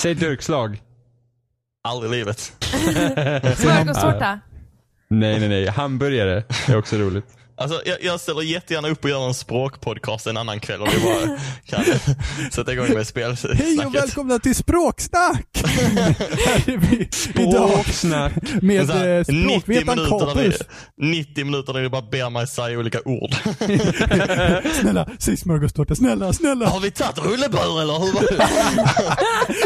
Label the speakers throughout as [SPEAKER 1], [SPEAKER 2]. [SPEAKER 1] Säg durkslag.
[SPEAKER 2] Aldrig i livet.
[SPEAKER 3] Smörgåstårta.
[SPEAKER 1] Nej, nej, nej. Hamburgare är också roligt.
[SPEAKER 2] Alltså, jag, jag ställer jättegärna upp och gör en språkpodcast en annan kväll om vi bara kan sätta igång med
[SPEAKER 4] Hej och
[SPEAKER 2] spelsnacket.
[SPEAKER 4] välkomna till språksnack! Här är vi idag
[SPEAKER 1] Språksnack.
[SPEAKER 2] Men
[SPEAKER 4] med
[SPEAKER 2] så här,
[SPEAKER 4] eh,
[SPEAKER 2] 90
[SPEAKER 4] språkvetaren
[SPEAKER 2] minuter, där vi,
[SPEAKER 4] Kapus.
[SPEAKER 2] 90 minuter där vi bara ber mig säga olika ord.
[SPEAKER 4] Snälla, säg smörgåstårta. Snälla, snälla.
[SPEAKER 2] Har vi tagit rullebur eller hur var det?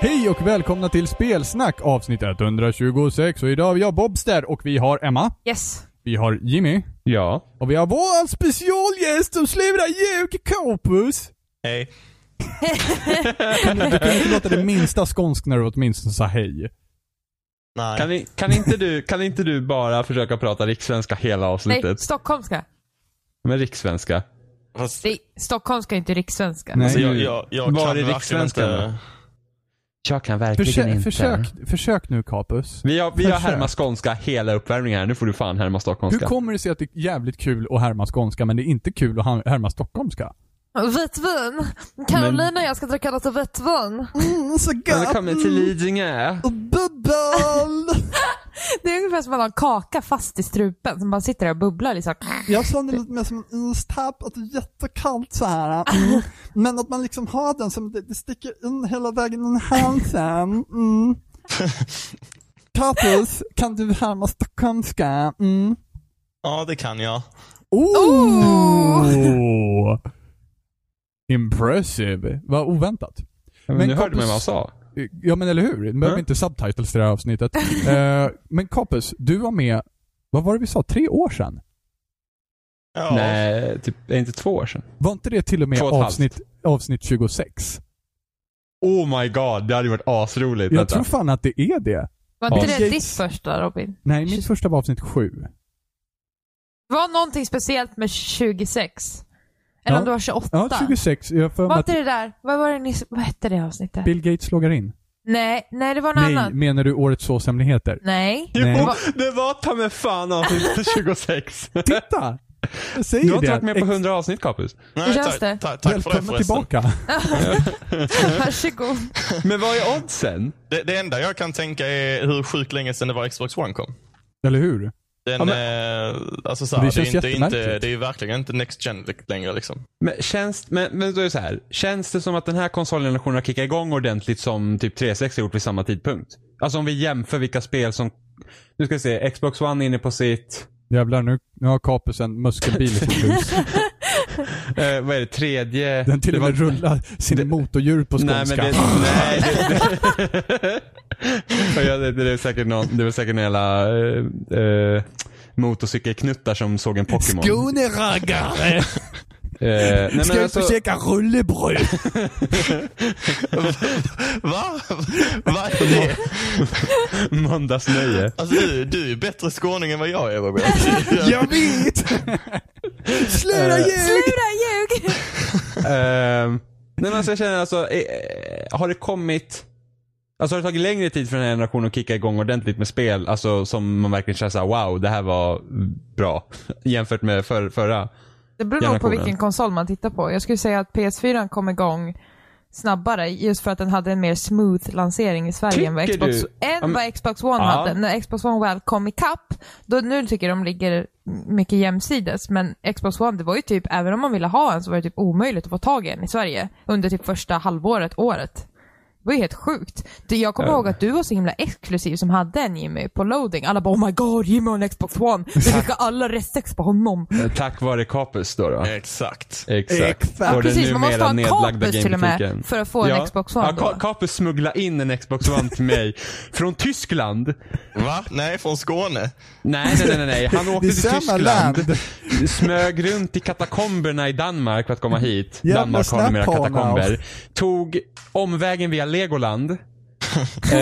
[SPEAKER 4] Hej och välkomna till Spelsnack avsnitt 126 och idag är jag Bobster och vi har Emma,
[SPEAKER 3] Yes.
[SPEAKER 4] vi har Jimmy
[SPEAKER 1] Ja.
[SPEAKER 4] och vi har vår specialgäst som slivrar ljug, Kapus.
[SPEAKER 2] Nej.
[SPEAKER 4] Du kan inte låta det minsta skånsk när du åtminstone sa hej.
[SPEAKER 2] Nej.
[SPEAKER 1] Kan, ni, kan, inte du, kan inte du bara försöka prata rikssvenska hela avsnittet?
[SPEAKER 3] Nej, stockholmska.
[SPEAKER 1] Men rikssvenska.
[SPEAKER 2] Fast,
[SPEAKER 3] Det är, stockholmska är inte rikssvenska.
[SPEAKER 4] Nej.
[SPEAKER 2] alltså, jag, jag, jag
[SPEAKER 1] Var
[SPEAKER 2] kan
[SPEAKER 1] är
[SPEAKER 2] verkligen
[SPEAKER 1] rikssvenskan då?
[SPEAKER 2] inte...
[SPEAKER 1] Jag kan verkligen
[SPEAKER 4] Försök, försök, försök nu Kapus.
[SPEAKER 1] Vi har, vi har
[SPEAKER 4] Försök.
[SPEAKER 1] härma skånska hela uppvärmningen här. Nu får du fan härma
[SPEAKER 4] Hur
[SPEAKER 1] stockholmska.
[SPEAKER 4] kommer det sig att det är jävligt kul att härma skånska men det är inte kul att ha- härma stockholmska?
[SPEAKER 3] Vitt vin. Carolina och jag ska dricka lite vitt vin.
[SPEAKER 4] Mm, så
[SPEAKER 1] Välkommen till
[SPEAKER 4] Mm.
[SPEAKER 1] Lidingö.
[SPEAKER 4] och bubbel!
[SPEAKER 3] Det är ungefär som att ha en kaka fast i strupen som bara sitter där och bubblar liksom.
[SPEAKER 4] Jag känner lite mer som en istapp, att det är jättekallt så här. Mm. Men att man liksom har den som det, sticker in hela vägen i halsen. Mm. Kapus, kan du härma stockholmska? Mm.
[SPEAKER 2] Ja, det kan jag.
[SPEAKER 4] Oh! Impressive. Vad oväntat.
[SPEAKER 1] Men,
[SPEAKER 4] Men
[SPEAKER 1] nu hörde
[SPEAKER 4] kompis-
[SPEAKER 1] man vad jag sa.
[SPEAKER 4] Ja men eller hur? Det behöver
[SPEAKER 1] Ja.
[SPEAKER 4] inte subtitles till det här avsnittet. Eh, men Kapus, du var med, vad var det vi sa, tre år sedan?
[SPEAKER 2] Ja.
[SPEAKER 1] Nej, typ, är inte två år sedan?
[SPEAKER 4] Var inte det till och med
[SPEAKER 1] Två och ett halvt.
[SPEAKER 4] avsnitt, avsnitt 26?
[SPEAKER 1] Oh my god, det hade ju varit asroligt.
[SPEAKER 4] Jag
[SPEAKER 1] Vänta.
[SPEAKER 4] tror fan att det är det.
[SPEAKER 3] Var inte
[SPEAKER 1] Ja.
[SPEAKER 3] det ditt första Robin?
[SPEAKER 4] Nej, mitt första var avsnitt 7.
[SPEAKER 3] Det var någonting speciellt med 26. Eller
[SPEAKER 4] Ja.
[SPEAKER 3] om det var 28.
[SPEAKER 4] Ja, 26. Jag har för mig
[SPEAKER 3] Var
[SPEAKER 4] att
[SPEAKER 3] inte det där, vad var det ni, vad hette det avsnittet?
[SPEAKER 4] Bill Gates loggar in.
[SPEAKER 3] Nej, nej det var något
[SPEAKER 4] Nej,
[SPEAKER 3] annat.
[SPEAKER 4] menar du årets såshemligheter?
[SPEAKER 3] Nej.
[SPEAKER 4] Nej.
[SPEAKER 3] Det var-
[SPEAKER 1] Det var ta mig fan avsnitt 26.
[SPEAKER 4] Titta! Jag säger
[SPEAKER 1] Du har inte
[SPEAKER 4] det.
[SPEAKER 1] varit med på 100 avsnitt Kapus.
[SPEAKER 2] Nej,
[SPEAKER 3] Känns
[SPEAKER 2] tack,
[SPEAKER 3] det?
[SPEAKER 2] Tack, tack för det
[SPEAKER 4] Välkomna
[SPEAKER 2] förresten.
[SPEAKER 4] tillbaka.
[SPEAKER 3] Varsågod.
[SPEAKER 1] Men vad är oddsen?
[SPEAKER 2] Det, det enda jag kan tänka är hur sjukt länge sedan det var Xbox One kom.
[SPEAKER 4] Eller hur?
[SPEAKER 2] Den,
[SPEAKER 1] Ja,
[SPEAKER 2] eh, alltså så här,
[SPEAKER 4] Det
[SPEAKER 2] det,
[SPEAKER 4] känns
[SPEAKER 2] är inte, inte,
[SPEAKER 4] jättemärkligt.
[SPEAKER 2] det är verkligen inte next gen längre liksom.
[SPEAKER 1] Men känns, men, men då är det så här. Känns det som att den här konsolgenerationen har kickat igång ordentligt som typ 360 gjort vid samma tidpunkt? Alltså om vi jämför vilka spel som... Nu ska vi se, Xbox One är inne på sitt...
[SPEAKER 4] Jävlar, nu, nu har Kapus en muskelbil i sitt hus.
[SPEAKER 1] Eh, vad är det? Tredje...
[SPEAKER 4] Den till
[SPEAKER 1] det
[SPEAKER 4] och med rullar sin
[SPEAKER 1] det-
[SPEAKER 4] motordjur på
[SPEAKER 1] Nej
[SPEAKER 4] skånska.
[SPEAKER 1] men det... Nej, det, det, Ja, det, det är säkert någon, det var säkert en jävla eh, eh, motorcykelknuttar som såg en Pokémon.
[SPEAKER 4] Skåneraggare!
[SPEAKER 1] Eh, nej, men
[SPEAKER 4] Ska
[SPEAKER 1] alltså,
[SPEAKER 4] ut och käka rullebröd!
[SPEAKER 2] Va? Vad är det?
[SPEAKER 1] måndagsnöje.
[SPEAKER 2] Alltså du, du är bättre skåning än vad jag är Robin.
[SPEAKER 4] Jag vet! Slöra
[SPEAKER 1] Eh,
[SPEAKER 4] ljug!
[SPEAKER 3] Lura ljug!
[SPEAKER 1] Ehm, nej men alltså jag känner alltså, eh, eh, har det kommit, alltså har det tagit längre tid för den här generationen att kicka igång ordentligt med spel, alltså som man verkligen känner såhär wow, det här var bra. Jämfört med för, förra.
[SPEAKER 3] Det beror nog på
[SPEAKER 1] Generationen.
[SPEAKER 3] vilken konsol man tittar på. Jag skulle säga att PS4 kom igång snabbare just för att den hade en mer smooth lansering i Sverige än vad
[SPEAKER 1] Tycker
[SPEAKER 3] Xbox,
[SPEAKER 1] du? Ja,
[SPEAKER 3] än
[SPEAKER 1] men-
[SPEAKER 3] vad Xbox One
[SPEAKER 1] Ja.
[SPEAKER 3] hade. När Xbox One väl kom ikapp, då nu tycker jag de ligger mycket jämsides. Men Xbox One, det var ju typ, även om man ville ha en så var det typ omöjligt att få tag i en i Sverige under typ första halvåret, året. Det var ju helt sjukt. Det- Jag kommer
[SPEAKER 1] Ja.
[SPEAKER 3] ihåg att du var så himla exklusiv som hade en Jimmy på loading. Alla bara oh my god, Jimmy har en Xbox One. Vi fick alla restex på honom.
[SPEAKER 1] Eh, Tack vare Capus då.
[SPEAKER 2] Eh,
[SPEAKER 1] då.
[SPEAKER 2] Exakt.
[SPEAKER 1] Exakt.
[SPEAKER 4] Exakt.
[SPEAKER 1] Och den
[SPEAKER 3] Precis, man måste
[SPEAKER 1] numera
[SPEAKER 3] ha en
[SPEAKER 1] nedlagda
[SPEAKER 3] kompis till och med
[SPEAKER 1] gamebutiken.
[SPEAKER 3] för att få en Xbox One.
[SPEAKER 1] Ja,
[SPEAKER 3] då.
[SPEAKER 1] Ka- Capus smugglade in en Xbox One till mig. från Tyskland.
[SPEAKER 2] Va? Nej, från Skåne.
[SPEAKER 1] Nej, nej, nej, nej, nej. Han åkte
[SPEAKER 4] Det är
[SPEAKER 1] till
[SPEAKER 4] samma
[SPEAKER 1] Tyskland.
[SPEAKER 4] land.
[SPEAKER 1] smög runt i katakomberna i Danmark för att komma hit.
[SPEAKER 4] Jävla
[SPEAKER 1] Danmark har numera
[SPEAKER 4] snapphanar.
[SPEAKER 1] katakomber. Tog omvägen via Legoland. eh,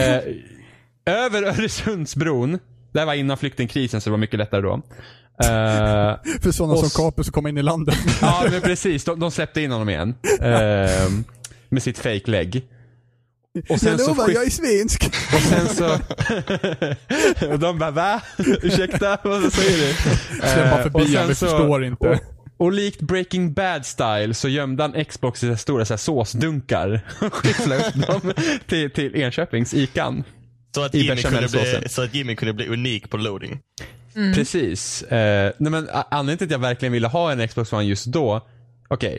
[SPEAKER 1] över Öresundsbron. Det här var innan flyktingkrisen så det var mycket lättare då. Eh,
[SPEAKER 4] För sådana
[SPEAKER 1] Och
[SPEAKER 4] som
[SPEAKER 1] s-
[SPEAKER 4] Capus att komma in i landet.
[SPEAKER 1] ja men precis, de, de släppte in honom igen. Ehm, med sitt fake-lägg. Och sen
[SPEAKER 4] Jag
[SPEAKER 1] så,
[SPEAKER 4] lovar,
[SPEAKER 1] skick-
[SPEAKER 4] jag är svensk.
[SPEAKER 1] och sen så... och de bara va? Ursäkta? Vad säger du?
[SPEAKER 4] Släppa
[SPEAKER 1] Eh,
[SPEAKER 4] förbi
[SPEAKER 1] och
[SPEAKER 4] han,
[SPEAKER 1] sen
[SPEAKER 4] vi
[SPEAKER 1] så-
[SPEAKER 4] förstår inte.
[SPEAKER 1] Och, och likt Breaking Bad style så gömde han Xbox i så här stora så här såsdunkar och skyfflade upp dem till, till Enköpings ICAn.
[SPEAKER 2] Så att,
[SPEAKER 1] I
[SPEAKER 2] Jimmy kunde bli,
[SPEAKER 1] bechamelsåsen.
[SPEAKER 2] så att Jimmy kunde bli unik på loading.
[SPEAKER 1] Precis. Eh, nej men a- anledningen till att jag verkligen ville ha en Xbox One just då, okej.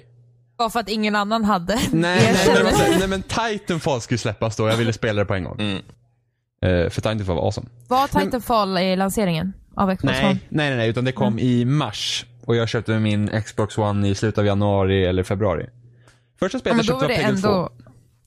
[SPEAKER 3] Bara för att ingen annan hade.
[SPEAKER 1] Nej, nej, men det
[SPEAKER 3] Erkänn.
[SPEAKER 1] var så här, nej men Titanfall skulle släppas då, jag ville spela det på en gång. Eh, för Titanfall var awesome.
[SPEAKER 3] Var Titanfall i lanseringen av Xbox
[SPEAKER 1] Nej,
[SPEAKER 3] One?
[SPEAKER 1] nej, nej, nej, utan det kom
[SPEAKER 3] Mm.
[SPEAKER 1] i mars. Och jag köpte min Xbox One i slutet av januari eller februari. Första
[SPEAKER 3] Ja,
[SPEAKER 1] spelet
[SPEAKER 3] men
[SPEAKER 1] jag
[SPEAKER 3] då
[SPEAKER 1] köpte var
[SPEAKER 3] var det
[SPEAKER 1] Peggle 2.
[SPEAKER 3] ändå...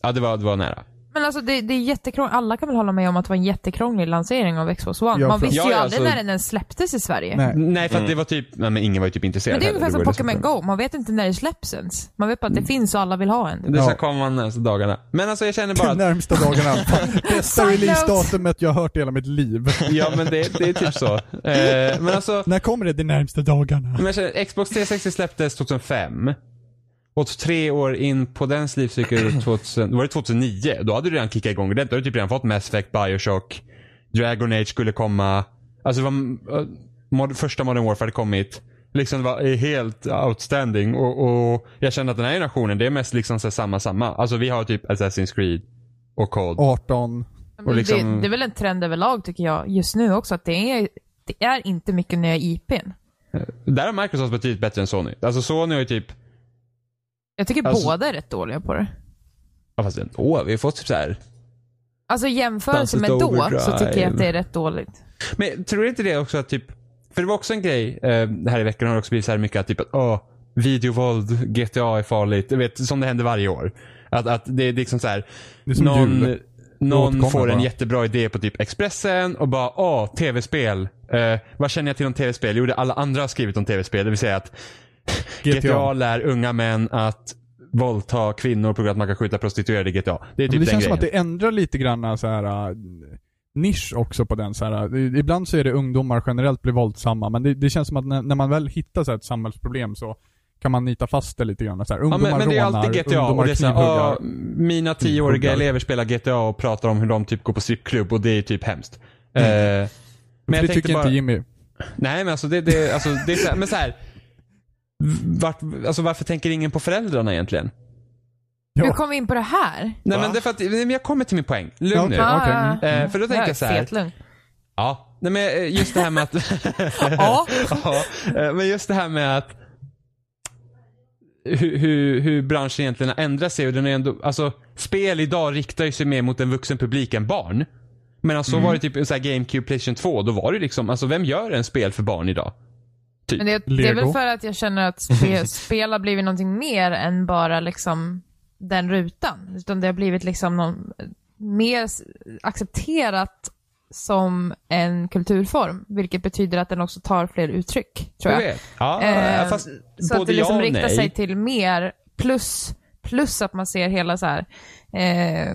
[SPEAKER 1] Ja, det var, det var nära.
[SPEAKER 3] Men alltså det, det är jättekrångligt. Alla kan väl hålla med om att det var en jättekrånglig lansering av Xbox One.
[SPEAKER 4] Ja,
[SPEAKER 3] Man
[SPEAKER 4] för-
[SPEAKER 3] visste
[SPEAKER 1] Ja,
[SPEAKER 3] ju
[SPEAKER 1] ja,
[SPEAKER 3] aldrig
[SPEAKER 1] alltså-
[SPEAKER 3] när den ens släpptes i Sverige.
[SPEAKER 4] Nej.
[SPEAKER 1] Nej, för att det var typ, nej, men ingen var ju typ intresserad
[SPEAKER 3] Men det är
[SPEAKER 1] heller.
[SPEAKER 3] ungefär som
[SPEAKER 1] var det Mm.
[SPEAKER 3] Pokémon
[SPEAKER 1] problemet.
[SPEAKER 3] Go. Man vet inte när det släpps ens. Man vet bara att det finns och alla vill ha en.
[SPEAKER 1] Det ska
[SPEAKER 4] Ja.
[SPEAKER 1] komma de närmaste dagarna. Men alltså jag känner bara
[SPEAKER 4] De
[SPEAKER 1] att,
[SPEAKER 4] närmsta dagarna. Bästa
[SPEAKER 3] Side note.
[SPEAKER 4] releasedatumet jag har hört i hela mitt liv.
[SPEAKER 1] ja men det, det är typ så. Eh, men alltså,
[SPEAKER 4] När kommer det de närmsta dagarna?
[SPEAKER 1] men jag känner, Xbox 360 släpptes 2005. Och tre år in på den livscykel, 2000, var det 2009? Då hade du redan kickat igång det. Då hade du typ redan fått Mass Effect, Bioshock, Dragon Age skulle komma. Alltså det var, eh, mod, första Modern Warfare hade kommit. Liksom det var eh, helt outstanding och, och jag kände att den här generationen, det är mest liksom så här samma samma. Alltså vi har typ Assassin's Creed och COD.
[SPEAKER 4] 18.
[SPEAKER 1] Och liksom-
[SPEAKER 3] det, det är väl en trend överlag tycker jag just nu också att det är, det är inte mycket nya IPn.
[SPEAKER 1] Där har Microsoft betydligt bättre än Sony. Alltså Sony har ju typ,
[SPEAKER 3] Jag tycker
[SPEAKER 1] Alltså-
[SPEAKER 3] båda är rätt dåliga på det.
[SPEAKER 1] ja fast ändå, vi har fått typ så här.
[SPEAKER 3] Alltså i jämförelse med
[SPEAKER 1] Sunset
[SPEAKER 3] då så
[SPEAKER 1] Overdrive.
[SPEAKER 3] tycker jag att det är rätt dåligt.
[SPEAKER 1] Men tror du inte det också att typ, för det var också en grej eh, här i veckan har det också blivit så här mycket att typ att åh, videovåld, GTA är farligt. Du vet, som det händer varje år. Att, att det är liksom så här,
[SPEAKER 4] Det är som
[SPEAKER 1] någon,
[SPEAKER 4] jul. återkommer
[SPEAKER 1] någon får en
[SPEAKER 4] bara.
[SPEAKER 1] jättebra idé på typ Expressen och bara åh, tv-spel. Eh, vad känner jag till om tv-spel? Jo, det alla andra har skrivit om tv-spel. Det vill säga att GTA, lär unga män att våldta kvinnor på grund av att man kan skjuta prostituerade i GTA. Det är typ
[SPEAKER 4] Men det
[SPEAKER 1] den
[SPEAKER 4] känns som
[SPEAKER 1] grejen.
[SPEAKER 4] att det ändrar lite grann så här äh, nisch också på den. Så här, äh, ibland så är det ungdomar generellt blir våldsamma, men det, det känns som att när, när man väl hittar så här ett samhällsproblem så kan man nita fast det lite grann. Så här,
[SPEAKER 1] Ja,
[SPEAKER 4] ungdomar
[SPEAKER 1] men, men det är
[SPEAKER 4] rånar,
[SPEAKER 1] alltid GTA
[SPEAKER 4] ungdomar
[SPEAKER 1] och det är såhär,
[SPEAKER 4] knivhuggar.
[SPEAKER 1] ah, mina tioåriga
[SPEAKER 4] Knivhuggar.
[SPEAKER 1] elever spelar GTA och pratar om hur de typ går på strippklubb och det är typ hemskt. Eh, men
[SPEAKER 4] Mm. För
[SPEAKER 1] jag
[SPEAKER 4] det
[SPEAKER 1] tänkte
[SPEAKER 4] tycker
[SPEAKER 1] bara,
[SPEAKER 4] inte Jimmy.
[SPEAKER 1] nej men alltså det, det, alltså, det är såhär, men såhär, vart, alltså varför tänker ingen på föräldrarna egentligen?
[SPEAKER 4] Ja.
[SPEAKER 3] Hur kom vi in på det här?
[SPEAKER 1] Nej
[SPEAKER 2] Va?
[SPEAKER 1] men det är för att, nej, men jag kommer till min poäng. Lugn
[SPEAKER 4] Ja,
[SPEAKER 1] nu.
[SPEAKER 4] okej. mm.
[SPEAKER 1] Eh, för då tänker jag så här.
[SPEAKER 3] Fet lugn.
[SPEAKER 1] Ja. Nej men eh, just det här med att
[SPEAKER 3] Ja,
[SPEAKER 1] Ja, eh, men just det här med att hur, hur, hur branschen egentligen har ändrat sig. Och den är ändå, alltså, spel idag riktar ju sig mer mot en vuxen publik än barn. Men alltså, så
[SPEAKER 3] Mm.
[SPEAKER 1] var det typ så här GameCube, Playstation 2. Då var det liksom, alltså vem gör en spel för barn idag? Typ
[SPEAKER 3] men det, det är
[SPEAKER 4] Lego.
[SPEAKER 3] väl för att jag känner att spe, spel har blivit någonting mer än bara liksom den rutan. Utan det har blivit liksom någon, mer s- accepterat som en kulturform. Vilket betyder att den också tar fler uttryck, tror jag.
[SPEAKER 1] Jag vet. Ah, Ja,
[SPEAKER 3] Eh,
[SPEAKER 1] fast
[SPEAKER 3] Så att
[SPEAKER 1] både
[SPEAKER 3] det liksom
[SPEAKER 1] ja och
[SPEAKER 3] riktar
[SPEAKER 1] nej.
[SPEAKER 3] sig till mer, plus, plus att man ser hela så här, eh,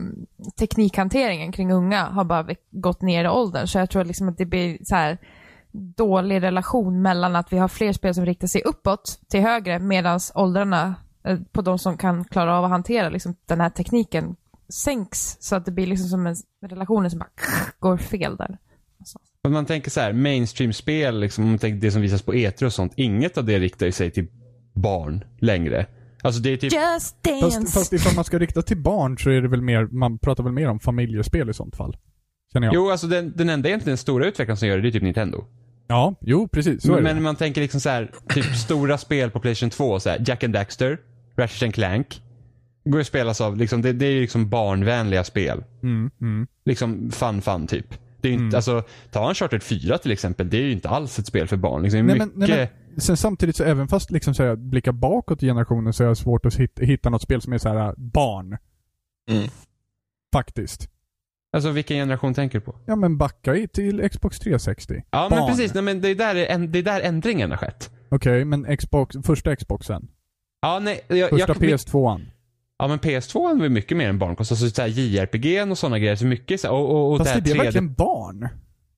[SPEAKER 3] teknikhanteringen kring unga har bara väck- gått ner i åldern. Så jag tror liksom att det blir så här dålig relation mellan att vi har fler spel som riktar sig uppåt till högre medan åldrarna eh, på de som kan klara av att hantera liksom, den här tekniken sänks så att det blir liksom som en relation som bara går fel där.
[SPEAKER 1] Om man tänker så här, mainstream-spel, liksom, om man tänker det som visas på E3 och sånt. Inget av det riktar ju sig till barn längre. Alltså det är typ
[SPEAKER 3] Just dance!
[SPEAKER 4] Fast, fast ifall man ska rikta till barn så är det väl mer, man pratar väl mer om familjespel i sånt fall. Känner jag.
[SPEAKER 1] Jo, alltså den, den enda egentligen stora utvecklaren som gör det, det är typ Nintendo.
[SPEAKER 4] Ja, jo precis. Så är det.
[SPEAKER 1] Men man tänker liksom så här, typ stora spel på Playstation 2, så här, Jack and Daxter, Ratchet and Clank. Går ju att spelas av, liksom, det, det är ju liksom barnvänliga spel.
[SPEAKER 4] Mm, mm.
[SPEAKER 1] Liksom fun fun typ. Det är ju inte, alltså, ta en Charter 4 till exempel, det är ju inte alls ett spel för barn. Liksom, det är
[SPEAKER 4] Nej, men,
[SPEAKER 1] mycket,
[SPEAKER 4] nej, men, sen samtidigt så även fast liksom så här, jag blickar bakåt i generationen så är det svårt att hitta, hitta något spel som är så här äh, barn.
[SPEAKER 2] Mm.
[SPEAKER 4] Faktiskt.
[SPEAKER 1] Alltså vilken generation tänker du på?
[SPEAKER 4] Ja men backa i till Xbox 360.
[SPEAKER 1] Ja
[SPEAKER 4] Barn.
[SPEAKER 1] men precis, nej, men det, är där, en- det är där ändringen har skett.
[SPEAKER 4] Okej, men Xbox, första Xboxen.
[SPEAKER 1] Ja, nej, jag,
[SPEAKER 4] Första
[SPEAKER 1] jag,
[SPEAKER 4] PS2an.
[SPEAKER 1] ja men PS2 var ju mycket mer än barnkonst. Alltså så här JRPG och sådana grejer. Så mycket så här, och, och, och
[SPEAKER 4] Fast
[SPEAKER 1] här
[SPEAKER 4] är det
[SPEAKER 1] 3D
[SPEAKER 4] verkligen barn?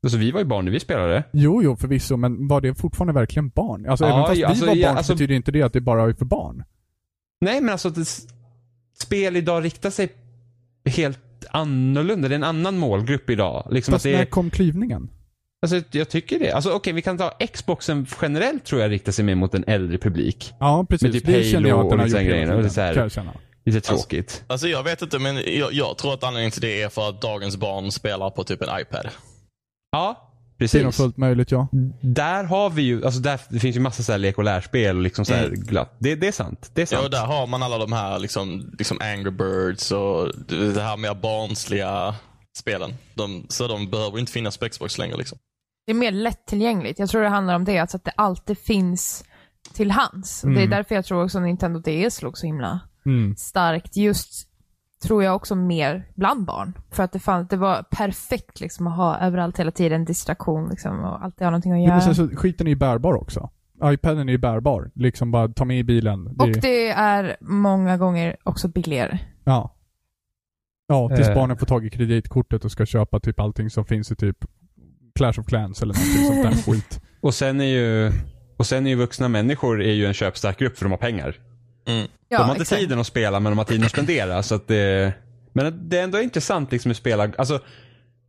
[SPEAKER 1] Alltså, vi var ju barn när vi spelade.
[SPEAKER 4] Jo, jo förvisso, men var det fortfarande verkligen barn? Alltså
[SPEAKER 1] Ja,
[SPEAKER 4] även fast
[SPEAKER 1] ja, alltså,
[SPEAKER 4] vi var
[SPEAKER 1] ja,
[SPEAKER 4] barn
[SPEAKER 1] alltså-
[SPEAKER 4] så betyder inte det att det bara är för barn.
[SPEAKER 1] Nej, men alltså det, s- spel idag riktar sig helt annorlunda. Det är en annan målgrupp idag. Liksom att
[SPEAKER 4] Fast
[SPEAKER 1] det
[SPEAKER 4] när
[SPEAKER 1] är,
[SPEAKER 4] kom klyvningen?
[SPEAKER 1] alltså, jag tycker det. Alltså, Okej, vi kan ta Xboxen generellt tror jag riktar sig mer mot en äldre publik.
[SPEAKER 4] Ja, precis.
[SPEAKER 1] Men typ
[SPEAKER 4] det känner jag
[SPEAKER 1] Halo
[SPEAKER 4] att den har
[SPEAKER 1] och
[SPEAKER 4] gjort
[SPEAKER 1] sådana grejer,
[SPEAKER 4] hela
[SPEAKER 1] och det är
[SPEAKER 4] tiden,
[SPEAKER 1] så här-
[SPEAKER 4] kan jag känna.
[SPEAKER 1] Lite tråkigt.
[SPEAKER 2] Alltså jag vet inte, men jag, jag tror att anledningen till det är för att dagens barn spelar på typ en iPad.
[SPEAKER 1] ja,
[SPEAKER 4] Det är nog
[SPEAKER 1] precis.
[SPEAKER 4] fullt möjligt, ja.
[SPEAKER 1] Där har vi ju, alltså där, det finns ju massa så här lek och lärspel och liksom så här
[SPEAKER 2] Mm.
[SPEAKER 1] glatt. Det, det är sant. Det är
[SPEAKER 2] Ja,
[SPEAKER 1] sant.
[SPEAKER 2] och där har man alla de här liksom, liksom Angry Birds och det här mer barnsliga spelen. De, så de behöver inte finnas på Xbox längre. Liksom.
[SPEAKER 3] Det är mer lättillgängligt. Jag tror det handlar om det, alltså att det alltid finns till hands. Och Det är därför jag tror också Nintendo DS slog så himla
[SPEAKER 4] Mm.
[SPEAKER 3] starkt. Just, tror jag också mer bland barn. För att det, fann, det var perfekt liksom att ha överallt hela tiden, distraktion liksom och alltid ha någonting att
[SPEAKER 4] Jo,
[SPEAKER 3] göra.
[SPEAKER 4] men sen så skiten är ju bärbar också. iPaden är ju bärbar. Liksom bara ta med i bilen. Det är-
[SPEAKER 3] Och det är många gånger också billigare.
[SPEAKER 4] Ja. Ja, tills
[SPEAKER 1] Eh.
[SPEAKER 4] barnen får tag i kreditkortet och ska köpa typ allting som finns i typ Clash of Clans eller någonting sånt där skit.
[SPEAKER 1] Och sen är ju och sen är ju vuxna människor är ju en köpstark grupp för de har pengar.
[SPEAKER 2] Mm.
[SPEAKER 3] Ja,
[SPEAKER 1] de har inte
[SPEAKER 3] exakt.
[SPEAKER 1] tiden att spela men de har tiden att spendera. Så att det, men det är ändå intressant liksom hur spelar, alltså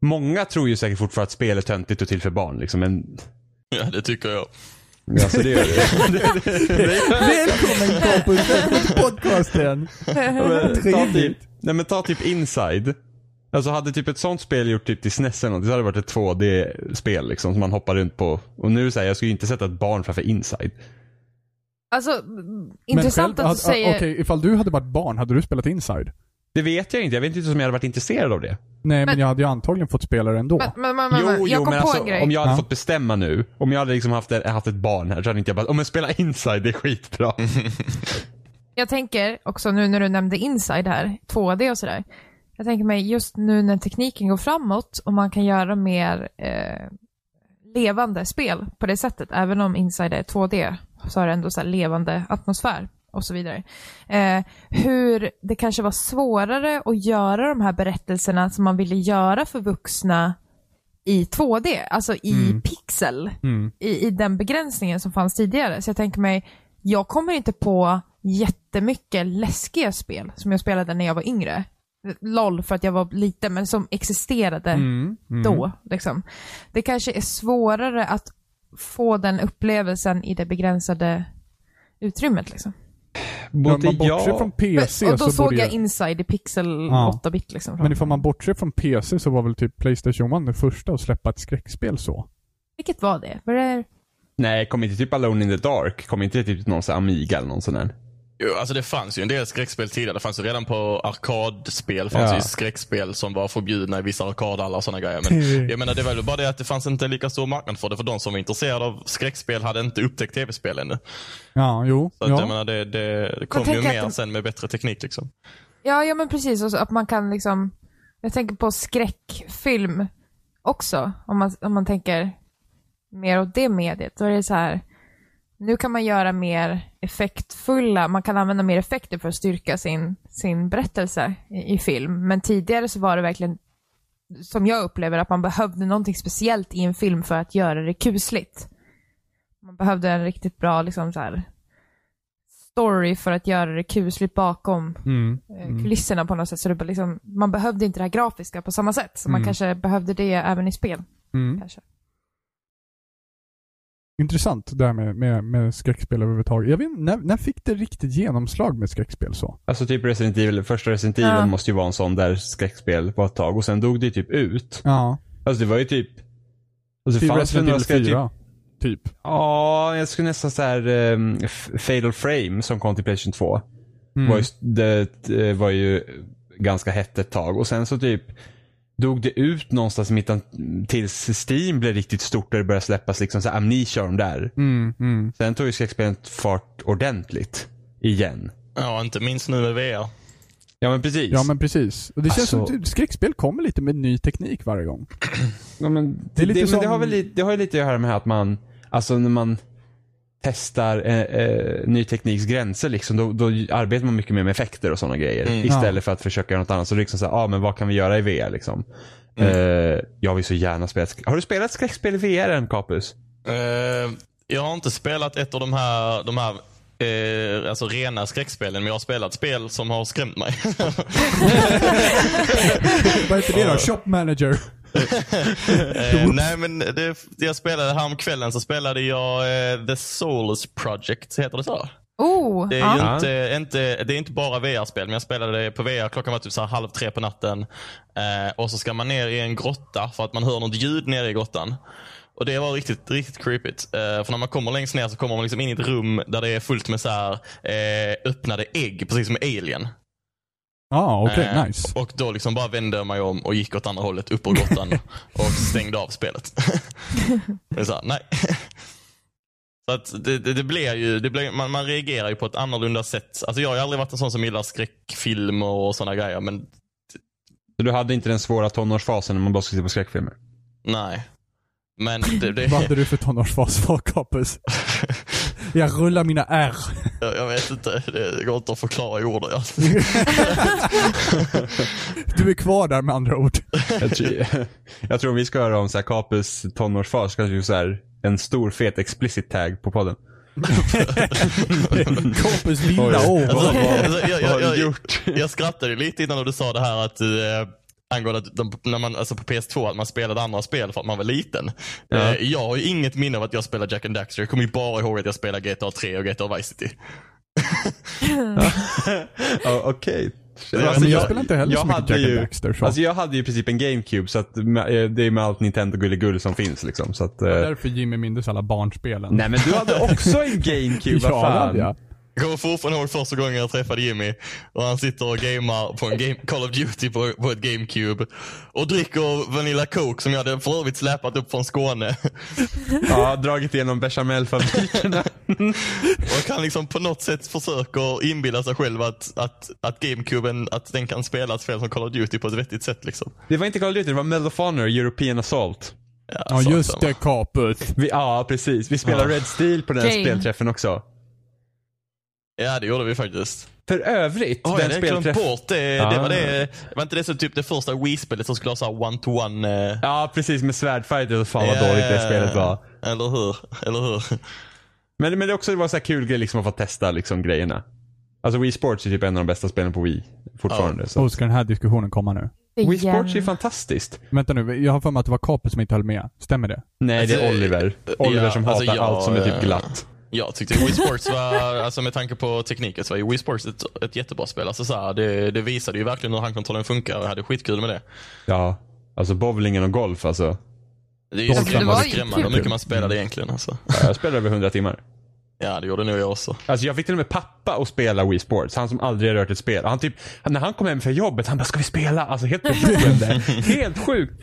[SPEAKER 1] många tror ju säkert fortfarande att spel är töntigt och till för barn liksom. Men
[SPEAKER 2] Ja, det tycker jag.
[SPEAKER 1] alltså det är
[SPEAKER 4] Välkommen kompis! Välkommen till podcasten!
[SPEAKER 1] men, ta typ, nej men ta typ Inside. Alltså hade typ ett sånt spel gjort typ till SNES eller något, så hade det varit ett 2D-spel liksom som man hoppar runt på. Och nu säger jag skulle ju inte sätta ett barn framför Inside.
[SPEAKER 3] Alltså, m- intressant att du säger...
[SPEAKER 4] Okej, ifall du hade varit barn, hade du spelat Inside?
[SPEAKER 1] Det vet jag inte, jag vet inte om jag hade varit intresserad av det.
[SPEAKER 4] Nej, men,
[SPEAKER 3] Men-
[SPEAKER 4] jag hade ju antagligen fått spela det ändå.
[SPEAKER 3] Men, men, men, men,
[SPEAKER 1] jo,
[SPEAKER 3] jag
[SPEAKER 1] jo,
[SPEAKER 3] kom
[SPEAKER 1] men
[SPEAKER 3] på
[SPEAKER 1] alltså,
[SPEAKER 3] en grej.
[SPEAKER 1] om jag hade
[SPEAKER 4] Ja.
[SPEAKER 1] fått bestämma nu. Om jag hade liksom haft, haft ett barn här så hade inte jag bara, om jag spelar inside, det är skitbra.
[SPEAKER 3] Jag tänker också nu när du nämnde inside här, 2D och sådär. Jag tänker mig just nu när tekniken går framåt och man kan göra mer eh, levande spel på det sättet. Även om inside är 2D så har det ändå så här levande atmosfär och så vidare. Eh, hur det kanske var svårare att göra de här berättelserna som man ville göra för vuxna i 2D, alltså i pixel
[SPEAKER 4] Mm.
[SPEAKER 3] i, i den begränsningen som fanns tidigare. Så jag tänker mig, jag kommer inte på jättemycket läskiga spel som jag spelade när jag var yngre. LOL för att jag var liten, men som existerade
[SPEAKER 4] Mm. Mm.
[SPEAKER 3] då. Liksom. Det kanske är svårare att få den upplevelsen i det begränsade utrymmet. Liksom.
[SPEAKER 4] Men om man bortser
[SPEAKER 1] jag,
[SPEAKER 4] från PC
[SPEAKER 3] och då
[SPEAKER 4] så
[SPEAKER 3] såg
[SPEAKER 4] borde
[SPEAKER 3] jag
[SPEAKER 4] ju-
[SPEAKER 3] Inside i pixel
[SPEAKER 4] Ja.
[SPEAKER 3] 8-bit. Liksom,
[SPEAKER 4] Men ifall man bortser från PC så var väl typ Playstation 1 det första att släppa ett skräckspel så?
[SPEAKER 3] Vilket var det? Var det...
[SPEAKER 1] nej, kom inte typ Alone in the Dark? Kom inte typ någon sån här Amiga eller någon sån där?
[SPEAKER 2] Jo, alltså det fanns ju en del skräckspel tidigare. Det fanns ju redan på arkadspel. fanns
[SPEAKER 1] Ja.
[SPEAKER 2] ju skräckspel som var förbjudna i vissa arkadhallar och sådana grejer. Men jag menar, det var väl bara det att det fanns inte lika stor marknad för det. För de som var intresserade av skräckspel hade inte upptäckt tv-spel ännu.
[SPEAKER 4] Ja, jo.
[SPEAKER 2] Så att,
[SPEAKER 4] ja.
[SPEAKER 2] jag menar, det, det kom ju
[SPEAKER 3] tänker
[SPEAKER 2] mer
[SPEAKER 3] att de-
[SPEAKER 2] sen med bättre teknik. Liksom.
[SPEAKER 3] Ja, ja men precis. Och så att man kan liksom, jag tänker på skräckfilm också. Om man, om man tänker mer åt det mediet. Då är det så här, nu kan man göra mer effektfulla, man kan använda mer effekter för att styrka sin, sin berättelse i, i film. Men tidigare så var det verkligen, som jag upplever, att man behövde någonting speciellt i en film för att göra det kusligt. Man behövde en riktigt bra liksom så här, story för att göra det kusligt bakom
[SPEAKER 4] Mm.
[SPEAKER 3] eh, kulisserna på något sätt. Så det var liksom, man behövde inte det här grafiska på samma sätt. Så man
[SPEAKER 4] Mm.
[SPEAKER 3] kanske behövde det även i spel.
[SPEAKER 4] Mm.
[SPEAKER 3] Kanske.
[SPEAKER 4] Intressant det här med, med, med skräckspel överhuvudtaget. Jag vet inte, när, när fick det riktigt genomslag med skräckspel så?
[SPEAKER 1] Alltså typ Resident Evil, första Resident Evil
[SPEAKER 3] Ja.
[SPEAKER 1] måste ju vara en sån där skräckspel var ett tag och sen dog det ju typ ut.
[SPEAKER 4] Ja.
[SPEAKER 1] Alltså det var ju typ Alltså det
[SPEAKER 4] Typ
[SPEAKER 1] fanns väl
[SPEAKER 4] Resident
[SPEAKER 1] några
[SPEAKER 4] Evil
[SPEAKER 1] skräck, typ,
[SPEAKER 4] 4. Typ.
[SPEAKER 1] ja, jag skulle nästan såhär, um, Fatal Frame som kom till Playstation 2.
[SPEAKER 4] Mm.
[SPEAKER 1] var ju, det eh, var ju ganska hett ett tag. Och sen så typ dog det ut någonstans i mitten tills Steam blev riktigt stort och det började släppas liksom så här Amnesia och de där.
[SPEAKER 4] Mm, mm.
[SPEAKER 1] Sen tog ju skräckspelet fart ordentligt. Igen.
[SPEAKER 2] Ja, inte minst nu med VR.
[SPEAKER 1] Ja men precis.
[SPEAKER 4] Ja men precis. Och det känns
[SPEAKER 1] Alltså-
[SPEAKER 4] som att skräckspel kommer lite med ny teknik varje gång.
[SPEAKER 1] Ja, men
[SPEAKER 4] Det
[SPEAKER 1] det,
[SPEAKER 4] är lite
[SPEAKER 1] det,
[SPEAKER 4] som-
[SPEAKER 1] men det har väl lite, det har ju lite att göra med att man, alltså när man testar eh, eh, ny tekniks gränser liksom, då, då arbetar man mycket mer med effekter och sådana grejer.
[SPEAKER 2] Mm.
[SPEAKER 1] Istället för att försöka göra något annat. Så det är liksom såhär, ah, men vad kan vi göra i VR liksom? Eh, jag vill så gärna spela ett sk- Har du spelat skräckspel i VR än Kapus?
[SPEAKER 2] Eh, jag har inte spelat ett av de här, de här eh, alltså rena skräckspelen, men jag har spelat spel som har skrämt mig.
[SPEAKER 4] Vad heter det då? Shop manager?
[SPEAKER 2] Eh, nej, men det, jag spelade häromkvällen så spelade jag eh, The Souls Project, heter det så?
[SPEAKER 3] Oh,
[SPEAKER 2] Det är
[SPEAKER 3] ja.
[SPEAKER 1] Ja.
[SPEAKER 2] ju inte, inte, det är inte bara VR-spel, men jag spelade det på VR. Klockan var typ så här halv tre på natten. Eh, och så ska man ner i en grotta för att man hör något ljud nere i grottan. Och Det var riktigt, riktigt creepigt. Eh, för när man kommer längst ner så kommer man liksom in i ett rum där det är fullt med så här, eh, öppnade ägg, precis som i Alien.
[SPEAKER 4] Ja, ah, okej.
[SPEAKER 2] Eh,
[SPEAKER 4] nice.
[SPEAKER 2] Och då liksom bara vände jag mig om och gick åt andra hållet, upp på grottan och stängde av spelet. det är så här, nej. Så att det, det, det blir ju, det blir, man, man reagerar ju på ett annorlunda sätt. Alltså jag har ju aldrig varit en sån som gillar skräckfilmer och sådana grejer, men
[SPEAKER 1] Så du hade inte den svåra tonårsfasen när man bara skulle se på skräckfilmer?
[SPEAKER 2] nej. Men det, det,
[SPEAKER 4] Vad hade du för tonårsfas var, Kapus? Jag rullar mina R.
[SPEAKER 2] jag, jag vet inte, det går inte att förklara i ord. Jag,
[SPEAKER 4] Du är kvar där med andra ord.
[SPEAKER 1] Jag, tror- jag tror om vi ska höra om så här, Kapus tonårsfas så kanske vi får så här, en stor fet explicit tag på podden.
[SPEAKER 4] Kapus villa.
[SPEAKER 1] Oj.
[SPEAKER 4] Åh,
[SPEAKER 2] alltså,
[SPEAKER 4] vad-
[SPEAKER 2] alltså, jag,
[SPEAKER 1] Vad har
[SPEAKER 2] jag,
[SPEAKER 1] du
[SPEAKER 2] jag,
[SPEAKER 1] gjort?
[SPEAKER 2] jag skrattade ju lite innan du sa det här att eh, angående att de, när man, alltså på PS2 att man spelade andra spel för att man var liten.
[SPEAKER 1] Ja.
[SPEAKER 2] Eh, jag har ju inget minne av att jag spelade Jack and Daxter. Jag kommer ju bara ihåg att jag spelade GTA 3 och GTA Vice City.
[SPEAKER 1] Ja, Okej.
[SPEAKER 2] men
[SPEAKER 1] Alltså,
[SPEAKER 4] jag spelar inte heller så
[SPEAKER 1] jag
[SPEAKER 4] mycket
[SPEAKER 1] hade
[SPEAKER 4] Jack and
[SPEAKER 1] ju-
[SPEAKER 4] Daxter, så.
[SPEAKER 1] Alltså jag hade ju i princip en GameCube så att eh, det är med allt Nintendo gulligull som finns liksom. Så att, eh,
[SPEAKER 4] Därför Jimmy mindes alla barnspelen.
[SPEAKER 1] Nej men du hade också en GameCube, vad
[SPEAKER 4] Ja, det
[SPEAKER 1] fan.
[SPEAKER 4] hade jag.
[SPEAKER 2] Jag kommer fortfarande ihåg första gången jag träffade Jimmy och han sitter och gamar på en game, Call of Duty på, på ett GameCube och dricker Vanilla Coke som jag hade för övrigt släpat upp från Skåne.
[SPEAKER 1] Ja, dragit igenom bechamelfabrikerna.
[SPEAKER 2] Och kan liksom på något sätt försöker inbilla sig själv att, att, att GameCuben att den kan spela ett spel som Call of Duty på ett vettigt sätt. Liksom.
[SPEAKER 1] det var inte Call of Duty, det var Medal of Honor, European Assault.
[SPEAKER 2] Ja,
[SPEAKER 4] Ja,
[SPEAKER 2] satan.
[SPEAKER 4] just det Kapus.
[SPEAKER 1] Vi, ja, precis. Vi spelade Red Steel på den
[SPEAKER 3] Game.
[SPEAKER 1] spelträffen också.
[SPEAKER 2] Ja, det gjorde vi faktiskt.
[SPEAKER 1] För övrigt,
[SPEAKER 2] Oh,
[SPEAKER 1] den
[SPEAKER 2] jag hade glömt
[SPEAKER 1] spelträffen...
[SPEAKER 2] bort det.
[SPEAKER 1] Ah.
[SPEAKER 2] det, var det. Var inte det så typ det första Wii-spelet som skulle ha så här one-to-one? Eh,
[SPEAKER 1] Ja, precis. Med svärdfighter. Fan vad
[SPEAKER 2] Ja,
[SPEAKER 1] dåligt
[SPEAKER 2] ja,
[SPEAKER 1] det
[SPEAKER 2] ja.
[SPEAKER 1] spelet var.
[SPEAKER 2] Eller hur? Eller hur?
[SPEAKER 1] Men, men det också det var så här kul grej liksom att få testa liksom grejerna. Alltså Wii Sports är typ en av de bästa spelen på Wii. Fortfarande. Så.
[SPEAKER 4] Oh, ska den här diskussionen komma nu?
[SPEAKER 1] Wii Sports är ju fantastiskt.
[SPEAKER 4] Vänta nu, jag har för mig att det var Kapus som inte höll med. Stämmer det?
[SPEAKER 1] Nej, det är
[SPEAKER 2] Alltså,
[SPEAKER 1] Oliver. Oliver
[SPEAKER 2] ja,
[SPEAKER 1] som hatar
[SPEAKER 2] alltså, ja,
[SPEAKER 1] allt som är typ
[SPEAKER 2] eh,
[SPEAKER 1] glatt.
[SPEAKER 2] Jag tyckte Wii Sports var, alltså med tanke på tekniken, så var ju Wii Sports ett, ett jättebra spel. Alltså så här, det, det visade ju verkligen hur handkontrollen funkar och jag hade skitkul med det.
[SPEAKER 1] Ja. Alltså bowlingen och golf alltså.
[SPEAKER 2] Det är ju
[SPEAKER 4] Golf, det
[SPEAKER 2] skrämmande,
[SPEAKER 3] var ju
[SPEAKER 2] skrämmande hur
[SPEAKER 4] kul.
[SPEAKER 2] mycket man spelade egentligen. Alltså.
[SPEAKER 1] Ja, Jag spelade över 100 timmar.
[SPEAKER 2] Ja, det gjorde nog jag också.
[SPEAKER 1] Alltså jag fick till och med pappa att spela Wii Sports. Han som aldrig har rört ett spel. Han typ, när han kom hem från jobbet, han bara “ska vi spela?” Alltså helt beroende. helt sjukt.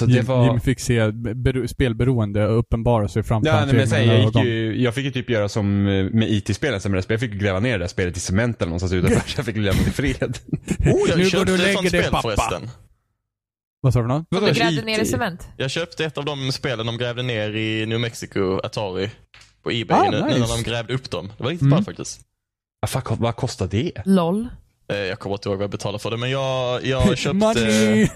[SPEAKER 1] Så det
[SPEAKER 4] Jim,
[SPEAKER 1] var...
[SPEAKER 4] Jim fick se bero, spelberoende och uppenbara sig framför
[SPEAKER 1] Ja, nej, men säg,
[SPEAKER 4] egna
[SPEAKER 1] jag, gick
[SPEAKER 4] ögon.
[SPEAKER 1] ju, jag fick ju typ göra som eh, med IT-spelen, som med det här spelet. jag fick gräva ner det där spelet i cementen någonstans utanför så jag fick lämna det i fred.
[SPEAKER 2] Oh, jag
[SPEAKER 4] Nu går
[SPEAKER 2] köpte
[SPEAKER 4] du och
[SPEAKER 2] ett sånt
[SPEAKER 4] lägger dig,
[SPEAKER 2] spel
[SPEAKER 4] pappa.
[SPEAKER 2] förresten.
[SPEAKER 4] Vad sa du för något?
[SPEAKER 3] Du grävde ner i cement.
[SPEAKER 2] Jag köpte ett av de spelen de grävde ner i New Mexico, Atari, på Ebay
[SPEAKER 4] Ah,
[SPEAKER 2] nu, nu
[SPEAKER 4] nice.
[SPEAKER 2] när de grävde upp dem. Det var riktigt
[SPEAKER 4] Mm.
[SPEAKER 2] bra faktiskt.
[SPEAKER 1] Ah, fuck, vad kostar det?
[SPEAKER 3] LOL.
[SPEAKER 2] Eh, Jag kommer inte ihåg vad jag betalade för det, men jag, jag köpte...
[SPEAKER 4] Money!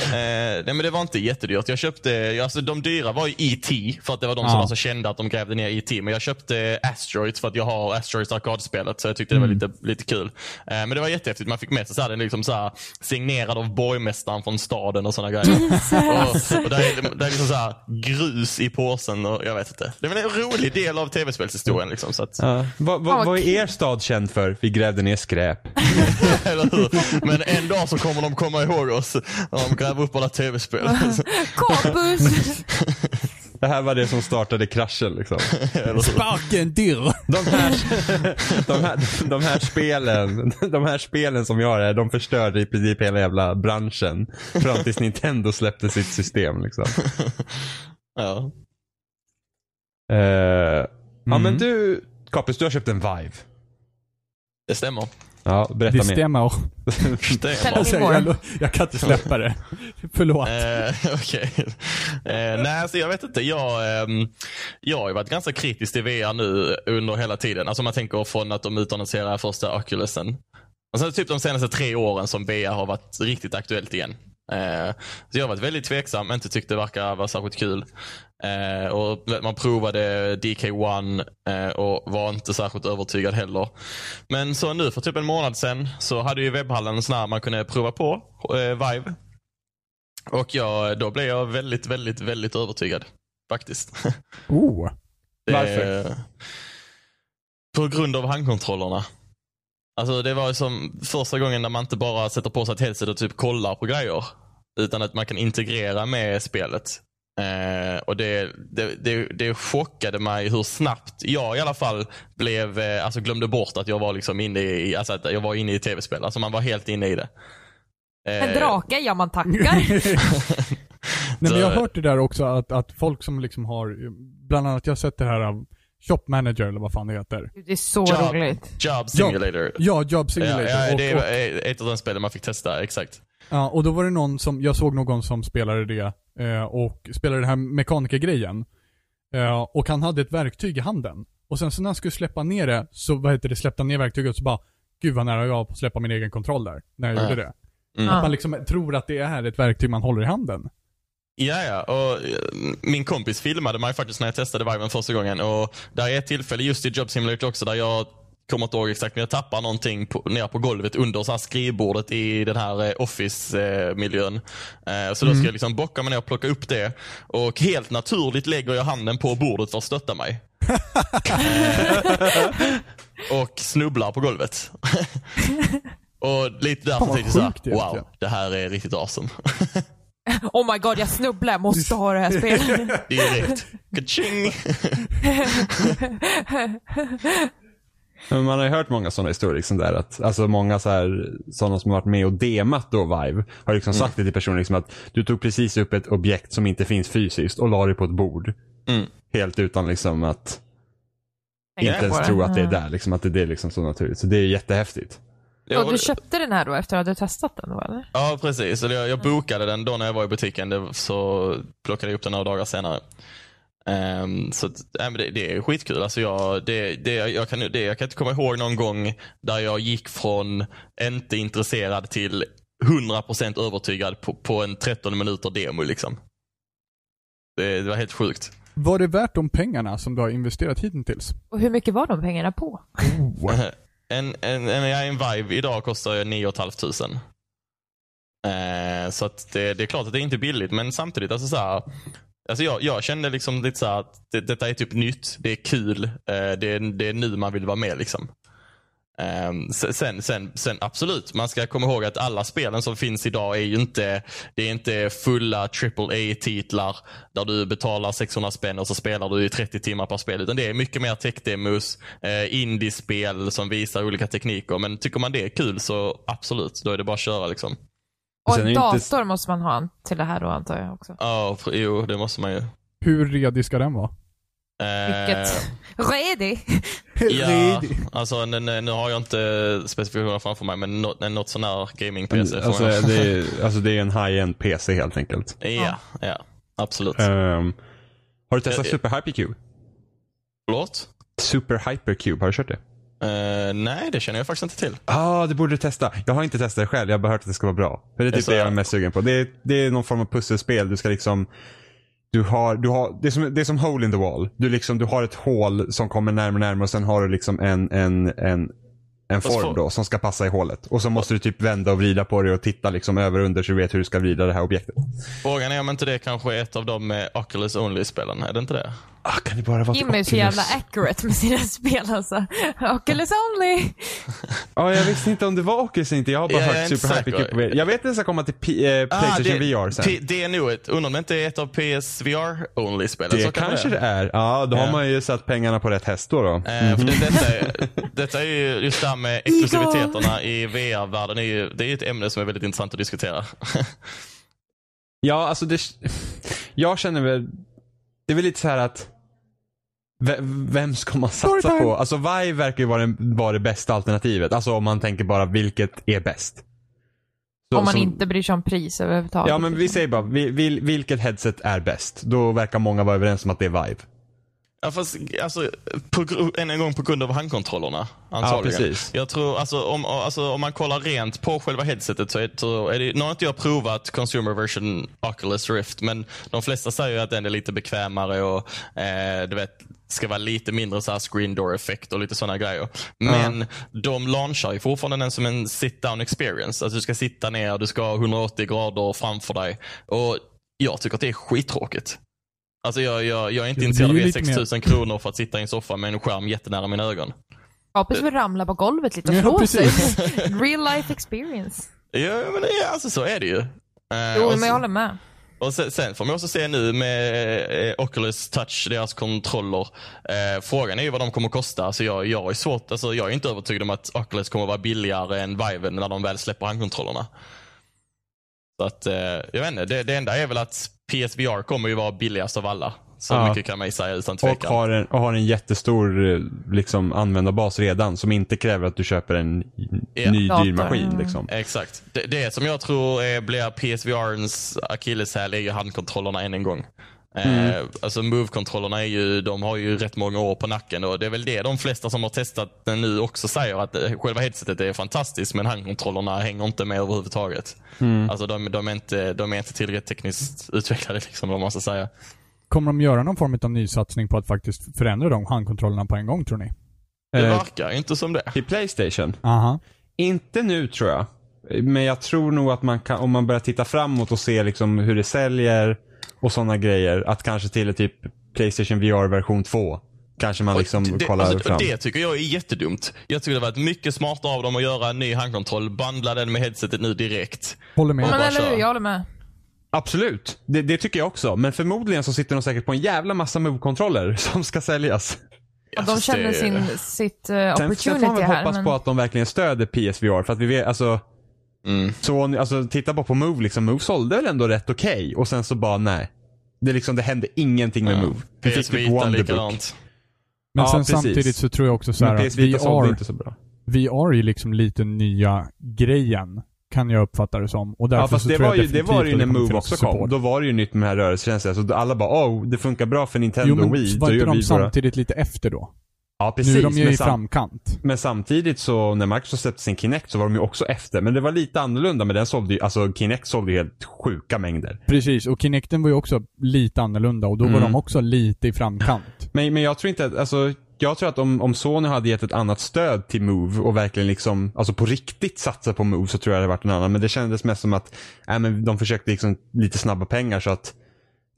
[SPEAKER 2] Eh, nej men det var inte jättedyrt. Jag köpte, alltså de dyra var ju E.T. för att det var de som
[SPEAKER 4] Ja.
[SPEAKER 2] alltså kände att de grävde ner E.T. Men jag köpte Asteroids för att jag har Asteroids arkadspelet så jag tyckte det var lite, lite kul. Eh, men det var jättehäftigt. Man fick med sig så här, den liksom så här, signerad av borgmästaren från staden och sådana grejer. och, och där, är, det- där är liksom så här, grus i påsen och jag vet inte. Det var en rolig del av tv-spelshistorien liksom. Så att,
[SPEAKER 1] Ja. Vad vad-
[SPEAKER 3] vad
[SPEAKER 1] vad är
[SPEAKER 3] kul.
[SPEAKER 1] er stad känd för? Vi grävde ner skräp.
[SPEAKER 2] eller hur? Men en dag så kommer de komma ihåg oss när de gräver upp alla tv-spel.
[SPEAKER 3] Kapus!
[SPEAKER 1] Det här var det som startade kraschen liksom.
[SPEAKER 4] Sparken dyr!
[SPEAKER 1] De här, de här, de här spelen, de här spelen som jag har här, de förstörde i princip hela jävla branschen. Fram tills Nintendo släppte sitt system liksom.
[SPEAKER 2] ja.
[SPEAKER 1] Eh, Ja men du, Kapus, du har köpt en Vive.
[SPEAKER 2] Det stämmer.
[SPEAKER 1] Ja, berätta
[SPEAKER 4] Det
[SPEAKER 1] mer.
[SPEAKER 4] stämmer.
[SPEAKER 2] stämmer.
[SPEAKER 3] Tell us
[SPEAKER 4] Alltså,
[SPEAKER 3] more.
[SPEAKER 4] jag, jag kan inte släppa det. Förlåt.
[SPEAKER 2] Eh, Okej. Eh, nej, alltså jag vet inte. Jag, ehm, jag har ju varit ganska kritisk till VR nu under hela tiden. Alltså om man tänker från att de utannonserade första Oculusen. Alltså typ de senaste tre åren som VR har varit riktigt aktuellt igen. Eh, Så jag har varit väldigt tveksam, inte tyckt det verkar vara särskilt kul. Eh, Och man provade DK1 eh, och var inte särskilt övertygad heller. Men så nu för typ en månad sedan så hade ju webbhallen en sån här man kunde prova på, eh, Vive. Och jag, då blev jag väldigt, väldigt, väldigt övertygad. Faktiskt.
[SPEAKER 4] Oh.
[SPEAKER 2] Det-
[SPEAKER 1] Varför?
[SPEAKER 2] På grund av handkontrollerna. Alltså det var ju som första gången när man inte bara sätter på sig ett headset och typ kollar på grejer. Utan att man kan integrera med spelet. Eh, och det, det, det, det chockade mig hur snabbt jag i alla fall blev, eh, alltså glömde bort att jag var liksom inne i, alltså att jag var inne i tv-spel. Alltså man var helt inne i det. Eh,
[SPEAKER 3] En drake, ja man tackar.
[SPEAKER 4] Nej, men jag har
[SPEAKER 2] Så-
[SPEAKER 4] hört det där också att, att folk som liksom har, bland annat jag har sett det här av shop manager eller vad fan det heter.
[SPEAKER 3] Det är så
[SPEAKER 2] Ja.
[SPEAKER 3] roligt.
[SPEAKER 4] Mm.
[SPEAKER 2] Job simulator.
[SPEAKER 4] Ja, job simulator.
[SPEAKER 2] Ja, ja, det
[SPEAKER 4] och, och,
[SPEAKER 2] är ett av de spelen man fick testa, exakt.
[SPEAKER 4] ja, och då var det någon som, jag såg någon som spelade det eh, och spelade den här mekanikergrejen. Eh, och han hade ett verktyg i handen. Och sen så när han skulle släppa ner det, så vad heter det, släppte han ner verktyget och så bara, gud vad nära jag var på att släppa min egen kontroll där, när jag
[SPEAKER 2] Ja.
[SPEAKER 4] gjorde det.
[SPEAKER 2] Mm.
[SPEAKER 4] Att man liksom tror att det är ett verktyg man håller i handen.
[SPEAKER 2] Ja, ja. Och eh, min kompis filmade mig faktiskt när jag testade Viven första gången. Och där är ett tillfälle just i Job Simulator också där jag kommer inte ihåg exakt, men jag tappar någonting på, ner på golvet under så här skrivbordet i den här eh, office-miljön. Så då ska jag liksom bocka mig ner och plocka upp det. Och helt naturligt lägger jag handen på bordet för att stötta mig. och snubblar på golvet. och lite
[SPEAKER 4] Fan,
[SPEAKER 2] därför
[SPEAKER 4] vad
[SPEAKER 2] tänkte jag så här,
[SPEAKER 4] sjukt egentligen.
[SPEAKER 2] wow, det här är riktigt awesome.
[SPEAKER 4] liksom-
[SPEAKER 3] Oh my god, jag snubblar, jag måste ha det här spelet.
[SPEAKER 2] Direkt. Kaching!
[SPEAKER 1] Men man har ju hört många sådana historier. Liksom där, att, alltså många så här, sådana som har varit med och demat då Vive har
[SPEAKER 2] Mm.
[SPEAKER 1] liksom sagt det till personer liksom att du tog precis upp ett objekt som inte finns fysiskt och la det på ett bord.
[SPEAKER 2] Mm.
[SPEAKER 1] Helt utan liksom att
[SPEAKER 2] Tänka
[SPEAKER 1] inte
[SPEAKER 2] på
[SPEAKER 1] ens
[SPEAKER 2] det. Mm.
[SPEAKER 1] tro att det är där. Liksom, att det är liksom så naturligt. Så det är jättehäftigt.
[SPEAKER 3] Och du köpte den här då efter att du testat den då eller?
[SPEAKER 2] Ja, precis. Så Jag, jag bokade den då när jag var i butiken. Det, så plockade jag upp den några dagar senare. Ehm, så att, nej, men det, det är skitkul. Alltså jag, det, det, jag, kan, det, jag kan inte komma ihåg någon gång där jag gick från inte intresserad till 100% övertygad på, på en 13 minuter demo. Liksom. Det, det var helt sjukt.
[SPEAKER 4] Var det värt de pengarna som du har investerat hittills?
[SPEAKER 3] Och hur mycket var de pengarna på?
[SPEAKER 2] Oh. En, en, en, ja, en Vive idag kostar 9 500. Eh, så att det, det är klart att det är inte billigt, men samtidigt, alltså så här, alltså jag, jag kände liksom lite så här att det, detta är typ nytt, det är kul, eh, det, är- det är nu man vill vara med. liksom. Ehm, se- sen, sen, sen absolut, man ska komma ihåg att alla spelen som finns idag är ju inte, det är inte fulla AAA-titlar där du betalar 600 spänn och så spelar du i 30 timmar per spel. Utan det är mycket mer tech-demos, eh, indiespel som visar olika tekniker. Men tycker man det är kul så absolut, då är det bara att köra. liksom.
[SPEAKER 3] Och
[SPEAKER 1] Sen är
[SPEAKER 3] en
[SPEAKER 1] det inte-
[SPEAKER 3] dator måste man ha till det här då antar jag också.
[SPEAKER 2] Ja, för- jo, det måste man ju.
[SPEAKER 4] Hur redig ska den vara?
[SPEAKER 2] Eh,
[SPEAKER 3] Vilket... Ready!
[SPEAKER 2] Ja, alltså, nu, nu nu har jag inte specifikationerna framför mig, men något, något sån här gaming-PC. får
[SPEAKER 1] Alltså
[SPEAKER 2] man-
[SPEAKER 1] det, är, alltså det är en high-end PC helt enkelt.
[SPEAKER 2] ja, ja, absolut.
[SPEAKER 1] Ehm, har du testat
[SPEAKER 2] Eh, eh.
[SPEAKER 1] Super Hypercube?
[SPEAKER 2] Förlåt?
[SPEAKER 1] Super Hypercube, har du kört det?
[SPEAKER 2] Eh, nej, det känner jag faktiskt inte till.
[SPEAKER 1] Ja, ah, det borde du testa. Jag har inte testat det själv. Jag har bara hört att det ska vara bra. För det är typ
[SPEAKER 2] Jaså?
[SPEAKER 1] det jag är mest sugen på. Det är, det är någon form av pusselspel. Du ska liksom... Du har, du har, det, är som, det är som hole in the wall. Du, liksom, du har ett hål som kommer närmare och närmare och sen har du liksom en, en, en, en
[SPEAKER 2] Fast
[SPEAKER 1] form
[SPEAKER 2] for-
[SPEAKER 1] då som ska passa i hålet. Och så måste du typ vända och vrida på det och titta liksom över och under så du vet hur du ska vrida det här objektet.
[SPEAKER 2] Frågan är om inte det kanske är ett av de eh, Oculus Only-spelen, är det inte det?
[SPEAKER 1] Ah, kan det bara vara
[SPEAKER 3] Jimmy är så jävla accurate med sina spel alltså. Oculus only!
[SPEAKER 1] Ja, jag visste inte om det var Oculus eller inte. Jag har bara
[SPEAKER 2] Jag är
[SPEAKER 1] hört
[SPEAKER 2] inte
[SPEAKER 1] Super
[SPEAKER 2] säker.
[SPEAKER 1] Hypercube på VR. Jag vet att det ska komma till P- eh, Playstation
[SPEAKER 2] Ah, det,
[SPEAKER 1] VR sen.
[SPEAKER 2] P- det är nog ett, undrar om det inte är ett av PSVR Only-spelen.
[SPEAKER 1] Det
[SPEAKER 2] så kan
[SPEAKER 1] kanske det är. Ja, då har
[SPEAKER 2] Ja.
[SPEAKER 1] man ju satt pengarna på rätt häst då. då.
[SPEAKER 2] Eh,
[SPEAKER 1] Mhm.
[SPEAKER 2] för det, detta, är, detta är ju just det här med exklusiviteterna i VR-världen. är ju- Det är ju ett ämne som är väldigt intressant att diskutera.
[SPEAKER 1] Ja, alltså det... Jag känner väl... Det är väl lite så här att... ve- Vem ska man satsa
[SPEAKER 4] Storytime.
[SPEAKER 1] på? Alltså Vive verkar ju vara, den, vara det bästa alternativet. Alltså om man tänker bara vilket är bäst. Så-
[SPEAKER 3] Om man
[SPEAKER 1] som-
[SPEAKER 3] inte bryr sig om pris överhuvudtaget.
[SPEAKER 1] Ja men vi
[SPEAKER 3] liksom.
[SPEAKER 1] säger bara, vi, vil, vilket headset är bäst? Då verkar många vara överens om att det är Vive.
[SPEAKER 2] Ja, fast, alltså, på, gr- än en gång på grund av handkontrollerna. Antagligen.
[SPEAKER 1] precis.
[SPEAKER 2] Jag tror, alltså, om, alltså, om man kollar rent på själva headsetet så är, så är det, nu har inte jag provat consumer version Oculus Rift, men de flesta säger ju att den är lite bekvämare och eh, du vet, ska vara lite mindre så här screen door effekt och lite sådana grejer. Men de launchar ju fortfarande den som en sit down experience. Alltså du ska sitta ner, du ska ha 180 grader framför dig. Och jag tycker att det är skittråkigt. Alltså jag, jag, jag är inte
[SPEAKER 4] Jo,
[SPEAKER 2] intresserad av
[SPEAKER 4] det är
[SPEAKER 2] att ge
[SPEAKER 4] ju lite mer-
[SPEAKER 2] 6000 kronor för att sitta i en soffa med en skärm jättenära mina ögon.
[SPEAKER 3] Apis vill ramla på golvet lite och
[SPEAKER 4] Ja,
[SPEAKER 3] slå
[SPEAKER 4] precis.
[SPEAKER 3] sig. Real life experience.
[SPEAKER 2] Ja, men det, är- alltså så är det ju. Eh,
[SPEAKER 3] Jo,
[SPEAKER 2] och,
[SPEAKER 3] men jag
[SPEAKER 2] s-
[SPEAKER 3] håller med.
[SPEAKER 2] och sen, sen får man också se nu med eh, Oculus Touch, deras kontroller. Eh, frågan är ju vad de kommer kosta. Alltså jag, jag, är svårt, alltså jag är inte övertygad om att Oculus kommer vara billigare än Vive när de väl släpper handkontrollerna. Så att, eh, jag vet inte, det, det enda är väl att PSVR kommer ju vara billigast av alla. Så
[SPEAKER 1] Ja.
[SPEAKER 2] mycket kan man ju säga utan
[SPEAKER 1] Och
[SPEAKER 2] tvekan.
[SPEAKER 1] har, en, och har en jättestor eh, liksom, användarbas redan som inte kräver att du köper en
[SPEAKER 2] Ja.
[SPEAKER 1] ny
[SPEAKER 3] Dator.
[SPEAKER 1] dyr maskin.
[SPEAKER 3] Mm.
[SPEAKER 1] Liksom.
[SPEAKER 2] Exakt. Det, det som jag tror eh, blir PSVRns akilleshäl är ju handkontrollerna än en gång. Eh,
[SPEAKER 1] Mm.
[SPEAKER 2] alltså move-kontrollerna är ju, de har ju rätt många år på nacken och det är väl det de flesta som har testat den nu också säger att eh, själva headsetet är fantastiskt men handkontrollerna hänger inte med överhuvudtaget.
[SPEAKER 1] Mm.
[SPEAKER 2] Alltså de, de, är inte, de är inte tillräckligt tekniskt utvecklade liksom om man ska säga.
[SPEAKER 4] Kommer de göra någon form av nysatsning på att faktiskt förändra de handkontrollerna på en gång tror ni?
[SPEAKER 2] Det
[SPEAKER 1] Eh,
[SPEAKER 2] verkar ju inte som det.
[SPEAKER 1] till Playstation.
[SPEAKER 4] Aha.
[SPEAKER 1] Inte nu tror jag. Men jag tror nog att man kan, om man börjar titta framåt och se liksom hur det säljer och sådana grejer. Att kanske till typ Playstation VR version 2. Kanske man liksom
[SPEAKER 2] Och det,
[SPEAKER 1] kollar
[SPEAKER 2] alltså,
[SPEAKER 1] fram.
[SPEAKER 2] det tycker jag är jättedumt. Jag tycker det var mycket smartare av dem att göra en ny handkontroll, bundla den med headsetet nu direkt.
[SPEAKER 4] Håller med.
[SPEAKER 2] Och
[SPEAKER 3] Men
[SPEAKER 2] bara
[SPEAKER 3] eller hur,
[SPEAKER 2] köra.
[SPEAKER 3] jag håller med.
[SPEAKER 1] Absolut. Det, det tycker jag också. Men förmodligen så sitter de säkert på en jävla massa Move-kontroller som ska säljas.
[SPEAKER 2] Ja,
[SPEAKER 3] De
[SPEAKER 1] Alltså,
[SPEAKER 2] fast
[SPEAKER 3] känner
[SPEAKER 2] det-
[SPEAKER 3] sin, sitt eh,
[SPEAKER 1] Sen, sen får man
[SPEAKER 3] opportunity
[SPEAKER 1] väl
[SPEAKER 3] här.
[SPEAKER 1] hoppas
[SPEAKER 3] Men...
[SPEAKER 1] på att de verkligen stöder PSVR. För att vi vet, alltså,
[SPEAKER 2] Mm.
[SPEAKER 1] så, alltså titta bara på Move. Liksom, Move sålde väl ändå rätt okej. Och sen så bara nej. Det, liksom, det hände ingenting med
[SPEAKER 2] Ja.
[SPEAKER 1] Move. Vi fick
[SPEAKER 2] PS
[SPEAKER 1] typ
[SPEAKER 2] Vita
[SPEAKER 1] Wonderbook.
[SPEAKER 2] likadant.
[SPEAKER 4] Men
[SPEAKER 1] Ja,
[SPEAKER 4] sen
[SPEAKER 1] precis.
[SPEAKER 4] samtidigt så tror jag också så här
[SPEAKER 1] Men
[SPEAKER 4] att
[SPEAKER 1] PS Vita sålde
[SPEAKER 4] VR,
[SPEAKER 1] inte så bra.
[SPEAKER 4] VR är ju liksom lite nya grejen. Kan jag uppfatta det som. Och därför
[SPEAKER 1] Ja fast
[SPEAKER 4] så
[SPEAKER 1] det
[SPEAKER 4] tror
[SPEAKER 1] var,
[SPEAKER 4] jag
[SPEAKER 1] ju, det var
[SPEAKER 4] definitivt
[SPEAKER 1] ju
[SPEAKER 4] att
[SPEAKER 1] när
[SPEAKER 4] kommer
[SPEAKER 1] Move
[SPEAKER 4] finnas
[SPEAKER 1] också kom.
[SPEAKER 4] support.
[SPEAKER 1] Då var det ju nytt med den här rörelsetjänsten. Så alla bara oh, det funkar bra för Nintendo
[SPEAKER 4] jo men
[SPEAKER 1] Wii.
[SPEAKER 4] var
[SPEAKER 1] då gör
[SPEAKER 4] inte de
[SPEAKER 1] vi våra...
[SPEAKER 4] samtidigt lite efter då?
[SPEAKER 1] Ja
[SPEAKER 4] nu är
[SPEAKER 1] precis.
[SPEAKER 4] de ju
[SPEAKER 1] men,
[SPEAKER 4] i
[SPEAKER 1] sam...
[SPEAKER 4] framkant.
[SPEAKER 1] men samtidigt så när Microsoft släppte sin Kinect så var de ju också efter. Men det var lite annorlunda. Men den sålde ju, alltså Kinect sålde ju helt sjuka mängder.
[SPEAKER 4] Precis, och Kinecten var ju också lite annorlunda och då var
[SPEAKER 1] Mm.
[SPEAKER 4] de också lite i framkant.
[SPEAKER 1] Men, men jag tror inte att, alltså, jag tror att om, om Sony hade gett ett annat stöd till Move och verkligen liksom, alltså på riktigt satsat på Move så tror jag det hade varit en annan. Men det kändes mest som att, äh, men de försökte liksom lite snabba pengar så att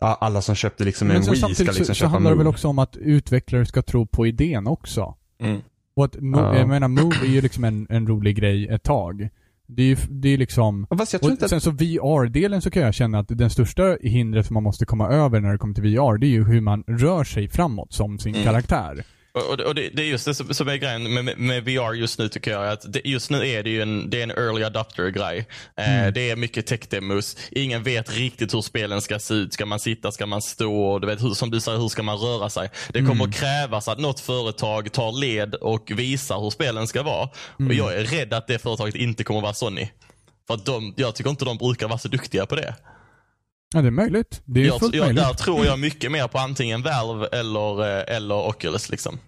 [SPEAKER 1] ja, alla som köpte liksom en
[SPEAKER 4] Men sen
[SPEAKER 1] Wii ska
[SPEAKER 4] samtidigt
[SPEAKER 1] liksom
[SPEAKER 4] så, så
[SPEAKER 1] köpa
[SPEAKER 4] handlar det väl
[SPEAKER 1] Move.
[SPEAKER 4] också om att utvecklare ska tro på idén också.
[SPEAKER 2] Mm.
[SPEAKER 4] Och att Mo-
[SPEAKER 1] Ja.
[SPEAKER 4] jag menar, Move är ju liksom en, en rolig grej ett tag. Det är ju det är ju liksom...
[SPEAKER 1] Ja, Fast jag tror inte
[SPEAKER 4] Och
[SPEAKER 1] att,
[SPEAKER 4] sen så VR-delen så kan jag känna att den största hindret som man måste komma över när det kommer till VR, det är ju hur man rör sig framåt som sin karaktär.
[SPEAKER 2] Och, och, och det, det är just det som, som är grejen med, med- med VR just nu tycker jag. Att det, just nu är det ju en, det är en early adapter-grej. Eh,
[SPEAKER 1] Mm.
[SPEAKER 2] Det är mycket tech-demos. Ingen vet riktigt hur spelen ska se ut. Ska man sitta? Ska man stå? Du vet, hur, som du säger, hur ska man röra sig? Det kommer
[SPEAKER 1] Mm.
[SPEAKER 2] krävas att något företag tar led och visar hur spelen ska vara. Och
[SPEAKER 1] Mm.
[SPEAKER 2] jag är rädd att det företaget inte kommer vara Sony. För att de, jag tycker inte de brukar vara så duktiga på det.
[SPEAKER 4] Ja, det är möjligt. Det är ju
[SPEAKER 2] Jag,
[SPEAKER 4] fullt
[SPEAKER 2] jag,
[SPEAKER 4] möjligt.
[SPEAKER 2] där tror jag mycket mer på antingen Valve eller, eh, eller Oculus. Liksom.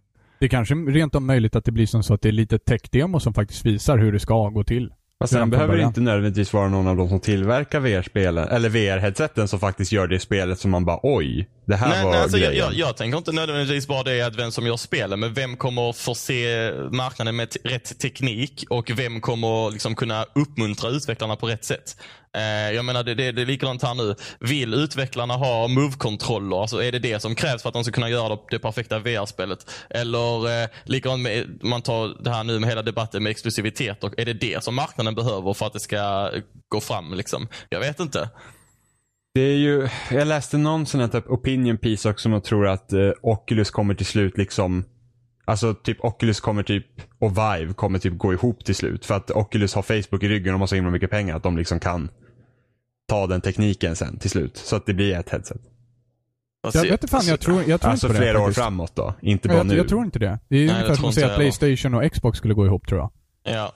[SPEAKER 4] Det är kanske rent om möjligt att det blir som så att det är lite tech-demo som faktiskt visar hur det ska gå till.
[SPEAKER 1] fast sen
[SPEAKER 4] redan från
[SPEAKER 1] behöver det
[SPEAKER 4] början.
[SPEAKER 1] inte nödvändigtvis vara någon av de som tillverkar VR-spelen, eller VR-headseten som faktiskt gör det i spelet som man bara oj, det här
[SPEAKER 2] Nej,
[SPEAKER 1] var
[SPEAKER 2] nej, alltså, jag,
[SPEAKER 1] grejen.
[SPEAKER 2] jag, jag tänker inte nödvändigtvis bara det att vem som gör spelen, men vem kommer förse marknaden med t- rätt teknik och vem kommer liksom kunna uppmuntra utvecklarna på rätt sätt? Eh, jag menar, det, det, det är likadant här nu. Vill utvecklarna ha move-kontroller? Alltså, är det det som krävs för att de ska kunna göra det, det perfekta VR-spelet? Eller eh, likadant med, man tar det här nu med hela debatten med exklusivitet. Och, är det det som marknaden behöver för att det ska gå fram? Liksom? Jag vet inte.
[SPEAKER 1] Det är ju, jag läste någon sån här typ opinion piece också som tror att eh, Oculus kommer till slut liksom Alltså typ Oculus kommer typ och Vive kommer typ gå ihop till slut. För att Oculus har Facebook i ryggen och de har så himla mycket pengar att de liksom kan ta den tekniken sen till slut. Så att det blir ett headset.
[SPEAKER 2] Alltså,
[SPEAKER 4] Jag vet inte fan, jag tror, jag tror
[SPEAKER 1] Alltså
[SPEAKER 4] inte på det
[SPEAKER 1] flera år
[SPEAKER 4] faktiskt.
[SPEAKER 1] framåt då. Inte
[SPEAKER 4] Ja,
[SPEAKER 1] bara
[SPEAKER 4] Jag,
[SPEAKER 1] nu.
[SPEAKER 4] jag tror inte det. Det är ungefär
[SPEAKER 2] jag
[SPEAKER 4] som
[SPEAKER 2] tror
[SPEAKER 4] att
[SPEAKER 2] inte
[SPEAKER 4] säga att
[SPEAKER 2] heller.
[SPEAKER 4] Playstation och Xbox skulle gå ihop tror jag.
[SPEAKER 2] Ja.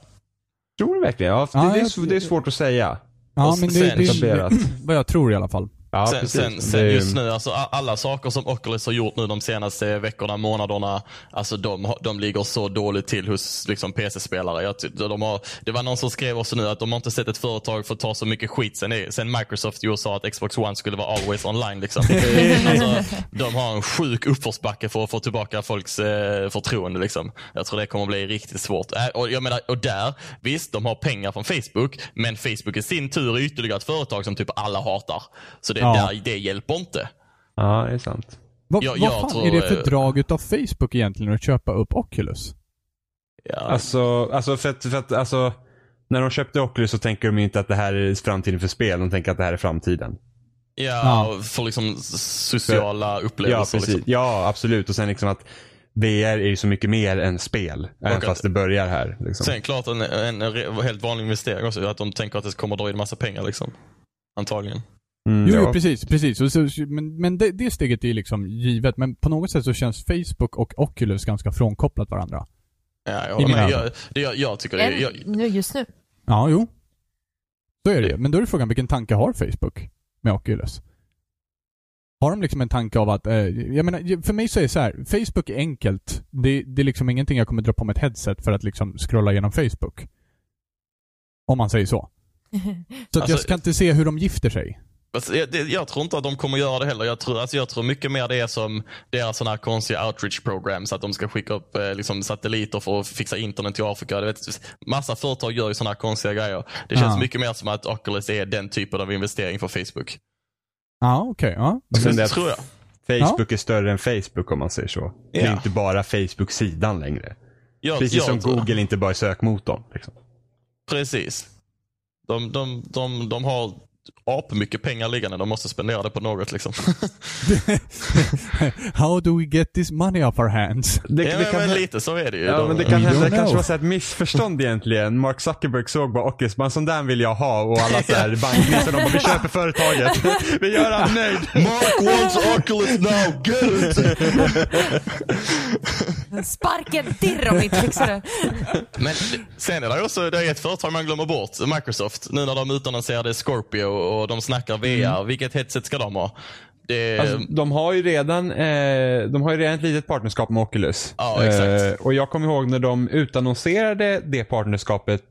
[SPEAKER 1] Tror du verkligen? Ja, det,
[SPEAKER 4] Ja,
[SPEAKER 1] det, är,
[SPEAKER 4] jag-
[SPEAKER 1] sv- det är svårt att säga.
[SPEAKER 4] Ja,
[SPEAKER 2] Och
[SPEAKER 4] men det, det
[SPEAKER 2] sen-
[SPEAKER 4] är
[SPEAKER 1] Etablerat.
[SPEAKER 4] vad jag tror i alla fall.
[SPEAKER 1] Ja,
[SPEAKER 2] sen,
[SPEAKER 1] precis.
[SPEAKER 2] sen,
[SPEAKER 1] Det är
[SPEAKER 2] sen
[SPEAKER 1] ju-
[SPEAKER 2] just nu, alltså, a- alla saker som Oculus har gjort nu de senaste veckorna, månaderna, alltså de, har- de ligger så dåligt till hos liksom, PC-spelare. Jag, ty- de har, det var någon som skrev också nu att de har inte sett ett företag få ta så mycket skit sen, det- sen Microsoft ju sa att Xbox One skulle vara always online. Liksom. alltså, de har en sjuk uppförsbacke för att få tillbaka folks eh, förtroende. Liksom. Jag tror det kommer bli riktigt svårt. Äh, och, jag menar, och där, visst, de har pengar från Facebook, men Facebook i sin tur är ytterligare ett företag som typ alla hatar. Så det,
[SPEAKER 4] Ja.
[SPEAKER 2] där, det hjälper inte.
[SPEAKER 1] Ja, det är sant.
[SPEAKER 4] Vad,
[SPEAKER 2] Jag-
[SPEAKER 4] vad
[SPEAKER 2] jag
[SPEAKER 4] fan
[SPEAKER 2] tror,
[SPEAKER 4] är det för
[SPEAKER 2] eh,
[SPEAKER 4] drag utav Facebook egentligen att köpa upp Oculus?
[SPEAKER 2] Ja.
[SPEAKER 1] Alltså, alltså för att, för att alltså, när de köpte Oculus så tänker de ju inte att det här är framtiden för spel. De tänker att det här är framtiden.
[SPEAKER 2] ja,
[SPEAKER 4] Ja.
[SPEAKER 2] och för liksom sociala
[SPEAKER 1] Ja,
[SPEAKER 2] upplevelser.
[SPEAKER 1] precis.
[SPEAKER 2] liksom.
[SPEAKER 1] Ja, absolut. Och sen liksom att VR är ju så mycket mer än spel. Även
[SPEAKER 2] att-
[SPEAKER 1] fast det börjar här. Liksom.
[SPEAKER 2] Sen klart en, en, en helt vanlig investering också, att de tänker att det kommer dra in massa pengar. Liksom. Antagligen.
[SPEAKER 1] Mm,
[SPEAKER 4] Jo,
[SPEAKER 1] ja.
[SPEAKER 4] jo precis, precis. Och så, men men det, det steget är ju liksom givet, men på något sätt så känns Facebook och Oculus ganska frånkopplat varandra.
[SPEAKER 2] Ja, jag,
[SPEAKER 4] I mina
[SPEAKER 2] men,
[SPEAKER 4] ögon.
[SPEAKER 2] jag, det, jag, jag tycker det.
[SPEAKER 3] Än,
[SPEAKER 2] Jag,
[SPEAKER 3] nu, just nu.
[SPEAKER 4] Ja, jo. Så är det ju. Men då är frågan, vilken tanke har Facebook med Oculus? Har de liksom en tanke av att, eh, jag menar, för mig så är det så här, Facebook är enkelt. Det, det är liksom ingenting jag kommer dra på mig ett headset för att liksom scrolla igenom Facebook. Om man säger så. Så att jag
[SPEAKER 2] Alltså-
[SPEAKER 4] kan inte se hur de gifter sig.
[SPEAKER 2] Alltså, jag, det, jag tror inte att de kommer göra det heller. Jag tror, alltså, jag tror mycket mer det är som deras sådana här konstiga outreach programs. Att de ska skicka upp eh, liksom, satelliter för att fixa internet till Afrika. Du vet, massa företag gör ju sådana här konstiga grejer. Det känns
[SPEAKER 4] Ja.
[SPEAKER 2] mycket mer som att Oculus är den typen av investering för Facebook.
[SPEAKER 4] Ja, okej. ja.
[SPEAKER 1] Och sen det
[SPEAKER 2] Det
[SPEAKER 1] att
[SPEAKER 2] tror jag.
[SPEAKER 1] Facebook är större än Facebook om man säger så. Det är
[SPEAKER 2] Ja. alltså.
[SPEAKER 1] inte bara Facebook-sidan längre.
[SPEAKER 2] jag
[SPEAKER 1] Precis
[SPEAKER 2] jag
[SPEAKER 1] som
[SPEAKER 2] tror-
[SPEAKER 1] Google inte bara är sökmotorn. Liksom.
[SPEAKER 2] Precis. De, de, de, de har apmycket pengar liggande. De måste spendera det på något. Liksom.
[SPEAKER 4] How do we get this money off our hands?
[SPEAKER 1] Det,
[SPEAKER 2] ja,
[SPEAKER 1] det
[SPEAKER 2] men,
[SPEAKER 1] kan,
[SPEAKER 2] men
[SPEAKER 1] hä-
[SPEAKER 2] lite så är det ju.
[SPEAKER 1] ja,
[SPEAKER 2] De-
[SPEAKER 1] men det kan
[SPEAKER 4] We
[SPEAKER 1] hända. Det
[SPEAKER 4] don't
[SPEAKER 1] kanske
[SPEAKER 4] know.
[SPEAKER 1] var så här ett missförstånd egentligen. Mark Zuckerberg såg bara Oculus, bara en sån där vill jag ha. Och alla så här banknissar, de bara vi köper företaget. vi gör han nöjd.
[SPEAKER 2] Mark wants Oculus now, get it!
[SPEAKER 3] Sparken dirr om vi inte fixar det.
[SPEAKER 2] Men sen är det också, det är ett företag man glömmer bort, Microsoft. Nu när de utannonserade Scorpio och de snackar VR, vilket headset ska de ha? Det,
[SPEAKER 1] Mm. Alltså, de har ju redan eh, De har ju redan ett litet partnerskap med Oculus.
[SPEAKER 2] Ja, exakt.
[SPEAKER 1] Eh, och jag kommer ihåg när de utannonserade det partnerskapet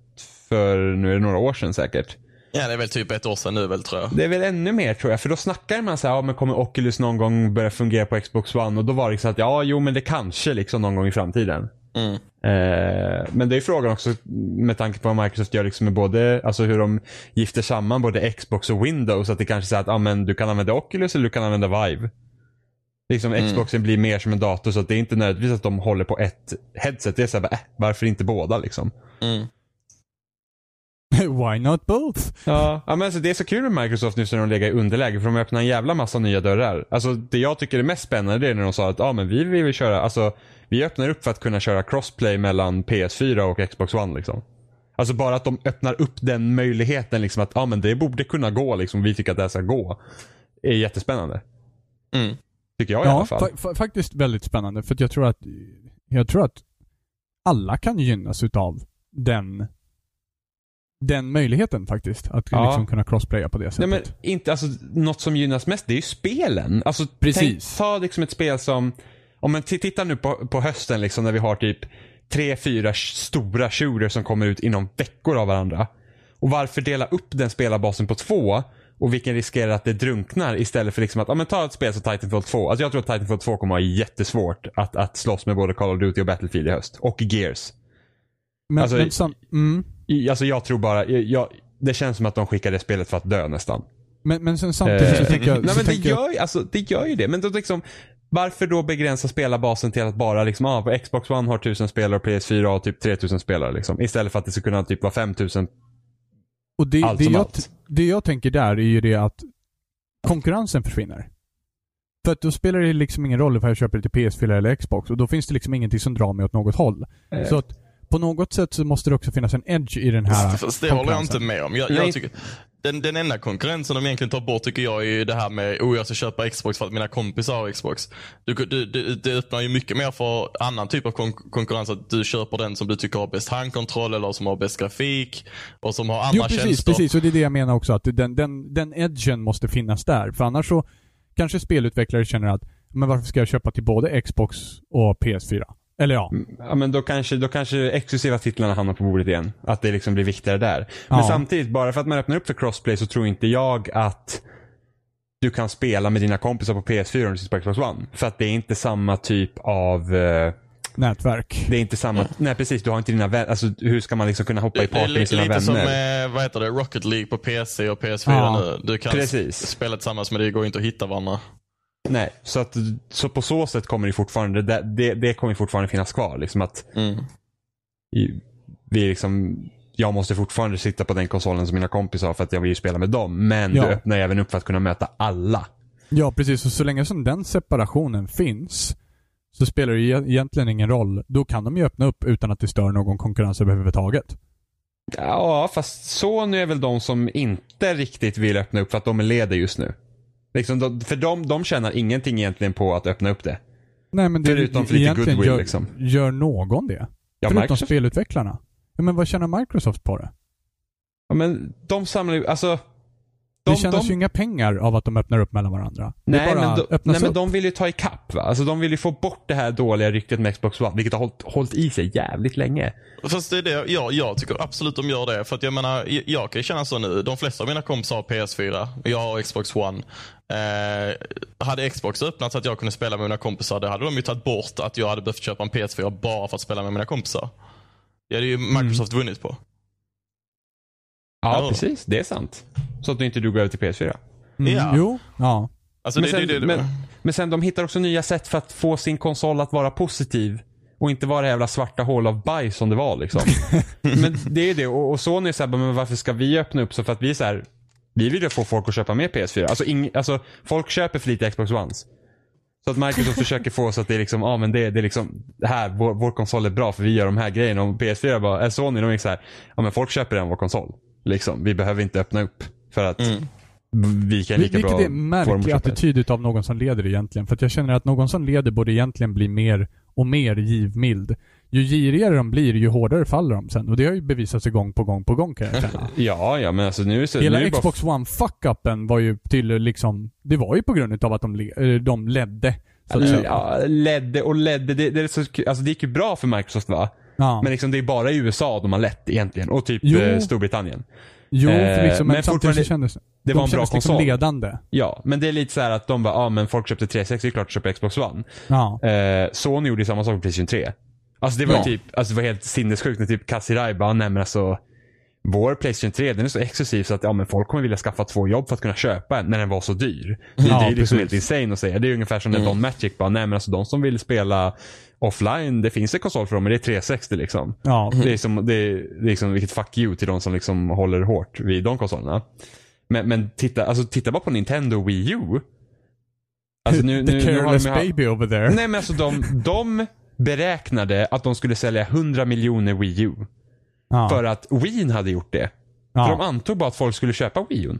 [SPEAKER 1] för, nu är det några år sedan säkert.
[SPEAKER 2] ja, det är väl typ ett år sedan nu väl tror jag.
[SPEAKER 1] Det är väl ännu mer tror jag, för då snackade man så här, ja men kommer Oculus någon gång börja fungera på Xbox One? Och då var det så att, ja jo men det kanske liksom någon gång i framtiden.
[SPEAKER 2] Mm.
[SPEAKER 1] Eh, men det är frågan också med tanke på vad Microsoft gör liksom med både, alltså hur de gifter samman både Xbox och Windows. Att det kanske är så här att ah, men du kan använda Oculus eller du kan använda Vive. Liksom Xboxen blir mer som en dator så att det är inte nödvändigtvis att de håller på ett headset. Det är så här, bara, äh, varför inte båda liksom?
[SPEAKER 2] Mm.
[SPEAKER 4] Why not both?
[SPEAKER 1] Ja. men alltså, det är så kul med Microsoft nu när de lägger i underläge för de öppnar en jävla massa nya dörrar. Alltså, det jag tycker är mest spännande det är när de sa att ah, men vi vill köra, alltså, vi öppnar upp för att kunna köra crossplay mellan PS4 och Xbox One. Liksom. Alltså bara att de öppnar upp den möjligheten liksom att ah, men det borde kunna gå, liksom, vi tycker att det här ska gå. är jättespännande.
[SPEAKER 2] Mm.
[SPEAKER 1] Tycker jag i alla fall.
[SPEAKER 4] fa- fa- faktiskt väldigt spännande för att jag tror att jag tror att alla kan gynnas utav den den möjligheten faktiskt. Att
[SPEAKER 1] Ja.
[SPEAKER 4] liksom kunna crossplaya på det
[SPEAKER 1] Nej,
[SPEAKER 4] sättet.
[SPEAKER 1] men inte, alltså, något som gynnas mest det är ju spelen. Alltså,
[SPEAKER 4] Precis.
[SPEAKER 1] Tänk, ta liksom ett spel som, om man t- tittar nu på, på hösten liksom, när vi har typ tre, fyra sh- stora shooters som kommer ut inom veckor av varandra. Och varför dela upp den spelarbasen på två och vilken riskerar att det drunknar istället för liksom att, ja men ta ett spel som Titanfall 2. Alltså jag tror att Titanfall 2 kommer att ha jättesvårt att, att slåss med både Call of Duty och Battlefield i höst. Och Gears.
[SPEAKER 4] men,
[SPEAKER 1] alltså-
[SPEAKER 4] men, sam, mm,
[SPEAKER 1] I, alltså jag tror bara, jag, jag, det känns som att de skickar det spelet för att dö nästan.
[SPEAKER 4] men, men sen samtidigt så
[SPEAKER 1] Eh,
[SPEAKER 4] tänker jag...
[SPEAKER 1] Nej
[SPEAKER 4] så
[SPEAKER 1] men det
[SPEAKER 4] tänker jag-
[SPEAKER 1] gör, ju- alltså, det gör ju det. Men då liksom, varför då begränsa spelarbasen till att bara liksom, ah, på Xbox One har 1000 spelare och PS4 har typ 3000 spelare liksom. Istället för att det skulle kunna typ vara 5000.
[SPEAKER 4] och det,
[SPEAKER 1] allt
[SPEAKER 4] det,
[SPEAKER 1] som
[SPEAKER 4] jag,
[SPEAKER 1] allt.
[SPEAKER 4] det jag tänker där är ju det att konkurrensen försvinner. För att då spelar det liksom ingen roll om jag köper det till PS4 eller Xbox och då finns det liksom ingenting som drar mig åt något håll. Så att på något sätt så måste det också finnas en edge i den här
[SPEAKER 2] Fast det håller jag
[SPEAKER 4] konkurrensen.
[SPEAKER 2] inte med om. Jag,
[SPEAKER 1] Nej.
[SPEAKER 2] jag tycker, den, den enda konkurrensen de egentligen tar bort tycker jag är ju det här med, oh jag ska köpa Xbox för att mina kompisar har Xbox. Du, du, du, det öppnar ju mycket mer för annan typ av kon- konkurrens. Att du köper den som du tycker har bäst handkontroll eller som har bäst grafik. Och som har andra
[SPEAKER 4] Jo precis,
[SPEAKER 2] tjänster.
[SPEAKER 4] precis. Och det är det jag menar också. Att den, den, den edgen måste finnas där. För annars så kanske spelutvecklare känner att men varför ska jag köpa till både Xbox och PS4? Eller ja.
[SPEAKER 2] Mm.
[SPEAKER 1] Ja, men då kanske, då kanske exklusiva titlarna hamnar på bordet igen. Att det liksom blir viktigare där. Men
[SPEAKER 4] Ja.
[SPEAKER 1] samtidigt, bara för att man öppnar upp för crossplay så tror inte jag att du kan spela med dina kompisar på PS4 och du sitter på Xbox One. För att det är inte samma typ av... eh,
[SPEAKER 4] Nätverk.
[SPEAKER 1] Det är inte samma... Nej precis, du har inte dina vänner. Alltså, hur ska man liksom kunna hoppa i
[SPEAKER 2] Det är
[SPEAKER 1] party med
[SPEAKER 2] lite
[SPEAKER 1] sina vänner?
[SPEAKER 2] som eh, vad heter det, Rocket League på PC och PS4
[SPEAKER 4] Ja.
[SPEAKER 2] nu. Du kan
[SPEAKER 1] Precis.
[SPEAKER 2] s- spela tillsammans men det går inte att hitta varandra.
[SPEAKER 1] Nej, så, att, så på så sätt kommer det fortfarande, det, det, det kommer fortfarande finnas kvar. Liksom att
[SPEAKER 2] Mm.
[SPEAKER 1] i- vi liksom, jag måste fortfarande sitta på den konsolen som mina kompisar har för att jag vill ju spela med dem. Men
[SPEAKER 4] Ja.
[SPEAKER 1] du öppnar ju även upp för att kunna möta alla.
[SPEAKER 4] Ja, precis. Och så länge som den separationen finns så spelar det ju e- egentligen ingen roll. Då kan de ju öppna upp utan att det stör någon konkurrens överhuvudtaget.
[SPEAKER 1] Ja, fast Sony är väl de som inte riktigt vill öppna upp för att de är leder just nu. Liksom de, för de, de tjänar ingenting egentligen på att öppna upp det.
[SPEAKER 4] Nej, men det,
[SPEAKER 1] Förutom för lite
[SPEAKER 4] egentligen
[SPEAKER 1] goodwill,
[SPEAKER 4] gör,
[SPEAKER 1] liksom.
[SPEAKER 4] gör någon det?
[SPEAKER 1] Ja,
[SPEAKER 4] Förutom
[SPEAKER 1] Microsoft-
[SPEAKER 4] spelutvecklarna. Ja, men vad tjänar Microsoft på det?
[SPEAKER 1] ja, men de samlar ju, alltså.
[SPEAKER 4] Det
[SPEAKER 1] de-
[SPEAKER 4] tjänas
[SPEAKER 1] de-
[SPEAKER 4] ju inga pengar av att de öppnar upp mellan varandra. det
[SPEAKER 1] Nej,
[SPEAKER 4] bara
[SPEAKER 1] men, de,
[SPEAKER 4] öppnas
[SPEAKER 1] nej men
[SPEAKER 4] upp.
[SPEAKER 1] de vill ju ta ikapp va. Alltså de vill ju få bort det här dåliga ryktet med Xbox One, vilket har hållit, hållit i sig jävligt länge.
[SPEAKER 2] Fast det är det, ja, jag tycker absolut de gör det. För att jag menar, jag, jag kan ju känna så nu. De flesta av mina kompisar har PS4. Jag har Xbox One. Eh, hade Xbox öppnat så att jag kunde spela med mina kompisar, det hade de ju tagit bort. Att jag hade behövt köpa en PS4 bara för att spela med mina kompisar. Det hade ju
[SPEAKER 1] Mm.
[SPEAKER 2] Microsoft vunnit på.
[SPEAKER 1] Ja,
[SPEAKER 2] Ja.
[SPEAKER 1] precis. Det är sant. Så att nu inte du går över till PS4.
[SPEAKER 4] Mm,
[SPEAKER 2] Ja.
[SPEAKER 4] Jo. Ja.
[SPEAKER 2] Alltså,
[SPEAKER 1] Men
[SPEAKER 2] det, det,
[SPEAKER 1] sen,
[SPEAKER 2] det, det,
[SPEAKER 1] men, men sen de hittar också nya sätt för att få sin konsol att vara positiv. Och inte vara det jävla svarta hål av bajs som det var liksom. men det är ju det. Och, och Sony är så här, bara, men varför ska vi öppna upp så för att vi är så här, vi vill ju få folk att köpa mer PS4. Alltså, ing, alltså folk köper för lite Xbox Ones. Så att Microsoft försöker få oss att det är liksom, ja ah, men det, det är liksom, det här, vår, vår konsol är bra för vi gör de här grejerna. Och PS4 bara, eller Sony de är så här, ja men folk köper redan vår konsol. Liksom, vi behöver inte öppna upp för att vi kan lika
[SPEAKER 4] Vil-
[SPEAKER 1] bra
[SPEAKER 4] Vilket är en
[SPEAKER 1] få dem att
[SPEAKER 4] märklig
[SPEAKER 1] köpa det.
[SPEAKER 4] attityd utav någon som leder egentligen. För att jag känner att någon som leder borde egentligen bli mer och mer givmild. Ju girigare de blir, ju hårdare faller de sen. Och det har ju bevisat sig gång på gång på gång kan jag känna.
[SPEAKER 1] Ja, ja men alltså nu är det, nu är
[SPEAKER 4] Hela
[SPEAKER 1] det bara...
[SPEAKER 4] Xbox One fuck-upen var ju till liksom, det var ju på grund utav att de, le- eh, de ledde. Så att säga.
[SPEAKER 1] Ja, ledde och ledde. Det, det, är så, kul. alltså, det gick ju bra för Microsoft va?
[SPEAKER 4] Ja.
[SPEAKER 1] Men liksom, det är bara i USA de har lett egentligen. Och typ
[SPEAKER 4] Jo.
[SPEAKER 1] eh, Storbritannien.
[SPEAKER 4] jo,
[SPEAKER 1] eh,
[SPEAKER 4] för liksom, men,
[SPEAKER 1] men
[SPEAKER 4] samtidigt
[SPEAKER 1] fortfarande-
[SPEAKER 4] så kändes
[SPEAKER 1] Det
[SPEAKER 4] de
[SPEAKER 1] var en bra
[SPEAKER 4] kändes liksom
[SPEAKER 1] konsol.
[SPEAKER 4] ledande.
[SPEAKER 1] Ja, men det är lite så här att de bara, ja ah, men folk köpte 360, det är klart att köpa Xbox One.
[SPEAKER 4] Ja.
[SPEAKER 1] Eh, Sony gjorde ju samma sak på Playstation 3. Alltså det var ju
[SPEAKER 2] Ja.
[SPEAKER 1] typ, alltså det var helt sinnessjukt när typ Kazirai bara, nej men alltså. Vår Playstation 3 den är så exklusiv så att ja, men folk kommer vilja skaffa två jobb för att kunna köpa en när den var så dyr. Det,
[SPEAKER 4] Ja,
[SPEAKER 1] det är ju liksom
[SPEAKER 4] precis. Mm.
[SPEAKER 1] helt insane att säga. Det är ju ungefär som när Don Magic bara, nej men alltså de som vill spela offline, det finns en konsol för dem men det är 360 liksom.
[SPEAKER 4] Ja.
[SPEAKER 1] Det är som, det är, det är liksom vilket fuck you till de som liksom håller hårt vid de konsolerna. Men, men titta, alltså, titta bara på Nintendo Wii U. Alltså, nu,
[SPEAKER 4] The
[SPEAKER 1] nu, nu har
[SPEAKER 4] careless
[SPEAKER 1] de ju ha-
[SPEAKER 4] baby over there.
[SPEAKER 1] Nej men alltså de, de beräknade att de skulle sälja 100 miljoner Wii U.
[SPEAKER 4] ja.
[SPEAKER 1] För att Wien hade gjort det.
[SPEAKER 4] ja.
[SPEAKER 1] För de antog bara att folk skulle köpa Wii U.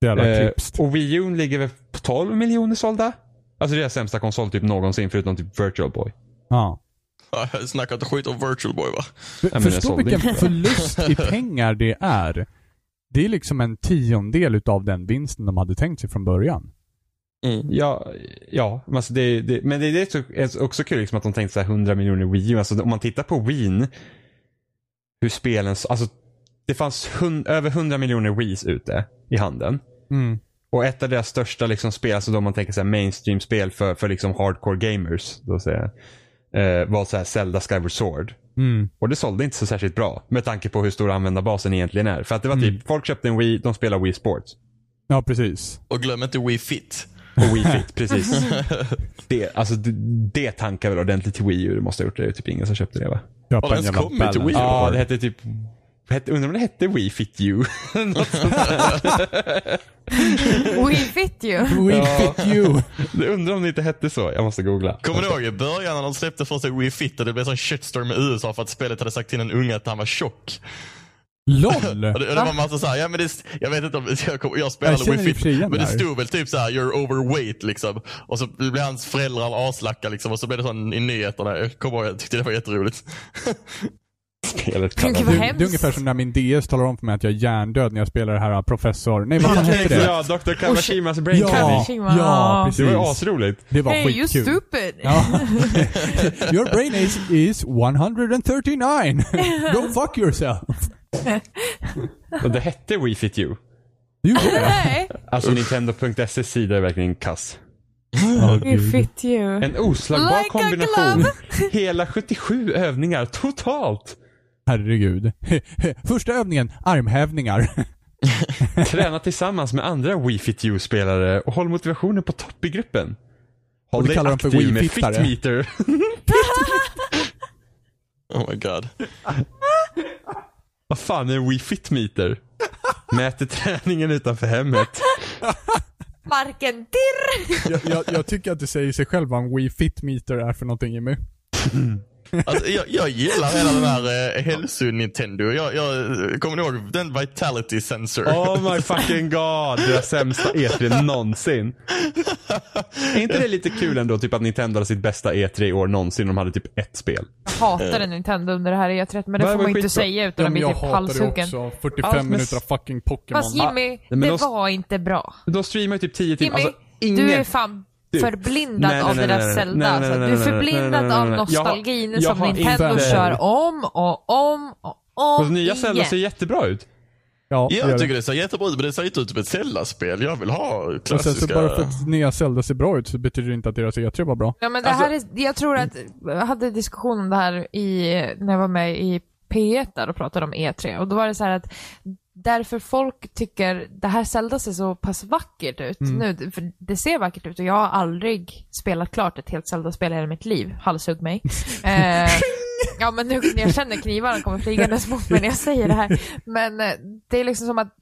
[SPEAKER 4] det jävla
[SPEAKER 1] Eh,
[SPEAKER 4] klipskt.
[SPEAKER 1] och Wii U ligger väl på 12 miljoner sålda? Alltså deras sämsta konsol typ någonsin förutom typ Virtual Boy.
[SPEAKER 4] Ja.
[SPEAKER 2] Jag snackar inte skit om Virtual Boy va?
[SPEAKER 4] För,
[SPEAKER 1] men jag
[SPEAKER 4] förstå
[SPEAKER 1] sålde
[SPEAKER 4] vilken
[SPEAKER 1] inte.
[SPEAKER 4] förlust i pengar det är. Det är liksom en tiondel utav den vinsten de hade tänkt sig från början.
[SPEAKER 1] Ja, ja men alltså det, det, men det är det som är också kul liksom att de tänkte så här 100 miljoner Wii U. Alltså om man tittar på Wien, hur spelen, alltså det fanns hun, över 100 miljoner Wiis ute i handeln. Och ett av deras största liksom spel, alltså då man tänker så här mainstream-spel för, för liksom hardcore gamers, då säger jag, eh, var så här Zelda Skyward Sword. Och det sålde inte så särskilt bra med tanke på hur stor användarbasen egentligen är. För att det var typ, folk köpte en Wii, de spelar Wii Sports.
[SPEAKER 4] Ja, precis.
[SPEAKER 2] Och glöm inte Wii Fit.
[SPEAKER 1] Och Wii Fit, precis. Det, alltså, det, det tankar väl ordentligt till Wii U, det måste ha gjort. Det är typ ingen som köpte det va?
[SPEAKER 4] Köpa
[SPEAKER 2] Har det ens
[SPEAKER 4] jävla
[SPEAKER 2] kommit till
[SPEAKER 4] balance
[SPEAKER 2] Wii U?
[SPEAKER 4] board.
[SPEAKER 1] Ja, det hette typ, hette, undrar om det hette Wii Fit U? Något sånt där.
[SPEAKER 3] We fit you.
[SPEAKER 4] We fit you.
[SPEAKER 1] Jag undrar om det inte hette så. Jag måste googla.
[SPEAKER 2] Kommer du ihåg i början när de släppte första Wii Fit och det blev sån shitstorm i USA för att spelet hade sagt till en unge att han var tjock?
[SPEAKER 4] LOL!
[SPEAKER 2] Och det, och det var massa såhär, ja, men det, jag vet inte om, jag, kom, jag
[SPEAKER 4] Jag
[SPEAKER 2] spelade
[SPEAKER 4] känner
[SPEAKER 2] Wii
[SPEAKER 4] i och för sig
[SPEAKER 2] Fit,
[SPEAKER 4] igen
[SPEAKER 2] men det
[SPEAKER 4] där.
[SPEAKER 2] stod väl typ såhär, you're overweight liksom. Och så blev hans föräldrar aslacka liksom, och så blev det sån i nyheterna. Jag kommer ihåg, jag tyckte det var jätteroligt.
[SPEAKER 1] Spelet
[SPEAKER 3] Gud, vad
[SPEAKER 4] Det,
[SPEAKER 3] hemskt.
[SPEAKER 4] det är ungefär som när min DS talar om för mig att jag är hjärndöd när jag spelar det här äh, professor... Nej vad fan hette det?
[SPEAKER 1] Ja, Dr. Kawashimas brain
[SPEAKER 4] Ja,
[SPEAKER 1] ja.
[SPEAKER 3] Kawashima.
[SPEAKER 4] ja
[SPEAKER 1] Det
[SPEAKER 4] precis.
[SPEAKER 1] var ju asroligt.
[SPEAKER 4] Det var
[SPEAKER 3] Hey you
[SPEAKER 4] skitkul.
[SPEAKER 3] stupid!
[SPEAKER 4] Ja. Your brain age is 139. Go fuck yourself.
[SPEAKER 1] Och det hette Wii Fit You.
[SPEAKER 4] Det gjorde det.
[SPEAKER 3] Nej,
[SPEAKER 1] Alltså Nintendo.se sida är verkligen kass.
[SPEAKER 3] you fit you.
[SPEAKER 1] En oslagbar
[SPEAKER 3] Like a
[SPEAKER 1] kombination.
[SPEAKER 3] glove.
[SPEAKER 1] Hela 77 övningar totalt.
[SPEAKER 4] Herregud. Första övningen, armhävningar.
[SPEAKER 1] Träna tillsammans med andra Wii Fit You-spelare och håll motivationen på topp i gruppen. Håll
[SPEAKER 4] det
[SPEAKER 1] dig
[SPEAKER 4] kallar de för
[SPEAKER 1] aktiv med
[SPEAKER 4] Wii-fittare.
[SPEAKER 1] Fitmeter.
[SPEAKER 2] Oh my god.
[SPEAKER 1] Vad fan är en Wii Fitmeter? Mäter träningen utanför hemmet.
[SPEAKER 3] Marken dirr!
[SPEAKER 4] jag, jag, jag tycker att det säger sig själv vad en Wii Fit Meter är för någonting Jimmy.
[SPEAKER 2] Alltså, jag, jag gillar hela den här eh, hälso-Nintendo. Jag, jag eh, kommer ni ihåg den vitality sensor.
[SPEAKER 1] Oh my fucking god. Det är sämsta E3 någonsin. är inte det lite kul ändå? Typ att Nintendo hade sitt bästa E3 i år någonsin. De hade typ ett spel.
[SPEAKER 3] Jag hatade Nintendo under det här E3, men
[SPEAKER 1] Eh. Nej,
[SPEAKER 3] det får
[SPEAKER 1] men
[SPEAKER 3] man inte
[SPEAKER 1] skitbra.
[SPEAKER 3] säga utan att bli typ halshuggen.
[SPEAKER 4] 45
[SPEAKER 1] Allt med-
[SPEAKER 4] minuter av fucking Pokémon.
[SPEAKER 3] Fast Jimmy,
[SPEAKER 1] men
[SPEAKER 3] det
[SPEAKER 1] då-
[SPEAKER 3] var inte bra.
[SPEAKER 1] De streamar ju typ 10 timmar.
[SPEAKER 3] Jimmy,
[SPEAKER 1] Alltså, ingen...
[SPEAKER 3] du är fan
[SPEAKER 1] Du.
[SPEAKER 3] förblindad
[SPEAKER 1] Nej, nej,
[SPEAKER 3] av
[SPEAKER 1] nej,
[SPEAKER 3] det
[SPEAKER 1] nej,
[SPEAKER 3] där
[SPEAKER 1] nej,
[SPEAKER 3] Zelda.
[SPEAKER 1] nej, nej,
[SPEAKER 3] alltså.
[SPEAKER 1] nej, nej,
[SPEAKER 3] du är
[SPEAKER 1] nej, nej,
[SPEAKER 3] förblindad
[SPEAKER 1] nej, nej, nej.
[SPEAKER 3] av nostalgin
[SPEAKER 1] Jag har-
[SPEAKER 3] som
[SPEAKER 1] jag har
[SPEAKER 3] Nintendo
[SPEAKER 4] inte-
[SPEAKER 3] kör om och om och om
[SPEAKER 1] Och Alltså, nya
[SPEAKER 3] igen.
[SPEAKER 1] Zelda ser jättebra ut.
[SPEAKER 4] Ja, det gör
[SPEAKER 2] Jag
[SPEAKER 4] det.
[SPEAKER 2] tycker det ser jättebra ut, men det ser inte ut som ett Zelda-spel. Jag vill ha
[SPEAKER 4] Och sen så
[SPEAKER 2] klassiska...
[SPEAKER 4] bara för att nya Zelda ser bra ut så betyder det inte att deras E3 var bra.
[SPEAKER 3] Ja, men det
[SPEAKER 2] Alltså-
[SPEAKER 3] här är, jag tror att, jag hade diskussion om det här i, när jag var med i P1 där och pratade om E3 och då var det så här att därför folk tycker det här Zelda ser så pass vackert ut nu, för det ser vackert ut och jag har aldrig spelat klart ett helt Zelda-spel i hela mitt liv, halshugg mig. Eh, ja men nu när jag känner knivarna kommer flygandes mot mig när jag säger det här. Men eh, det är liksom som att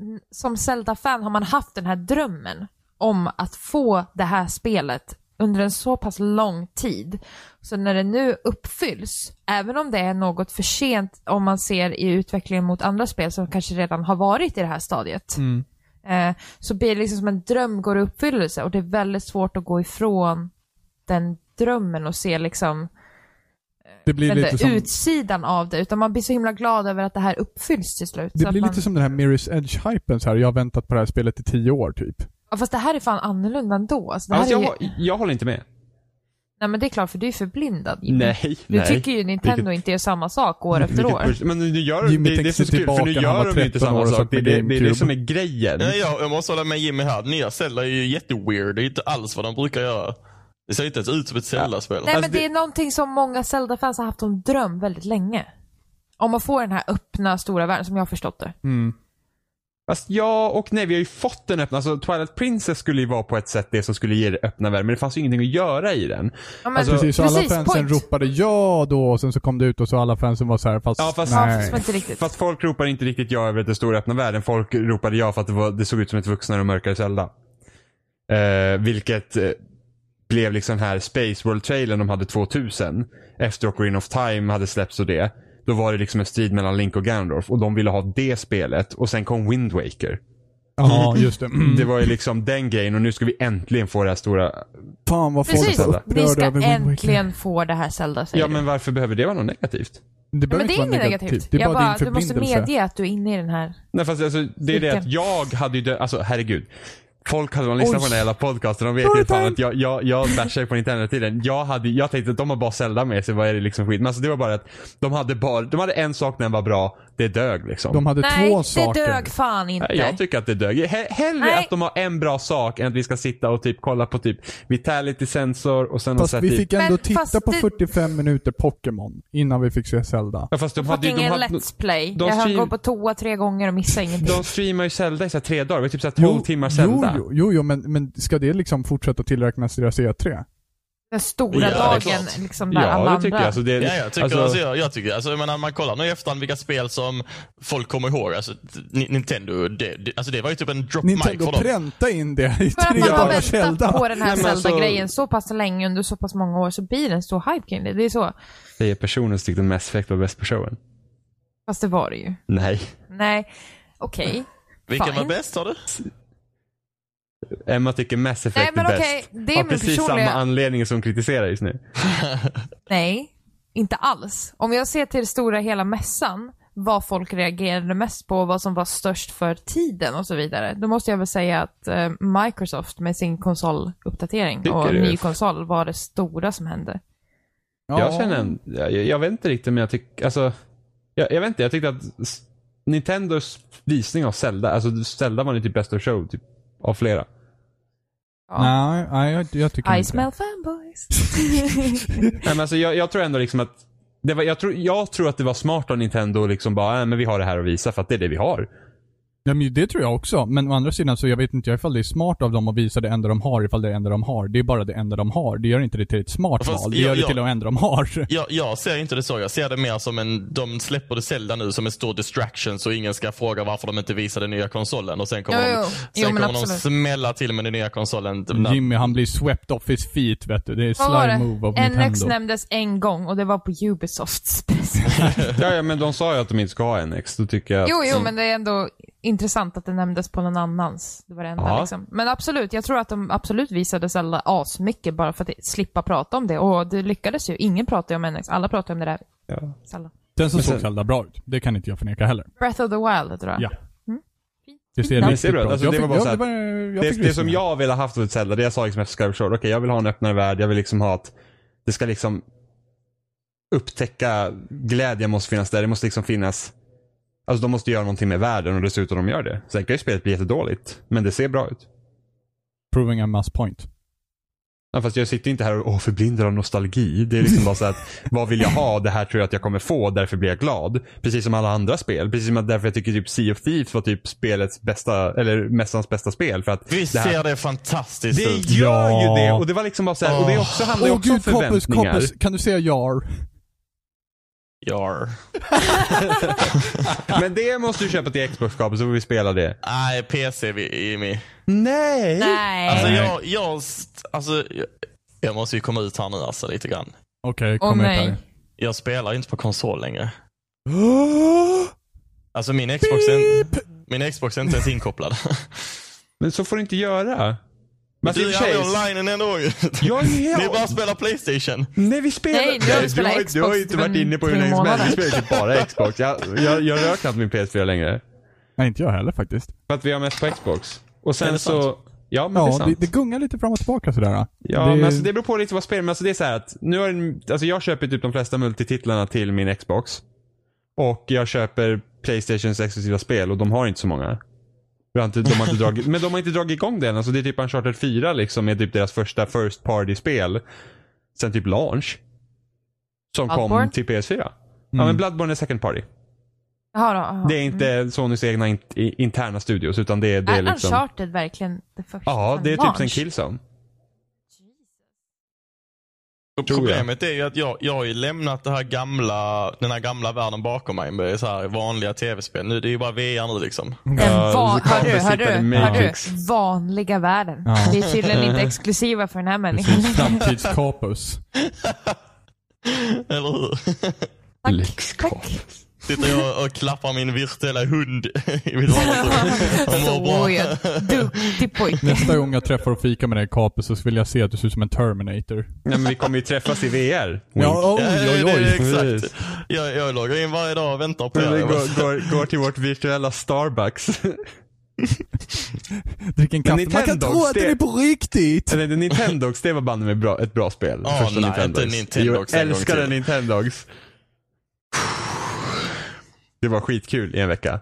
[SPEAKER 3] mm, som Zelda-fan har man haft den här drömmen om att få det här spelet under en så pass lång tid. Så när det nu uppfylls, även om det är något för sent om man ser i utvecklingen mot andra spel som kanske redan har varit i det här stadiet,
[SPEAKER 4] Mm.
[SPEAKER 3] eh, så blir det liksom som en dröm går i uppfyllelse och det är väldigt svårt att gå ifrån den drömmen och se liksom
[SPEAKER 4] Det blir
[SPEAKER 3] den
[SPEAKER 4] lite
[SPEAKER 3] där
[SPEAKER 4] som...
[SPEAKER 3] utsidan av det, utan man blir så himla glad över att det här uppfylls till slut. så
[SPEAKER 4] Det
[SPEAKER 3] att
[SPEAKER 4] blir
[SPEAKER 3] man...
[SPEAKER 4] lite som den här Mirror's Edge-hypen så här. jag har väntat på det här spelet i 10 år typ.
[SPEAKER 3] Ja, fast det här är fan annorlunda ändå. Alltså, det här
[SPEAKER 1] Alltså,
[SPEAKER 3] är ju...
[SPEAKER 1] jag, jag håller inte med.
[SPEAKER 3] Nej men det är klart, för du är förblindad Jimmy.
[SPEAKER 1] Nej,
[SPEAKER 3] Du
[SPEAKER 1] nej.
[SPEAKER 3] tycker ju Nintendo
[SPEAKER 1] Vilket-
[SPEAKER 3] inte gör samma sak år efter
[SPEAKER 1] Vilket
[SPEAKER 3] år.
[SPEAKER 1] push- Men nu gör
[SPEAKER 4] Jimmy
[SPEAKER 1] det, det är
[SPEAKER 4] tänkte
[SPEAKER 1] så kul, för nu
[SPEAKER 4] tillbaka när han
[SPEAKER 1] gör
[SPEAKER 4] var
[SPEAKER 1] de ju inte
[SPEAKER 4] 13 år
[SPEAKER 1] samma
[SPEAKER 4] och
[SPEAKER 1] sak.
[SPEAKER 4] satt
[SPEAKER 1] Det är
[SPEAKER 4] med
[SPEAKER 1] det, det är det
[SPEAKER 4] GameCube.
[SPEAKER 1] som är grejen.
[SPEAKER 2] Nej, jag, jag måste hålla med Jimmy här. Nya Zelda är ju jätteweird. Det är inte alls vad de brukar göra. Det ser inte ens ut som ett Zelda-spel.
[SPEAKER 3] Nej
[SPEAKER 1] Alltså,
[SPEAKER 3] men det...
[SPEAKER 1] det-
[SPEAKER 3] är någonting som många Zelda-fans har haft som dröm väldigt länge. Om att få den här öppna stora världen, som jag har förstått det.
[SPEAKER 1] Mm. Fast ja och nej, vi har ju fått den öppna. Alltså, Twilight Princess skulle ju vara på ett sätt det som skulle ge det öppna världen, men det fanns ju ingenting att göra i den.
[SPEAKER 3] Ja, men...
[SPEAKER 1] Alltså-
[SPEAKER 4] Precis, så alla
[SPEAKER 3] Precis,
[SPEAKER 4] fansen
[SPEAKER 3] point.
[SPEAKER 4] ropade ja då och sen så kom det ut och så alla fansen var så här fast,
[SPEAKER 1] Ja, fast-
[SPEAKER 3] Ja,
[SPEAKER 4] nej.
[SPEAKER 3] fast inte riktigt.
[SPEAKER 1] Fast folk ropade inte riktigt ja över att det stora öppna världen. Folk ropade ja för att det, var, det såg ut som ett vuxnare och mörkare Zelda. Eh, vilket eh, blev liksom den här Space World-trailern de hade 2000. Efter Ocarina of Time hade släppts och det. Då var det liksom en strid mellan Link och Ganondorf och de ville ha det spelet och sen kom Wind Waker.
[SPEAKER 4] Ja, just det. Mm.
[SPEAKER 1] Det var ju liksom den grejen och nu ska vi äntligen få det här stora.
[SPEAKER 4] Fan vad folk
[SPEAKER 3] Precis,
[SPEAKER 4] var
[SPEAKER 3] vi
[SPEAKER 4] upprörda
[SPEAKER 3] ska
[SPEAKER 4] över Wind Waker.
[SPEAKER 3] äntligen få det här Zelda, säger
[SPEAKER 1] Ja
[SPEAKER 3] du.
[SPEAKER 1] men varför behöver det vara något negativt?
[SPEAKER 4] Det
[SPEAKER 3] Nej,
[SPEAKER 4] behöver
[SPEAKER 3] men det
[SPEAKER 4] inte
[SPEAKER 3] är
[SPEAKER 4] vara
[SPEAKER 3] inget
[SPEAKER 4] negativt.
[SPEAKER 3] negativt.
[SPEAKER 4] Det är
[SPEAKER 3] jag
[SPEAKER 4] bara,
[SPEAKER 3] bara,
[SPEAKER 4] din
[SPEAKER 3] du måste
[SPEAKER 4] förblindelse.
[SPEAKER 3] medge att du är inne i den här.
[SPEAKER 1] Nej fast alltså, det är det att
[SPEAKER 3] Vilken?
[SPEAKER 1] jag hade ju dö- alltså herregud. Folk hade man lyssnat på
[SPEAKER 3] Oj.
[SPEAKER 1] den här jävla podcasten, de vet ju fan att jag, jag, jag bashar ju på Nintendo hela tiden. Jag, hade, jag tänkte att de har bara Zelda med sig, vad är det liksom skit? Men alltså det var bara att de hade bara, de hade en sak när den var bra, det dög liksom.
[SPEAKER 4] De hade
[SPEAKER 3] Nej,
[SPEAKER 4] två
[SPEAKER 3] det
[SPEAKER 4] saker.
[SPEAKER 3] dög fan inte.
[SPEAKER 1] Nej, Jag tycker att det dög. He- hellre
[SPEAKER 3] Nej.
[SPEAKER 1] att de har en bra sak än att vi ska sitta och typ kolla på typ Vitality Sensor och sen typ-
[SPEAKER 4] Fast
[SPEAKER 1] har
[SPEAKER 4] vi
[SPEAKER 1] sett
[SPEAKER 4] fick ändå
[SPEAKER 3] Men
[SPEAKER 4] titta
[SPEAKER 3] fast
[SPEAKER 4] på
[SPEAKER 3] det-
[SPEAKER 4] 45 minuter Pokémon innan vi fick se Zelda.
[SPEAKER 1] Ja, fast de hade ju,
[SPEAKER 3] Fucking
[SPEAKER 1] de, hade,
[SPEAKER 3] Let's Play.
[SPEAKER 1] de
[SPEAKER 3] jag hann
[SPEAKER 1] stream-
[SPEAKER 3] gå på toa tre gånger och missa ingenting.
[SPEAKER 1] de streamar ju Zelda i så här tre dagar, det var typ såhär 12 timmar Zelda.
[SPEAKER 4] Jo, jo, jo, jo men, men ska det liksom fortsätta tillräknas deras E E3?
[SPEAKER 3] Den
[SPEAKER 2] Ja, det
[SPEAKER 3] stora
[SPEAKER 2] är
[SPEAKER 3] dagen,
[SPEAKER 2] klart.
[SPEAKER 3] liksom där alla
[SPEAKER 1] Ja, det
[SPEAKER 3] andra...
[SPEAKER 1] tycker jag. Alltså, det,
[SPEAKER 2] Ja, jag tycker,
[SPEAKER 1] alltså-
[SPEAKER 2] alltså, jag, jag tycker, alltså, jag menar, man kollar nu i efterhand vilka spel som folk kommer ihåg. Alltså, Ni- Nintendo, det, det, alltså, det var ju typ en drop mic
[SPEAKER 4] Nintendo
[SPEAKER 2] för dem.
[SPEAKER 4] pränta in det i
[SPEAKER 3] För att
[SPEAKER 4] tre
[SPEAKER 3] man har
[SPEAKER 4] dagar
[SPEAKER 3] väntat
[SPEAKER 4] Zelda.
[SPEAKER 3] på den här
[SPEAKER 1] Nej, men alltså-
[SPEAKER 3] Zelda-grejen så pass länge under så pass många år så blir det en stor hype kring det. Det är så.
[SPEAKER 1] Det är personen som tyckte mest effekt var bäst på showen.
[SPEAKER 3] Fast det var det ju.
[SPEAKER 1] Nej.
[SPEAKER 3] Nej, okej.
[SPEAKER 2] Vilken var
[SPEAKER 3] Fine.
[SPEAKER 2] bäst sa du?
[SPEAKER 1] Emma tycker Mass Effect
[SPEAKER 3] Nej, men
[SPEAKER 1] är
[SPEAKER 3] okej,
[SPEAKER 1] bäst.
[SPEAKER 3] det är
[SPEAKER 1] Av
[SPEAKER 3] min
[SPEAKER 1] precis
[SPEAKER 3] personliga-
[SPEAKER 1] samma anledning som kritiserar just nu.
[SPEAKER 3] Nej, inte alls. Om jag ser till stora hela mässan, vad folk reagerade mest på, vad som var störst för tiden och så vidare. Då måste jag väl säga att eh, Microsoft med sin konsoluppdatering
[SPEAKER 1] Tycker
[SPEAKER 3] och
[SPEAKER 1] du?
[SPEAKER 3] ny konsol var det stora som hände.
[SPEAKER 1] Jag känner en, jag, jag vet inte riktigt men jag tycker, alltså. Jag, jag vet inte, jag tyckte att s- Nintendos visning av Zelda, alltså Zelda var ju typ best of show typ, av flera.
[SPEAKER 3] Ja.
[SPEAKER 4] Nej, nej jag, jag tycker
[SPEAKER 3] I
[SPEAKER 4] inte det.
[SPEAKER 3] smell fanboys.
[SPEAKER 1] Nej, men alltså, jag, jag tror ändå liksom att det var, jag, tror, jag tror att det var smart av Nintendo att liksom bara, "Nej, men vi har det här att visa för att det är det vi har.
[SPEAKER 4] Ja, men det tror jag också. Men å andra sidan så jag vet inte jag ifall det är smart av dem att visa det enda de har, ifall det är det enda de har. Det är bara det enda de har. Det gör inte det till ett smart
[SPEAKER 2] Fast
[SPEAKER 4] val. Det
[SPEAKER 2] jag-
[SPEAKER 4] gör det
[SPEAKER 2] jag-
[SPEAKER 4] till det enda de har.
[SPEAKER 2] Jag, jag ser inte det så. Jag ser det mer som en, de släpper det Zelda nu som en stor distraction så ingen ska fråga varför de inte visar den nya konsolen. Och sen kommer,
[SPEAKER 3] Jo, jo.
[SPEAKER 2] de,
[SPEAKER 3] Jo,
[SPEAKER 2] sen
[SPEAKER 3] men
[SPEAKER 2] kommer de
[SPEAKER 3] absolut.
[SPEAKER 2] smälla till med den nya konsolen.
[SPEAKER 4] Jimmy han blir swept off his feet vet du. Det är
[SPEAKER 3] Vad var
[SPEAKER 4] slime move av
[SPEAKER 3] det? NX
[SPEAKER 4] Nintendo.
[SPEAKER 3] nämndes en gång och det var på Ubisofts presentation.
[SPEAKER 1] Ja, ja men de sa ju att de inte ska ha NX. Då tycker jag att,
[SPEAKER 3] Jo, jo, men det är ändå intressant att det nämndes på någon annans. Det var det enda
[SPEAKER 1] Ja.
[SPEAKER 3] liksom. Men absolut, jag tror att de absolut visade Zelda asmycket bara för att slippa prata om det. Och det lyckades ju. Ingen pratade ju om NX. Alla pratade om det där.
[SPEAKER 1] Ja.
[SPEAKER 3] Zelda.
[SPEAKER 4] Den som
[SPEAKER 1] Men sen-
[SPEAKER 4] såg Zelda bra ut. Det kan inte jag förneka heller.
[SPEAKER 3] Breath of the Wild, tror jag.
[SPEAKER 4] Ja.
[SPEAKER 3] Mm.
[SPEAKER 4] Det ser
[SPEAKER 1] namn.
[SPEAKER 4] riktigt
[SPEAKER 1] Det ser bra ut.
[SPEAKER 4] bra ut.
[SPEAKER 1] Alltså,
[SPEAKER 4] Jag
[SPEAKER 1] det
[SPEAKER 4] fick-
[SPEAKER 1] var bara
[SPEAKER 4] ja,
[SPEAKER 1] så här-
[SPEAKER 4] var- jag
[SPEAKER 1] det,
[SPEAKER 4] fick
[SPEAKER 1] det som
[SPEAKER 4] lyssna.
[SPEAKER 1] jag ville ha haft av ett Zelda, det jag sa liksom efter Skyward Sword, okej jag vill ha en öppnare värld, jag vill liksom ha att det ska liksom upptäcka glädje måste finnas där, det måste liksom finnas Alltså de måste göra någonting med världen och dessutom de gör det. Sen kan ju spelet bli jättedåligt, men det ser bra ut.
[SPEAKER 4] Proving a mass point.
[SPEAKER 1] Ja, fast jag sitter inte här och åh, förblindad av nostalgi. Det är liksom bara så att, vad vill jag ha? Det här tror jag att jag kommer få, därför blir jag glad. Precis som alla andra spel. Precis som att därför jag tycker typ Sea of Thieves var typ spelets bästa, eller mässans bästa spel. För att
[SPEAKER 2] Visst
[SPEAKER 1] det här,
[SPEAKER 2] ser det fantastiskt
[SPEAKER 1] det
[SPEAKER 2] ut?
[SPEAKER 1] gör
[SPEAKER 4] Ja.
[SPEAKER 1] ju det. Och det var liksom bara så här, och det också handlar ju
[SPEAKER 4] Åh
[SPEAKER 1] också om
[SPEAKER 4] gud, Koppes,
[SPEAKER 1] förväntningar.
[SPEAKER 4] Koppes, kan du säga jar?
[SPEAKER 2] Jar.
[SPEAKER 1] Men det måste du köpa till Xbox Koppes, så får vi spela det.
[SPEAKER 2] Nej, PC vi- Jimmy.
[SPEAKER 1] Nej!
[SPEAKER 3] Nej.
[SPEAKER 2] Alltså jag, jag, st- alltså jag- jag måste ju komma ut här nu alltså lite grann.
[SPEAKER 4] Okej,
[SPEAKER 3] Åh
[SPEAKER 4] kom ut
[SPEAKER 3] nej.
[SPEAKER 4] här.
[SPEAKER 2] Jag spelar ju inte på konsol längre.
[SPEAKER 4] Åh,
[SPEAKER 2] Alltså min Xbox, är, min Xbox är inte ens inkopplad.
[SPEAKER 1] Men så får du inte göra. Men alltså, i
[SPEAKER 2] Du
[SPEAKER 1] och
[SPEAKER 2] är
[SPEAKER 1] för sig,
[SPEAKER 2] aldrig online ändå ju.
[SPEAKER 1] jag är
[SPEAKER 2] Det är
[SPEAKER 1] helt...
[SPEAKER 2] bara att spela Playstation.
[SPEAKER 1] Nej vi spelar...
[SPEAKER 3] Nej, nu har vi
[SPEAKER 1] du,
[SPEAKER 3] spelat
[SPEAKER 1] har, ju- du har ju
[SPEAKER 3] Xbox
[SPEAKER 1] inte varit
[SPEAKER 3] typ
[SPEAKER 1] inne på
[SPEAKER 3] en
[SPEAKER 1] hur länge
[SPEAKER 3] tre
[SPEAKER 1] som helst. Vi
[SPEAKER 3] månader.
[SPEAKER 1] spelar typ bara Xbox. Jag, jag, jag rör knappt min PS4 längre.
[SPEAKER 4] Nej, inte jag heller faktiskt.
[SPEAKER 1] För att vi har mest på Xbox. Och
[SPEAKER 2] Är
[SPEAKER 1] sen
[SPEAKER 2] det
[SPEAKER 1] så...
[SPEAKER 2] sant?
[SPEAKER 1] Ja men det är
[SPEAKER 4] Ja, det,
[SPEAKER 1] sant.
[SPEAKER 4] det gungar lite fram och tillbaka sådär.
[SPEAKER 1] Ja, men alltså, det beror på lite vad spel, men alltså, det är så här att nu har en, alltså, jag köper typ de flesta multititlarna till min Xbox. Och jag köper Playstations exklusiva spel och de har inte så många. De har inte, de har inte dragit, men de har inte dragit igång det än. Alltså, det är typ Uncharted 4 liksom, är typ deras första first party-spel. Sen typ launch. Som
[SPEAKER 3] Bloodborne?
[SPEAKER 1] kom till PS4. Ja men Bloodborne är second party.
[SPEAKER 3] Jaha, då, jaha.
[SPEAKER 1] Det är inte Sonys egna in, i- interna studios utan det är, det är
[SPEAKER 3] Är
[SPEAKER 1] liksom.
[SPEAKER 3] Mm. Äh, Uncharted verkligen det första
[SPEAKER 1] Ja,
[SPEAKER 3] som
[SPEAKER 1] det är typ
[SPEAKER 3] launch?
[SPEAKER 1] sen Killzone.
[SPEAKER 2] Och
[SPEAKER 1] Tror jag.
[SPEAKER 2] Problemet är ju att jag, jag har ju lämnat det här gamla, den här gamla världen bakom mig med så här vanliga tv-spel. Nu, det är ju bara VR nu liksom.
[SPEAKER 3] Den
[SPEAKER 1] Ja,
[SPEAKER 3] va-
[SPEAKER 1] så
[SPEAKER 3] hör du,
[SPEAKER 1] Carpet
[SPEAKER 3] hör
[SPEAKER 1] sitter i
[SPEAKER 3] du, hör
[SPEAKER 1] Matrix.
[SPEAKER 3] du? Vanliga världen.
[SPEAKER 4] Ja.
[SPEAKER 3] Det är tydligen inte exklusiva för den här människan.
[SPEAKER 4] Precis, framtidskapus.
[SPEAKER 2] Eller hur?
[SPEAKER 1] Lex
[SPEAKER 3] Tack.
[SPEAKER 2] Sitter jag och klappar min virtuella hund i mitt vardagsrum. och mår
[SPEAKER 3] Så
[SPEAKER 2] bra.
[SPEAKER 3] ja, duktig pojke.
[SPEAKER 4] Nästa gång jag träffar och fikar med dig Kapus så vill jag se att du ser ut som en Terminator.
[SPEAKER 1] Nej men vi kommer ju träffas i VR.
[SPEAKER 4] Ja, oj,
[SPEAKER 2] Ja,
[SPEAKER 4] oj,
[SPEAKER 2] det är
[SPEAKER 4] oj.
[SPEAKER 1] Precis.
[SPEAKER 2] Exakt. Jag, jag loggar in varje dag och väntar på
[SPEAKER 1] Vi
[SPEAKER 2] det.
[SPEAKER 1] går, går, går till vårt virtuella Starbucks.
[SPEAKER 4] Drick en kaffe. Man kan
[SPEAKER 1] Nintendogs,
[SPEAKER 4] tro att
[SPEAKER 1] det-
[SPEAKER 4] det är på riktigt!
[SPEAKER 1] Eller det- Nintendogs, det var banne med bra, ett bra spel.
[SPEAKER 2] Ja,
[SPEAKER 1] Första
[SPEAKER 2] nej, inte Nintendogs
[SPEAKER 1] Jo,
[SPEAKER 2] en
[SPEAKER 1] Jag
[SPEAKER 2] gång
[SPEAKER 1] älskade
[SPEAKER 2] till.
[SPEAKER 1] Nintendogs. Det var skitkul i en vecka.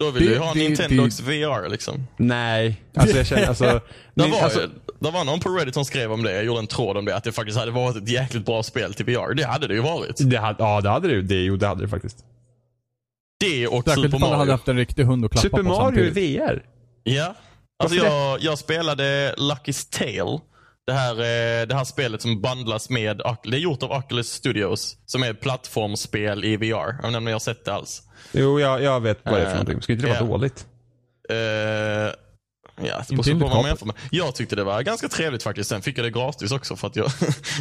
[SPEAKER 2] Då vill du ju ha
[SPEAKER 4] Det- det-
[SPEAKER 2] Nintendogs VR liksom.
[SPEAKER 1] Nej, alltså jag känner alltså.
[SPEAKER 2] Det
[SPEAKER 1] ni-
[SPEAKER 2] var,
[SPEAKER 1] alltså
[SPEAKER 2] ju- det var någon på Reddit som skrev om det. Jag gjorde en tråd om det. Att det faktiskt hade varit ett jäkligt bra spel till VR. Det hade det ju varit.
[SPEAKER 1] det hade, ja det hade du. Det, jo det hade du faktiskt.
[SPEAKER 2] Det och
[SPEAKER 4] Särskilt
[SPEAKER 2] Super
[SPEAKER 4] om alla
[SPEAKER 2] Mario.
[SPEAKER 4] hade haft en riktig hund att klappa
[SPEAKER 1] Super
[SPEAKER 4] på
[SPEAKER 1] Mario i
[SPEAKER 4] samtidigt.
[SPEAKER 1] VR.
[SPEAKER 2] Ja. Alltså
[SPEAKER 1] Varför
[SPEAKER 2] jag, jag spelade Lucky's Tale. Det här, eh, det här spelet som bundlas med, Oc- det är gjort av Oculus Studios. Som är ett plattformsspel i VR. Jag vet inte om ni har sett det alls.
[SPEAKER 1] Jo jag, jag vet vad det är för
[SPEAKER 2] Eh,
[SPEAKER 1] någonting. Skulle inte det vara
[SPEAKER 2] ja.
[SPEAKER 1] dåligt?
[SPEAKER 2] Eh, Ja, det
[SPEAKER 4] Inte
[SPEAKER 2] beror så på vad man
[SPEAKER 4] handikapp.
[SPEAKER 2] jämför med. Jag tyckte det var ganska trevligt faktiskt. Sen fick jag det gratis också för att jag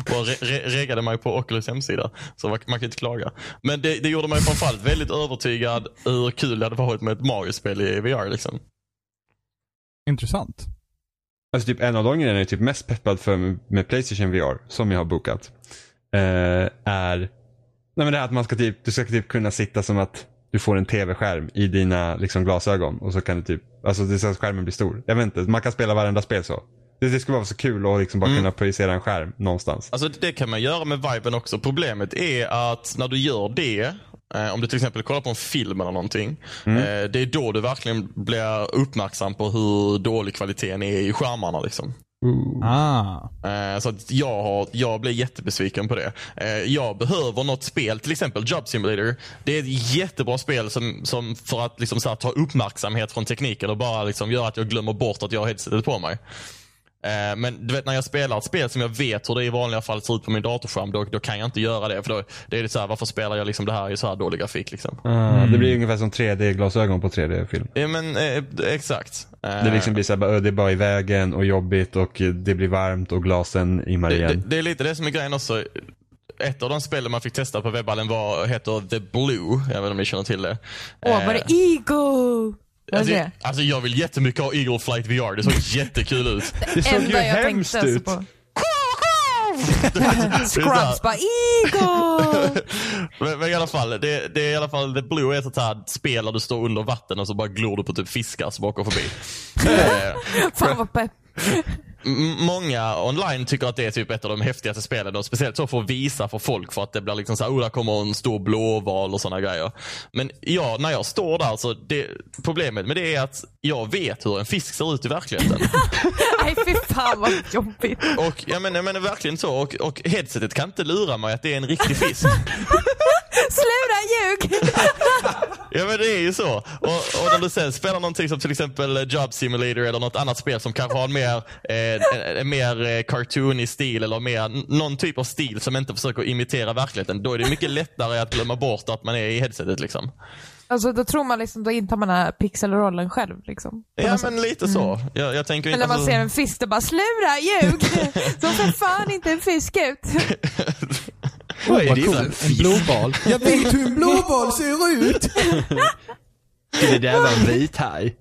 [SPEAKER 2] bara re- re- reggade mig på Oculus hemsida. Så man, man kan inte klaga. Men det, det gjorde mig framförallt väldigt övertygad hur kul det hade varit med ett Mario-spel i VR. Liksom.
[SPEAKER 4] Intressant.
[SPEAKER 1] Alltså typ en av de grejerna jag är typ mest peppad för med Playstation VR, som jag har bokat. Eh, är nej men det här att man ska typ, du ska typ kunna sitta som att du får en tv-skärm i dina liksom, glasögon. Och så kan du typ, alltså det så att skärmen blir stor. Jag vet inte, man kan spela varenda spel så. Det, det skulle vara så kul att liksom bara kunna projicera en skärm någonstans.
[SPEAKER 2] Alltså det kan man göra med viben också. Problemet är att när du gör det, eh, om du till exempel kollar på en film eller någonting. Eh, det är då du verkligen blir uppmärksam på hur dålig kvaliteten är i skärmarna. Liksom.
[SPEAKER 4] Ah.
[SPEAKER 2] Eh, Så att jag, har, jag blir jättebesviken på det. Eh, Jag behöver något spel, till exempel Job Simulator. Det är ett jättebra spel som, som för att liksom så här ta uppmärksamhet från tekniken och bara liksom göra att jag glömmer bort att jag har headsetet på mig. Eh, Men du vet när jag spelar ett spel som jag vet hur det i vanliga fall ser ut på min datorskärm, då, då kan jag inte göra det. För då, det är lite så här, varför spelar jag liksom det här i så här dålig grafik? Liksom?
[SPEAKER 1] Ah, Det blir ungefär som 3D-glasögon på 3D-film.
[SPEAKER 2] Ja, men, eh, exakt. Eh,
[SPEAKER 1] Det liksom blir så här, bara, "Ö, det är bara i vägen och jobbigt och det blir varmt och glasen immar
[SPEAKER 2] Det, det,
[SPEAKER 1] igen.
[SPEAKER 2] det är lite det som är grejen också. Ett av de spelen man fick testa på webbhallen var, heter The Blue. Jag vet inte om ni känner till det. Eh,
[SPEAKER 3] Åh,
[SPEAKER 1] Eh.
[SPEAKER 3] var det Eagle? Var
[SPEAKER 2] alltså,
[SPEAKER 3] det det?
[SPEAKER 2] alltså jag vill jättemycket ha Eagle Flight VR. Det såg jättekul ut.
[SPEAKER 1] Det såg ju
[SPEAKER 3] Enda jag
[SPEAKER 1] hemskt
[SPEAKER 3] tänkte alltså
[SPEAKER 1] ut.
[SPEAKER 3] på.
[SPEAKER 2] Sådär.
[SPEAKER 3] Scrubs bara Eagle!
[SPEAKER 2] Men, men i alla fall, det, det är i alla fall The Blue är ett sånt här spel där du står under vatten och så bara glor du på typ fiskar som åker förbi. Eh,
[SPEAKER 3] Fan vad pepp.
[SPEAKER 2] m- många online tycker att det är typ ett av de häftigaste spelen. Och speciellt så för att visa för folk för att det blir liksom så här, oh, där kommer en stor blåval och sådana grejer. Men ja, när jag står där så det, problemet med det är att jag vet hur en fisk ser ut i verkligheten.
[SPEAKER 3] Nej fy fan vad jobbigt.
[SPEAKER 2] och jag menar, jag menar verkligen så. Och, och headsetet kan inte lura mig att det är en riktig fisk.
[SPEAKER 3] Sluta ljug!
[SPEAKER 2] Ja men det är ju så. Och, och när du sen spelar någonting som till exempel Job Simulator eller något annat spel som kanske har en mer, eh, en, en mer eh, cartoonig stil eller mer, n- någon typ av stil som inte försöker imitera verkligheten. Då är det mycket lättare att glömma bort att man är i headsetet. Liksom.
[SPEAKER 3] Alltså då tror man liksom, då intar man den här pixelrollen själv liksom. På
[SPEAKER 2] Ja
[SPEAKER 3] något sätt. Mm.
[SPEAKER 2] men lite så. Jag, jag tänker
[SPEAKER 3] Men
[SPEAKER 2] inte...
[SPEAKER 3] när man
[SPEAKER 2] alltså-
[SPEAKER 3] ser en fisk, då bara sluta ljug! Så för fan inte en fisk ut.
[SPEAKER 2] Vad är
[SPEAKER 5] Vad
[SPEAKER 2] det
[SPEAKER 5] cool.
[SPEAKER 2] för
[SPEAKER 5] En
[SPEAKER 2] fisk?
[SPEAKER 5] blåval. Jag vet hur en blåval ser ut!
[SPEAKER 1] Det där var en vit haj.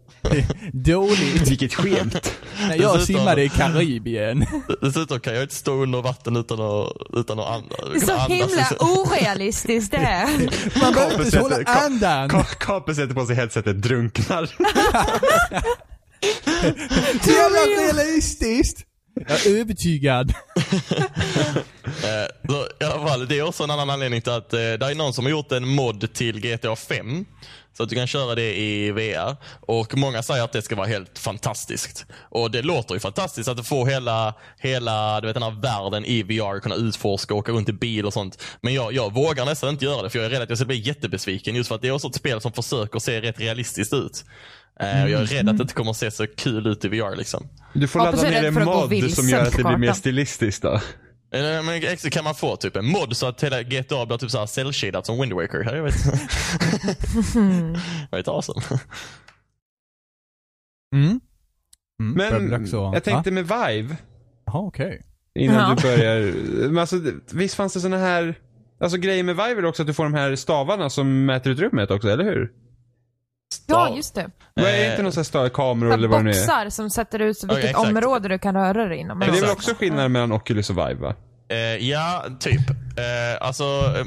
[SPEAKER 5] Dåligt.
[SPEAKER 1] Vilket skämt.
[SPEAKER 5] När jag
[SPEAKER 2] Dessutom-
[SPEAKER 5] simmade i Karibien.
[SPEAKER 2] Dessutom kan jag inte stå under vatten utan att, utan att and-
[SPEAKER 3] Det är så
[SPEAKER 2] andas. liksom.
[SPEAKER 3] himla
[SPEAKER 1] alltså.
[SPEAKER 3] orealistiskt det här.
[SPEAKER 5] Man behöver inte ens
[SPEAKER 1] Kompis heter-
[SPEAKER 5] hålla andan.
[SPEAKER 1] Mm. Kapen sätter på sig headsetet, drunknar.
[SPEAKER 5] Så jävla realistiskt. Jag är övertygad.
[SPEAKER 2] Eh, Så, i alla fall, det är också en annan anledning till att eh, det är någon som har gjort en mod till GTA 5. Så att du kan köra det i VR. Och Många säger att det ska vara helt fantastiskt. Och Det låter ju fantastiskt att du får hela, hela du vet, den här världen i VR, kunna utforska, åka runt i bil och sånt. Men jag, jag vågar nästan inte göra det för jag är rädd att jag ska bli jättebesviken. Just för att det är också ett spel som försöker se rätt realistiskt ut. Eh, och Jag är rädd att det inte kommer att se så kul ut i VR. liksom.
[SPEAKER 1] Du får
[SPEAKER 3] Ja, precis,
[SPEAKER 1] ladda ner
[SPEAKER 3] rädd för
[SPEAKER 1] en
[SPEAKER 3] att gå
[SPEAKER 1] mod
[SPEAKER 3] vilse
[SPEAKER 1] som gör
[SPEAKER 3] på
[SPEAKER 1] att det blir mer
[SPEAKER 3] kartan.
[SPEAKER 1] stilistiskt då.
[SPEAKER 2] Eh, Men exakt, kan man få typ en mod så att hela GTA blir typ såhär cell-shadat som Wind Waker? Ja, Jag vet Jag vet awesome.
[SPEAKER 4] Mm. Mm,
[SPEAKER 1] Men
[SPEAKER 4] Beblack så.
[SPEAKER 1] jag tänkte med Vive,
[SPEAKER 4] Ah, Jaha, okej.
[SPEAKER 1] innan
[SPEAKER 3] Ja.
[SPEAKER 1] du börjar. Men alltså, visst fanns det såna här, alltså grejer med Vive är också att du får de här stavarna som mäter utrymmet också, eller hur?
[SPEAKER 3] Ja, just det.
[SPEAKER 1] Vad är det
[SPEAKER 2] Eh,
[SPEAKER 1] inte någon sån här stav, kameror
[SPEAKER 3] Så
[SPEAKER 1] eller vad det nu är?
[SPEAKER 3] boxar som sätter ut så
[SPEAKER 2] Okej,
[SPEAKER 3] vilket
[SPEAKER 2] exakt.
[SPEAKER 3] område du kan röra dig inom.
[SPEAKER 1] Men det är väl
[SPEAKER 2] Exakt.
[SPEAKER 1] också skillnaden mellan Oculus och Vive va?
[SPEAKER 2] Eh, ja, typ. Eh, alltså, eh,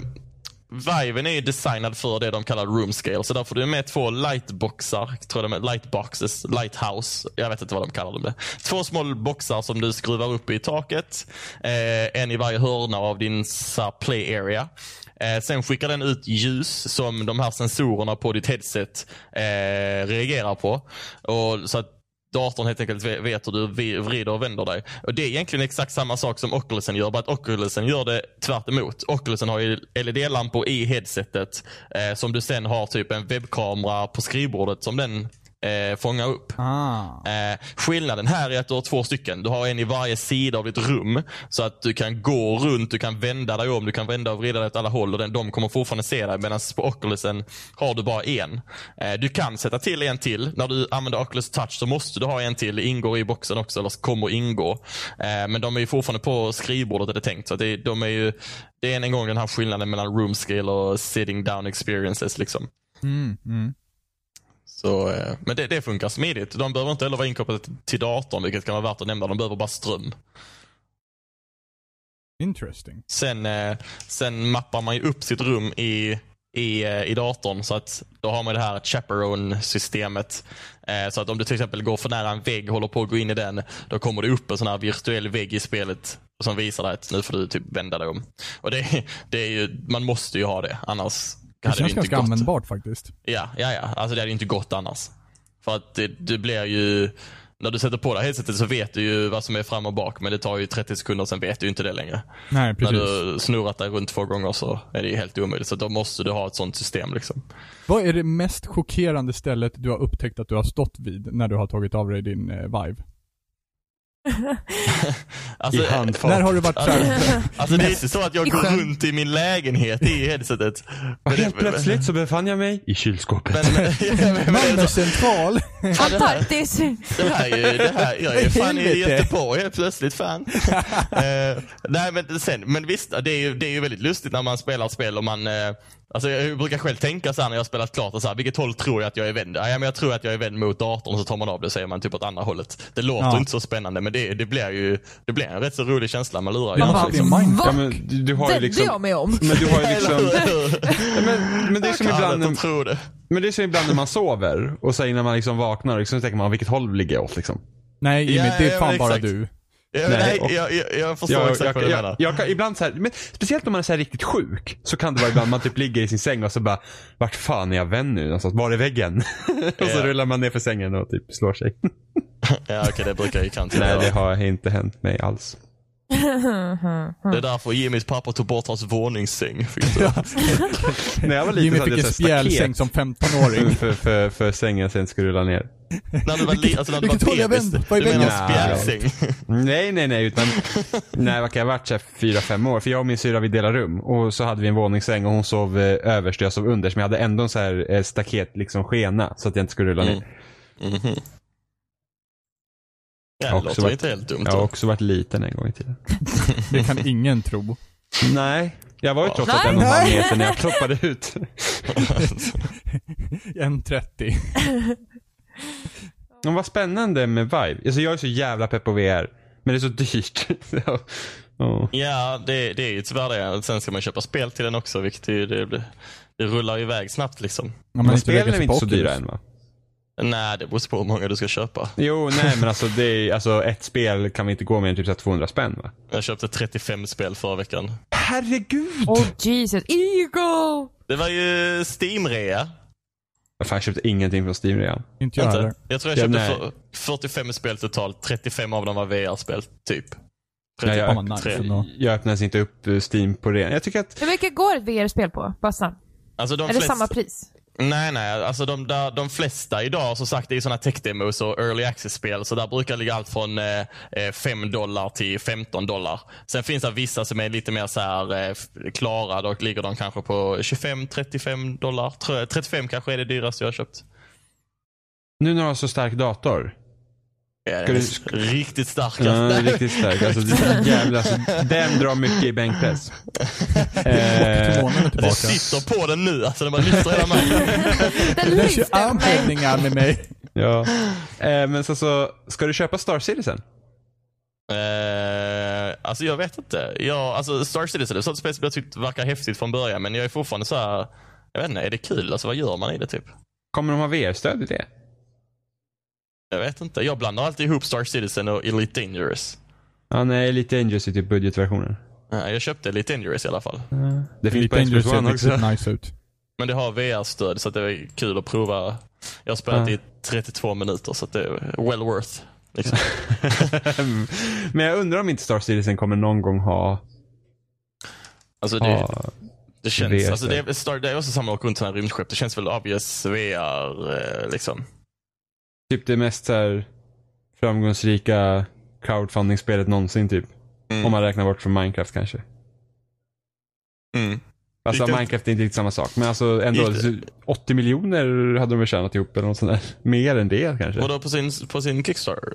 [SPEAKER 2] Viven är ju designad för det de kallar room scale. Så där får du med två lightboxar, tror jag de är, lightboxes, lighthouse. Jag vet inte vad de kallar dem det. Två små boxar som du skruvar upp i taket. Eh, en i varje hörna av din så här, play area. Eh, sen skickar den ut ljus som de här sensorerna på ditt headset eh, reagerar på. Och, så att datorn helt enkelt ve- vet hur du vi- vrider och vänder dig. Och Det är egentligen exakt samma sak som Oculusen gör, bara att Oculusen gör det tvärt emot. Oculusen har ju E LED-lampor i headsetet eh, som du sen har typ en webbkamera på skrivbordet som den eh, fånga upp.
[SPEAKER 4] Ah.
[SPEAKER 2] Eh, skillnaden här är att du har två stycken. Du har en i varje sida av ditt rum. Så att du kan gå runt, du kan vända dig om, du kan vända och vrida dig åt alla håll. Och den, de kommer fortfarande se dig. Medan på Oculusen har du bara en. Eh, du kan sätta till en till. När du använder Oculus Touch så måste du ha en till. Det ingår i boxen också, eller kommer ingå. Eh, men de är ju fortfarande på skrivbordet är det tänkt. Så att det, de är ju, det är än en gång den här skillnaden mellan room scale och sitting down experiences. Liksom.
[SPEAKER 4] Mm, mm.
[SPEAKER 2] Så, eh, men det, det funkar smidigt. De behöver inte heller vara inkopplade till datorn, vilket kan vara värt att nämna. De behöver bara ström.
[SPEAKER 4] Interesting.
[SPEAKER 2] Sen, eh, sen mappar man ju upp sitt rum i, i, eh, i datorn. Så att då har man det här chaperone-systemet. Eh, så att om du till exempel går för nära en vägg, håller på att gå in i den, då kommer det upp en sån här virtuell vägg i spelet som visar dig att nu får du typ vända dig om. Och det, det är ju, man måste ju ha det, annars
[SPEAKER 4] Det
[SPEAKER 2] hade det
[SPEAKER 4] känns
[SPEAKER 2] ju inte
[SPEAKER 4] ganska
[SPEAKER 2] gått.
[SPEAKER 4] användbart faktiskt.
[SPEAKER 2] Ja, ja, ja. Alltså det hade ju inte gått annars. För att det, det blir ju... När du sätter på det här headsetet så vet du ju vad som är fram och bak, men det tar ju 30 sekunder, sen vet du ju inte det längre.
[SPEAKER 4] Nej, precis.
[SPEAKER 2] När du snurrat dig runt två gånger så är det ju helt omöjligt. Så då måste du ha ett sånt system. Liksom.
[SPEAKER 4] Vad är det mest chockerande stället du har upptäckt att du har stått vid när du har tagit av dig din eh, Vive?
[SPEAKER 2] Alltså,
[SPEAKER 1] I handfat.
[SPEAKER 4] När har du varit såhär,
[SPEAKER 2] alltså, det är inte så att jag
[SPEAKER 3] I
[SPEAKER 2] går
[SPEAKER 3] sjön.
[SPEAKER 2] runt i min lägenhet i headsetet. Men det-
[SPEAKER 1] Helt plötsligt så befann jag mig i kylskåpet.
[SPEAKER 2] Men, men, men, men, men,
[SPEAKER 4] Malmö central?
[SPEAKER 2] det här-
[SPEAKER 3] Antarktis!
[SPEAKER 2] Det här är ju, det här, jag är ju fan i
[SPEAKER 4] Helvete.
[SPEAKER 2] Göteborg helt plötsligt fan. Eh, nej men sen, men visst det är, ju, det är ju väldigt lustigt när man spelar ett spel och man eh, Alltså jag brukar själv tänka så här när jag har spelat klart, och så här, vilket håll tror jag att jag är vänd? Ja, men jag tror att jag är vänd mot datorn, så tar man av det och säger man typ åt andra hållet. Det låter
[SPEAKER 4] Ja.
[SPEAKER 2] inte så spännande men det, det blir ju det blir en rätt så rolig känsla. Man lurar ju
[SPEAKER 4] Man
[SPEAKER 2] någon,
[SPEAKER 4] bara,
[SPEAKER 1] Ja,
[SPEAKER 3] Vad
[SPEAKER 4] det är mindfuck.
[SPEAKER 1] men du, du har ju
[SPEAKER 3] vände jag
[SPEAKER 1] liksom...
[SPEAKER 3] mig om?
[SPEAKER 1] Men du har ju
[SPEAKER 2] Eller
[SPEAKER 1] liksom...
[SPEAKER 2] hur?
[SPEAKER 1] Ja, Men, men det är som
[SPEAKER 2] Jag
[SPEAKER 1] ibland...
[SPEAKER 2] hade inte tro det.
[SPEAKER 1] Men det är som ibland när man sover och sen när man liksom vaknar liksom, så tänker man vilket håll ligger jag åt liksom.
[SPEAKER 4] Nej Jimmy,
[SPEAKER 2] Ja,
[SPEAKER 4] det
[SPEAKER 2] ja,
[SPEAKER 4] är fan
[SPEAKER 2] men
[SPEAKER 4] bara
[SPEAKER 2] exakt.
[SPEAKER 4] du.
[SPEAKER 2] Jag,
[SPEAKER 1] Nej,
[SPEAKER 2] nej,
[SPEAKER 1] och-
[SPEAKER 2] jag, jag, jag förstår
[SPEAKER 1] Jag,
[SPEAKER 2] exakt
[SPEAKER 1] jag,
[SPEAKER 2] vad du
[SPEAKER 1] jag,
[SPEAKER 2] menar.
[SPEAKER 1] jag, kan ibland så här, men speciellt om man är så här riktigt sjuk så kan det vara ibland man typ ligger i sin säng och så bara vart fan är jag vänd nu någonstans? Var är väggen? och så
[SPEAKER 2] Ja.
[SPEAKER 1] rullar man ner för sängen och typ slår sig.
[SPEAKER 2] Ja, okej, det brukar jag ju kanske
[SPEAKER 1] Nej
[SPEAKER 2] göra.
[SPEAKER 1] det har inte hänt mig alls.
[SPEAKER 2] Det är därför Jimmys pappa tog bort hans våningssäng. fick jag säga.
[SPEAKER 1] När jag var liten
[SPEAKER 4] Jimmy
[SPEAKER 1] så hade jag
[SPEAKER 4] fick en
[SPEAKER 1] så här
[SPEAKER 4] spjälsäng
[SPEAKER 1] staket
[SPEAKER 4] som 15-åring.
[SPEAKER 1] för, för, för sängen sen skulle rulla ner.
[SPEAKER 2] När du var li- alltså när du var
[SPEAKER 4] vilket håll jag
[SPEAKER 2] bebis.
[SPEAKER 4] vänder? Vad är
[SPEAKER 2] Du menar
[SPEAKER 1] vägen?
[SPEAKER 2] spjälsäng?
[SPEAKER 1] Nej, nej, nej. Utan, nej, vad kan jag ha varit? så här Fyra, fem år. För jag och min syra vi delar rum. Och så hade vi en våningssäng och hon sov eh, överst och jag sov underst. Men jag hade ändå en så här eh, staket, liksom skena. Så att jag inte skulle rulla ner.
[SPEAKER 2] Mm. Mhm. Ja,
[SPEAKER 1] Jag har
[SPEAKER 2] det
[SPEAKER 1] också varit-
[SPEAKER 2] låter inte helt dumt.
[SPEAKER 1] Jag har också varit liten en gång i tiden.
[SPEAKER 4] Det kan ingen tro.
[SPEAKER 1] Nej. Jag var ju trots
[SPEAKER 3] Nej.
[SPEAKER 1] allt en och en halv meter när jag ploppade ut.
[SPEAKER 4] 1.30.
[SPEAKER 1] Men vad spännande med Vive. Alltså jag är så jävla pepp på VR. Men det är så dyrt. Ja. Ja.
[SPEAKER 2] Ja, det, det är ju tyvärr det. Sen ska man köpa spel till den också, vilket ju, det, blir- det rullar ju iväg snabbt liksom.
[SPEAKER 4] Om
[SPEAKER 1] Men
[SPEAKER 4] lägger
[SPEAKER 1] spelen är
[SPEAKER 4] sig
[SPEAKER 1] inte
[SPEAKER 4] på
[SPEAKER 1] så dyra
[SPEAKER 4] Oculus.
[SPEAKER 1] än va?
[SPEAKER 2] Nej, det beror på hur många du ska köpa.
[SPEAKER 1] Jo, nej men alltså, det är, alltså ett spel kan vi inte gå med än typ så här 200 spänn va?
[SPEAKER 2] Jag köpte 35 spel förra veckan.
[SPEAKER 1] Herregud!
[SPEAKER 3] Oh Jesus, eagle!
[SPEAKER 2] Det var ju Steam-rea.
[SPEAKER 1] Fan, jag köpte ingenting från Steam redan.
[SPEAKER 4] Inte jag heller.
[SPEAKER 2] Inte? Jag tror jag
[SPEAKER 1] Ja,
[SPEAKER 2] köpte
[SPEAKER 1] nej.
[SPEAKER 2] för- 45 spel totalt. 35 av dem var VR-spel, typ.
[SPEAKER 1] Nej, jag-
[SPEAKER 4] Fan vad nice
[SPEAKER 2] Tre.
[SPEAKER 4] ändå.
[SPEAKER 1] Jag öppnar ens inte upp eh, Steam på ren. Jag tycker att
[SPEAKER 3] Hur mycket går ett VR-spel på? Bara snabbt.
[SPEAKER 2] Alltså, de
[SPEAKER 3] Är det
[SPEAKER 2] flesta-
[SPEAKER 3] samma pris?
[SPEAKER 2] Nej, nej. Alltså de, där, de flesta idag, som sagt, det är ju sådana tech-demos och early access-spel. Så där brukar det ligga allt från eh, eh, 5 dollar till 15 dollar. Sen finns det vissa som är lite mer så här, eh, f- klara. Då ligger de kanske på 25-35 dollar. Tror jag. 35 kanske är det dyraste jag har köpt.
[SPEAKER 1] nu när du har så stark dator.
[SPEAKER 2] Ja,
[SPEAKER 1] Ska
[SPEAKER 2] det
[SPEAKER 1] du-
[SPEAKER 2] är Eh, Riktigt starkast.
[SPEAKER 1] Ja, den är riktigt stark. Alltså, det är så jävla, alltså, den drar mycket i bänkpress. Eh,
[SPEAKER 4] Månen
[SPEAKER 2] det
[SPEAKER 4] tillbaka.
[SPEAKER 2] sitter på den nu. Alltså den bara lyfter hela marken.
[SPEAKER 3] Den
[SPEAKER 4] Den kör
[SPEAKER 3] lyfter mig.
[SPEAKER 4] armhävningar med mig.
[SPEAKER 1] ja. eh, men så, så, ska du köpa Star Citizen?
[SPEAKER 2] Eh, alltså jag vet inte. Jag, alltså Star Citizen det är ett sånt spel som jag tyckte typ verkar häftigt från början men jag är fortfarande så här. Jag vet inte, är det kul? Alltså vad gör man i det typ?
[SPEAKER 1] Kommer de ha VR-stöd i det?
[SPEAKER 2] Jag vet inte. Jag blandar alltid ihop Star Citizen och Elite Dangerous.
[SPEAKER 1] Ja, nej, lite Dangerous i typ budgetversionen.
[SPEAKER 2] Nej, Jag köpte Elite Dangerous i alla fall.
[SPEAKER 1] Det finns på
[SPEAKER 4] Lite Angel
[SPEAKER 1] Xbox
[SPEAKER 4] ser
[SPEAKER 1] One också.
[SPEAKER 4] riktigt nice ut.
[SPEAKER 2] Men det har VR-stöd så att det är kul att prova. Jag har spelat
[SPEAKER 1] Ja.
[SPEAKER 2] i 32 minuter så att det är well worth. Liksom.
[SPEAKER 1] men jag undrar om inte Star Citizen kommer någon gång ha...
[SPEAKER 2] Alltså det,
[SPEAKER 1] ha
[SPEAKER 2] det känns,
[SPEAKER 1] VR-stöd.
[SPEAKER 2] alltså det är, Star, det är också samma sak runt sådana här rymdskepp. Det känns väl obvious VR eh, liksom.
[SPEAKER 1] typ det mest så här framgångsrika crowdfunding-spelet någonsin typ.
[SPEAKER 2] Mm.
[SPEAKER 1] Om man räknar bort från Minecraft kanske.
[SPEAKER 2] Mm.
[SPEAKER 1] Alltså
[SPEAKER 2] Lite-
[SPEAKER 1] Minecraft är inte riktigt samma sak. Men alltså ändå,
[SPEAKER 2] Lite-
[SPEAKER 1] 80 miljoner hade de väl tjänat ihop eller något sånt där. Mer än det kanske.
[SPEAKER 2] Vadå på sin, på sin Kickstarter?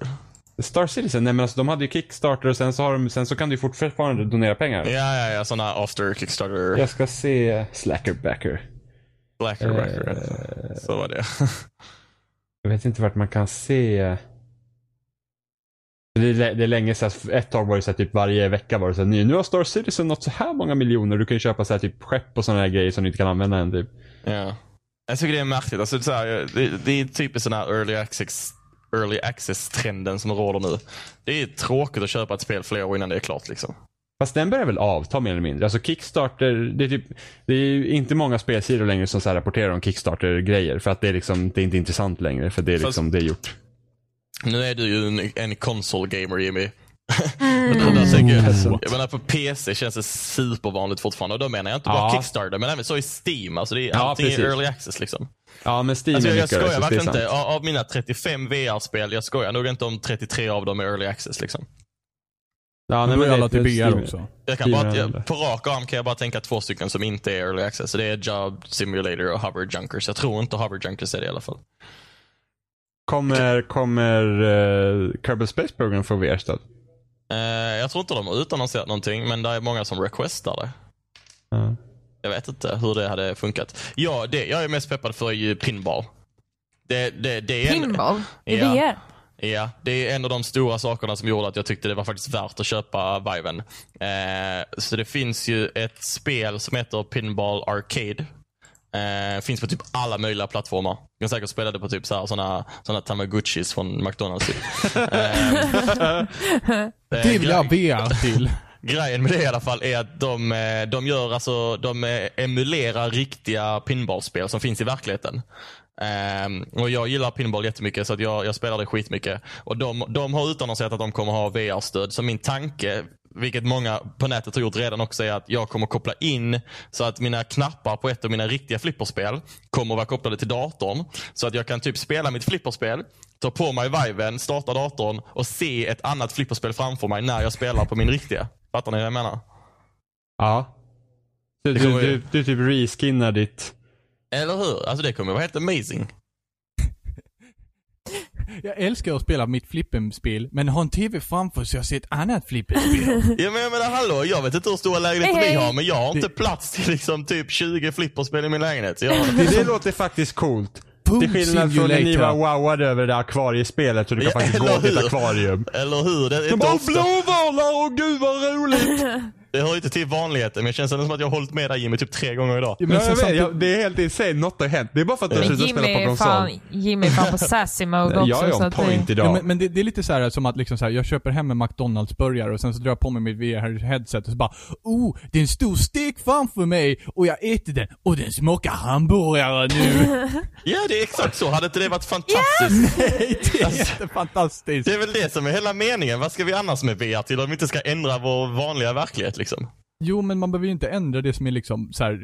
[SPEAKER 1] Star Citizen, nej men alltså de hade ju Kickstarter och sen så, har de, sen så kan du ju fortfarande donera pengar.
[SPEAKER 2] Ja, ja, ja. Sådana after Kickstarter.
[SPEAKER 1] Jag ska se Slackerbacker.
[SPEAKER 2] Blacker,
[SPEAKER 1] Eh.
[SPEAKER 2] blacker.
[SPEAKER 1] alltså.
[SPEAKER 2] Så var det.
[SPEAKER 1] Jag vet inte vart man kan se. Det är, lä- det är länge sedan, ett tag var det så här, typ varje vecka var det så här, nu nu har Star Citizen nått så här många miljoner. Du kan ju köpa så här, typ skepp och sådana här grejer som du inte kan använda än. Typ.
[SPEAKER 2] Ja. Jag tycker det är märkligt. Alltså, så här, det, det är typiskt den här early access early access-trenden som råder nu. Det är tråkigt att köpa ett spel flera år innan det är klart. Liksom.
[SPEAKER 1] Fast den börjar väl avta mer eller mindre. Alltså Kickstarter, det är, typ, det är ju inte många spelsidor längre som så här rapporterar om Kickstarter-grejer. För att det är liksom, det är inte intressant längre. För det är
[SPEAKER 2] Fast-
[SPEAKER 1] liksom, det är gjort.
[SPEAKER 2] Nu är du ju en, en console-gamer, Jimmy. Och
[SPEAKER 1] Mm.
[SPEAKER 2] då- då tänker Alltså, jag, jag menar, på PC känns det supervanligt fortfarande. Och då menar jag inte bara
[SPEAKER 1] Ja.
[SPEAKER 2] Kickstarter, men även så i Steam. Alltså det är,
[SPEAKER 1] Ja,
[SPEAKER 2] allting är
[SPEAKER 1] precis.
[SPEAKER 2] early access. liksom.
[SPEAKER 1] Ja men Steam
[SPEAKER 2] Alltså,
[SPEAKER 1] är
[SPEAKER 2] jag, jag
[SPEAKER 1] mycket
[SPEAKER 2] skojar
[SPEAKER 1] racist, det är
[SPEAKER 2] verkligen
[SPEAKER 1] sant.
[SPEAKER 2] inte. Av, av mina 35 VR-spel, jag skojar nog inte om 33 av dem är early access. Liksom.
[SPEAKER 1] Ja,
[SPEAKER 4] Men då är
[SPEAKER 1] det-
[SPEAKER 4] alla till
[SPEAKER 1] det-
[SPEAKER 4] BR också.
[SPEAKER 2] Jag kan bara,
[SPEAKER 1] Fyra
[SPEAKER 2] jag,
[SPEAKER 1] eller?
[SPEAKER 2] på rak arm kan jag bara tänka två stycken som inte är early access. Så Det är Job Simulator och Hover Junkers. Jag tror inte Hover Junkers är det i alla fall.
[SPEAKER 1] Kommer, kommer eh, Kerbal Space Program få VR-stöd?
[SPEAKER 2] Eh, jag tror inte de har utannonserat någonting, men det är många som requestar det.
[SPEAKER 1] Ja.
[SPEAKER 2] Jag vet inte hur det hade funkat. Ja, det jag är mest peppad för är ju pinball. Det, det, det är en-
[SPEAKER 3] Pinball? I
[SPEAKER 2] Ja.
[SPEAKER 3] VR?
[SPEAKER 2] Ja, det är en av de stora sakerna som gjorde att jag tyckte det var faktiskt värt att köpa Viven. Eh, så det finns ju ett spel som heter Pinball Arcade. Eh, finns på typ alla möjliga plattformar. Jag kan säkert spela det på typ så här, såna, såna Tamagotchis från McDonalds. typ. eh, eh,
[SPEAKER 4] Det vill jag
[SPEAKER 2] gre-
[SPEAKER 4] be till.
[SPEAKER 2] Grejen med det i alla fall är att de, eh, de gör alltså, de eh, emulerar riktiga pinballspel som finns i verkligheten. Ehm, och Jag gillar pinball jättemycket så att jag, jag spelar det skitmycket. Och de, de har utannonserat att de kommer ha VR-stöd. Så min tanke, vilket många på nätet har gjort redan också, är att jag kommer koppla in så att mina knappar på ett av mina riktiga flipperspel kommer vara kopplade till datorn. Så att jag kan typ spela mitt flipperspel, ta på mig viven, starta datorn och se ett annat flipperspel framför mig när jag spelar på min riktiga. Fattar ni vad jag menar?
[SPEAKER 1] ja. Du,
[SPEAKER 2] Det
[SPEAKER 1] du,
[SPEAKER 2] kommer ju-
[SPEAKER 1] du, du typ reskinnar ditt...
[SPEAKER 2] Eller hur? Alltså det kommer vara helt amazing.
[SPEAKER 4] Jag älskar att spela mitt flippenspel, men har en TV framför så jag ser ett annat flippenspel.
[SPEAKER 2] Ja, men jag menar hallå, jag vet inte hur stora lägenheter
[SPEAKER 3] Hej,
[SPEAKER 2] ni
[SPEAKER 3] hej.
[SPEAKER 2] har men jag har inte plats till liksom typ 20 flipperspel i min lägenhet. Så Jag,
[SPEAKER 1] Det, det låter faktiskt coolt.
[SPEAKER 4] Pool
[SPEAKER 1] Till skillnad från när ni var
[SPEAKER 4] simulator.
[SPEAKER 1] wowade över det där akvariespelet så du kan
[SPEAKER 2] Ja,
[SPEAKER 1] faktiskt gå
[SPEAKER 2] eller
[SPEAKER 1] till ett
[SPEAKER 2] hur?
[SPEAKER 1] akvarium.
[SPEAKER 2] eller hur? Det, är
[SPEAKER 1] De
[SPEAKER 2] inte
[SPEAKER 1] bara
[SPEAKER 2] ofta,
[SPEAKER 1] blåvalar och gud vad roligt!
[SPEAKER 2] det hör ju inte till vanligheten men det känns ändå som att jag har hållit med dig Jimmy typ tre gånger idag.
[SPEAKER 4] Ja, men
[SPEAKER 1] Men
[SPEAKER 4] sen
[SPEAKER 1] jag vet,
[SPEAKER 4] samtidigt-
[SPEAKER 1] jag, det är helt insane, något har hänt. Det är bara för att du har
[SPEAKER 3] Men
[SPEAKER 1] slutat
[SPEAKER 3] Jimmy
[SPEAKER 1] spela på
[SPEAKER 3] är
[SPEAKER 1] konsol.
[SPEAKER 3] fan, Jimmy är fan på sassy mode också.
[SPEAKER 1] Jag
[SPEAKER 3] så
[SPEAKER 1] är on
[SPEAKER 3] att det-
[SPEAKER 1] point idag.
[SPEAKER 4] Ja, men, men det, det är lite så här som att liksom så här, jag köper hem en McDonalds-burgare och sen så drar jag på mig mitt VR-headset och så bara Oh, det är en stor stek framför mig och jag äter den och den smakar hamburgare nu.
[SPEAKER 2] Ja det är exakt så, hade inte det varit fantastiskt?
[SPEAKER 4] det
[SPEAKER 1] Alltså.
[SPEAKER 4] är jättefantastiskt.
[SPEAKER 2] Det är väl det som är hela meningen. Vad ska vi annars med VR till om vi inte ska ändra vår vanliga verklighet liksom?
[SPEAKER 4] Jo, men man behöver ju inte ändra det som är liksom så här.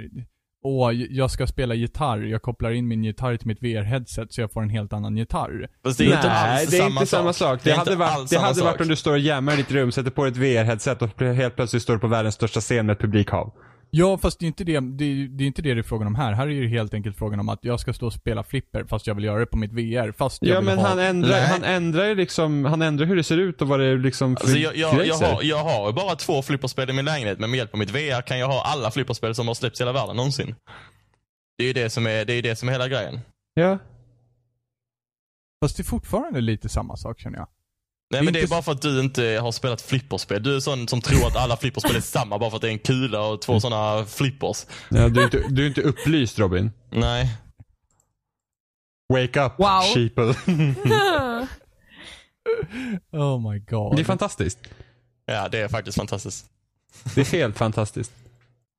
[SPEAKER 4] Åh, jag ska spela gitarr. Jag kopplar in min gitarr till mitt VR-headset så jag får en helt annan gitarr.
[SPEAKER 2] Fast det är inte
[SPEAKER 1] Nej,
[SPEAKER 2] alls
[SPEAKER 1] det är
[SPEAKER 2] samma
[SPEAKER 1] inte
[SPEAKER 2] sak.
[SPEAKER 1] samma sak. Det,
[SPEAKER 2] är
[SPEAKER 1] hade
[SPEAKER 2] inte
[SPEAKER 1] varit,
[SPEAKER 2] alls
[SPEAKER 1] det
[SPEAKER 2] samma
[SPEAKER 1] hade
[SPEAKER 2] sak.
[SPEAKER 1] varit om du står och jammar i ditt rum, sätter på ett VR-headset och helt plötsligt står du på världens största scen med ett publikhav.
[SPEAKER 4] Ja, fast det är inte det det är, det är inte det det är frågan om här. Här är det helt enkelt frågan om att jag ska stå och spela flipper fast jag vill göra det på mitt VR. Fast jag
[SPEAKER 1] Ja
[SPEAKER 4] vill
[SPEAKER 1] men
[SPEAKER 4] ha...
[SPEAKER 1] han ändrar,
[SPEAKER 2] Nej.
[SPEAKER 1] han ändrar ju liksom, han ändrar hur det ser ut och vad det är liksom för
[SPEAKER 2] Alltså jag, jag, jag,
[SPEAKER 1] grejser.
[SPEAKER 2] har, jag har bara två flipperspel i min lägenhet, men med hjälp av mitt VR kan jag ha alla flipperspel som har släppts i hela världen någonsin. Det är ju det som är, det är, ju det som är hela grejen.
[SPEAKER 1] Ja.
[SPEAKER 4] Fast det är fortfarande lite samma sak känner jag.
[SPEAKER 2] Nej men
[SPEAKER 4] inte
[SPEAKER 2] det är
[SPEAKER 4] s-
[SPEAKER 2] bara för att du inte har spelat flipperspel. Du är sån som tror att alla flipperspel är samma bara för att det är en kula och två sådana flippers.
[SPEAKER 1] ja du, är inte, du är inte upplyst Robin.
[SPEAKER 2] Nej.
[SPEAKER 1] Wake up
[SPEAKER 3] Wow.
[SPEAKER 1] sheeple.
[SPEAKER 4] Oh my god.
[SPEAKER 1] Det är fantastiskt.
[SPEAKER 2] Ja, det är faktiskt fantastiskt.
[SPEAKER 1] Det är helt fantastiskt.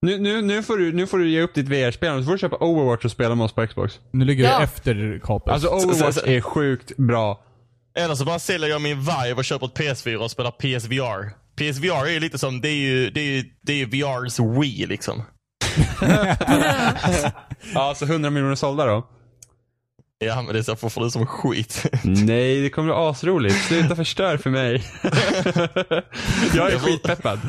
[SPEAKER 1] Nu, nu, nu, får du, nu får du ge upp ditt VR-spel och så får du köpa Overwatch och spela med oss på Xbox.
[SPEAKER 4] Nu ligger jag
[SPEAKER 3] Ja.
[SPEAKER 4] efter kapet.
[SPEAKER 1] Alltså
[SPEAKER 2] så-
[SPEAKER 1] Overwatch
[SPEAKER 2] så-
[SPEAKER 1] är sjukt bra.
[SPEAKER 2] Eller så bara säljer jag min Vive och köper ett PS4 och spelar PSVR. PSVR är ju lite som, det är ju, det är ju, det är ju VR's Wii liksom.
[SPEAKER 1] Ja, alltså 100 miljoner sålda då.
[SPEAKER 2] Ja, men det är så jag får få det som skit.
[SPEAKER 1] Nej, det kommer bli asroligt. Sluta förstör för mig. jag är skitpeppad.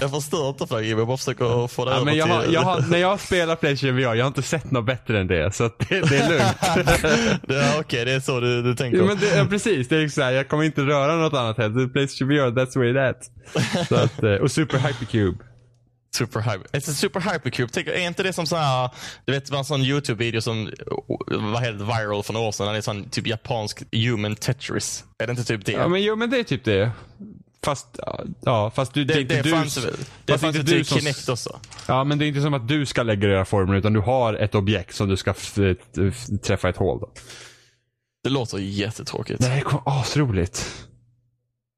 [SPEAKER 2] Jag förstör inte för dig Jimmy, jag bara försöker få det
[SPEAKER 1] Ja,
[SPEAKER 2] över
[SPEAKER 1] men jag har,
[SPEAKER 2] till...
[SPEAKER 1] jag har, när jag spelar Playstation VR, jag har inte sett något bättre än det. Så att det, det är lugnt.
[SPEAKER 2] Det- ja, Okej, det är så du, du tänker.
[SPEAKER 1] Jo, men det, ja, precis, det är liksom så här, jag kommer inte röra något annat heller. Playstation VR, that's where it at. Så att, eh, och Super Hypercube.
[SPEAKER 2] Super hype. It's a super hypercube. Tänk, är inte det som så här, du vet det var en sån YouTube-video som var helt viral för några år sedan. när Det är sån typ japansk human Tetris. Är det inte typ det?
[SPEAKER 1] Ja, men jo, men det är typ det. Fast, ja, fast du, det,
[SPEAKER 2] det,
[SPEAKER 1] är
[SPEAKER 2] det,
[SPEAKER 1] inte du,
[SPEAKER 2] fanns, det
[SPEAKER 1] fast
[SPEAKER 2] fanns
[SPEAKER 1] inte
[SPEAKER 2] ju
[SPEAKER 1] du
[SPEAKER 2] till
[SPEAKER 1] som-
[SPEAKER 2] Kinect också.
[SPEAKER 1] Ja, men det är inte som att du ska lägga era former utan du har ett objekt som du ska f- f- träffa ett hål. Då.
[SPEAKER 2] Det låter jättetråkigt.
[SPEAKER 1] Det här kommer asroligt.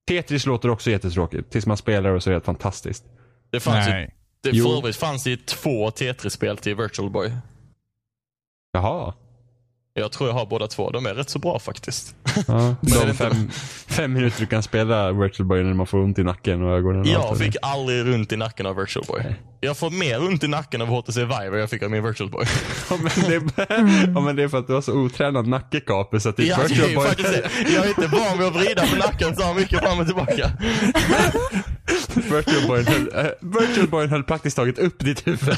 [SPEAKER 1] Tetris låter också jättetråkigt. Tills man spelar och så är det helt fantastiskt.
[SPEAKER 2] Det fanns ju,
[SPEAKER 1] typ-
[SPEAKER 4] Nej.
[SPEAKER 2] det,
[SPEAKER 1] Jo.
[SPEAKER 2] för övrigt fanns det ju två Tetris-spel till Virtual Boy.
[SPEAKER 1] Jaha.
[SPEAKER 2] Jag tror jag har båda två. De är rätt så bra faktiskt.
[SPEAKER 1] Ja.
[SPEAKER 2] är det
[SPEAKER 1] De
[SPEAKER 2] inte-
[SPEAKER 1] fem, fem minuter du kan spela Virtual Boy när man får ont i nacken och ögonen. och allt
[SPEAKER 2] Jag
[SPEAKER 1] vad det är.
[SPEAKER 2] fick aldrig runt i nacken av Virtual Boy. Jag får mer ont i nacken av HTC Vive än jag fick av min Virtual Boy.
[SPEAKER 1] Ja, men det, är- ja, men det är för att du har så otränad nackekape så att ditt
[SPEAKER 2] Ja, det är
[SPEAKER 1] Virtual
[SPEAKER 2] ju
[SPEAKER 1] Boy...
[SPEAKER 2] faktiskt det. Jag är inte van vid att vrida på nacken så här mycket fram och tillbaka.
[SPEAKER 1] Virtual Boy höll, eh, Virtual Boy höll praktiskt taget upp ditt huvud.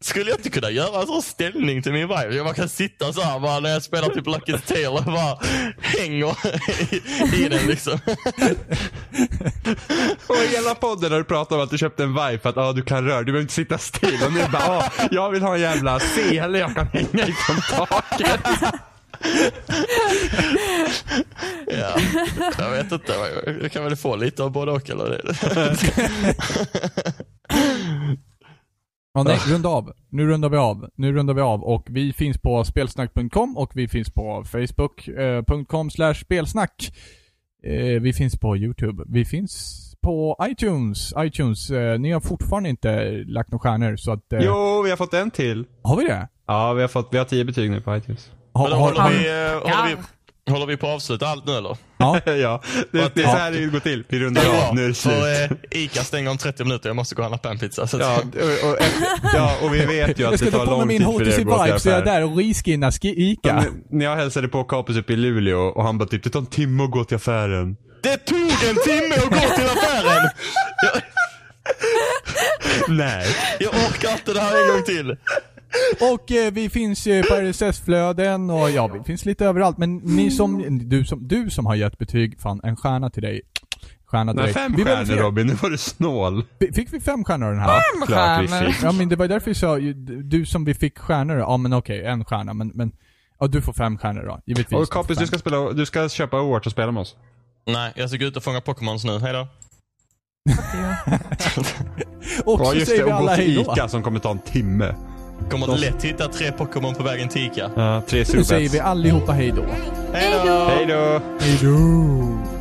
[SPEAKER 2] Skulle jag inte kunna göra en sån ställning till min vibe? Jag bara kan sitta så här bara när jag spelar typ Lucky's Tale och bara hänger i, i den liksom.
[SPEAKER 1] Och hela podden har du pratat om att du köpte en Vive för att ah, du kan röra du behöver inte sitta still. Och nu bara, ah, jag vill ha en jävla sele jag kan hänga i från taket.
[SPEAKER 2] Ja, jag vet inte. Jag kan väl få lite av både och eller?
[SPEAKER 4] Ja, nej,
[SPEAKER 1] Ah.
[SPEAKER 4] runda av. Nu rundar vi av. Nu rundar vi av och vi finns på spelsnack.com och vi finns på facebook.com slash spelsnack. Eh, Vi finns på YouTube. Vi finns på iTunes. iTunes, eh, ni har fortfarande inte lagt några stjärnor så att... eh,
[SPEAKER 1] Jo, vi har fått en till.
[SPEAKER 4] Har vi det?
[SPEAKER 1] Ja, vi har, fått, vi har tio betyg nu på iTunes.
[SPEAKER 4] Har,
[SPEAKER 2] Men då
[SPEAKER 4] har,
[SPEAKER 2] håller,
[SPEAKER 4] har,
[SPEAKER 2] vi, eh, håller, vi, håller vi på att avsluta allt nu eller?
[SPEAKER 4] ja,
[SPEAKER 1] ja, det, det är så här det går till. Vi rundar av. Nu är det slut.
[SPEAKER 2] För eh, Ica stänger om 30 minuter. Jag måste gå och handla pannpizza. Så att,
[SPEAKER 1] Ja, och, och, ja, och vi vet ju
[SPEAKER 4] jag
[SPEAKER 1] att
[SPEAKER 4] ska
[SPEAKER 1] det
[SPEAKER 4] ta
[SPEAKER 1] tar
[SPEAKER 4] på mig
[SPEAKER 1] lång
[SPEAKER 4] min
[SPEAKER 1] tid för det att
[SPEAKER 4] HTC
[SPEAKER 1] gå till
[SPEAKER 4] Vive så jag är
[SPEAKER 1] affären.
[SPEAKER 4] där och reskinnar ski- Ica.
[SPEAKER 1] N- När jag hälsade på Kapus uppe i Luleå och han bara typ, det tar en timme att gå till affären.
[SPEAKER 2] Det tog en timme att gå till affären! Jag,
[SPEAKER 1] Nej.
[SPEAKER 2] jag orkar inte det här en gång till.
[SPEAKER 4] Och eh, vi finns eh, på RSS-flöden och ja, vi finns lite överallt. Men ni som,
[SPEAKER 1] Mm.
[SPEAKER 4] du som, du som har gett betyg, fan en stjärna till dig. Stjärna till
[SPEAKER 1] Nej,
[SPEAKER 4] dig.
[SPEAKER 1] fem
[SPEAKER 4] Vi behöver
[SPEAKER 1] stjärnor
[SPEAKER 4] fler.
[SPEAKER 1] Robin, nu var du snål.
[SPEAKER 4] Fi- Fick vi fem stjärnor den här?
[SPEAKER 3] Fem
[SPEAKER 1] Klart vi
[SPEAKER 3] stjärnor.
[SPEAKER 1] fick.
[SPEAKER 4] Ja men det var därför jag sa, ju, d- du som vi fick stjärnor, ja men okej, en stjärna men, men ja, du får fem stjärnor då, givetvis.
[SPEAKER 1] Och Kapus, du ska, spela, du ska köpa Overwatch och spela med oss.
[SPEAKER 2] Nej, jag ska gå ut och fånga Pokémons nu. Hejdå.
[SPEAKER 4] Och
[SPEAKER 1] Ja
[SPEAKER 4] så
[SPEAKER 1] just
[SPEAKER 4] säger
[SPEAKER 1] det,
[SPEAKER 4] vi
[SPEAKER 1] och gå
[SPEAKER 4] alla
[SPEAKER 1] till
[SPEAKER 4] hejdå.
[SPEAKER 1] Ica som kommer ta en timme.
[SPEAKER 2] Kommer lätt hitta tre Pokémon på vägen till Ica.
[SPEAKER 1] Ja, tre
[SPEAKER 4] Nu säger vi
[SPEAKER 1] superbets.
[SPEAKER 4] allihopa hejdå.
[SPEAKER 2] Hejdå!
[SPEAKER 1] Hej då!
[SPEAKER 4] Hejdå.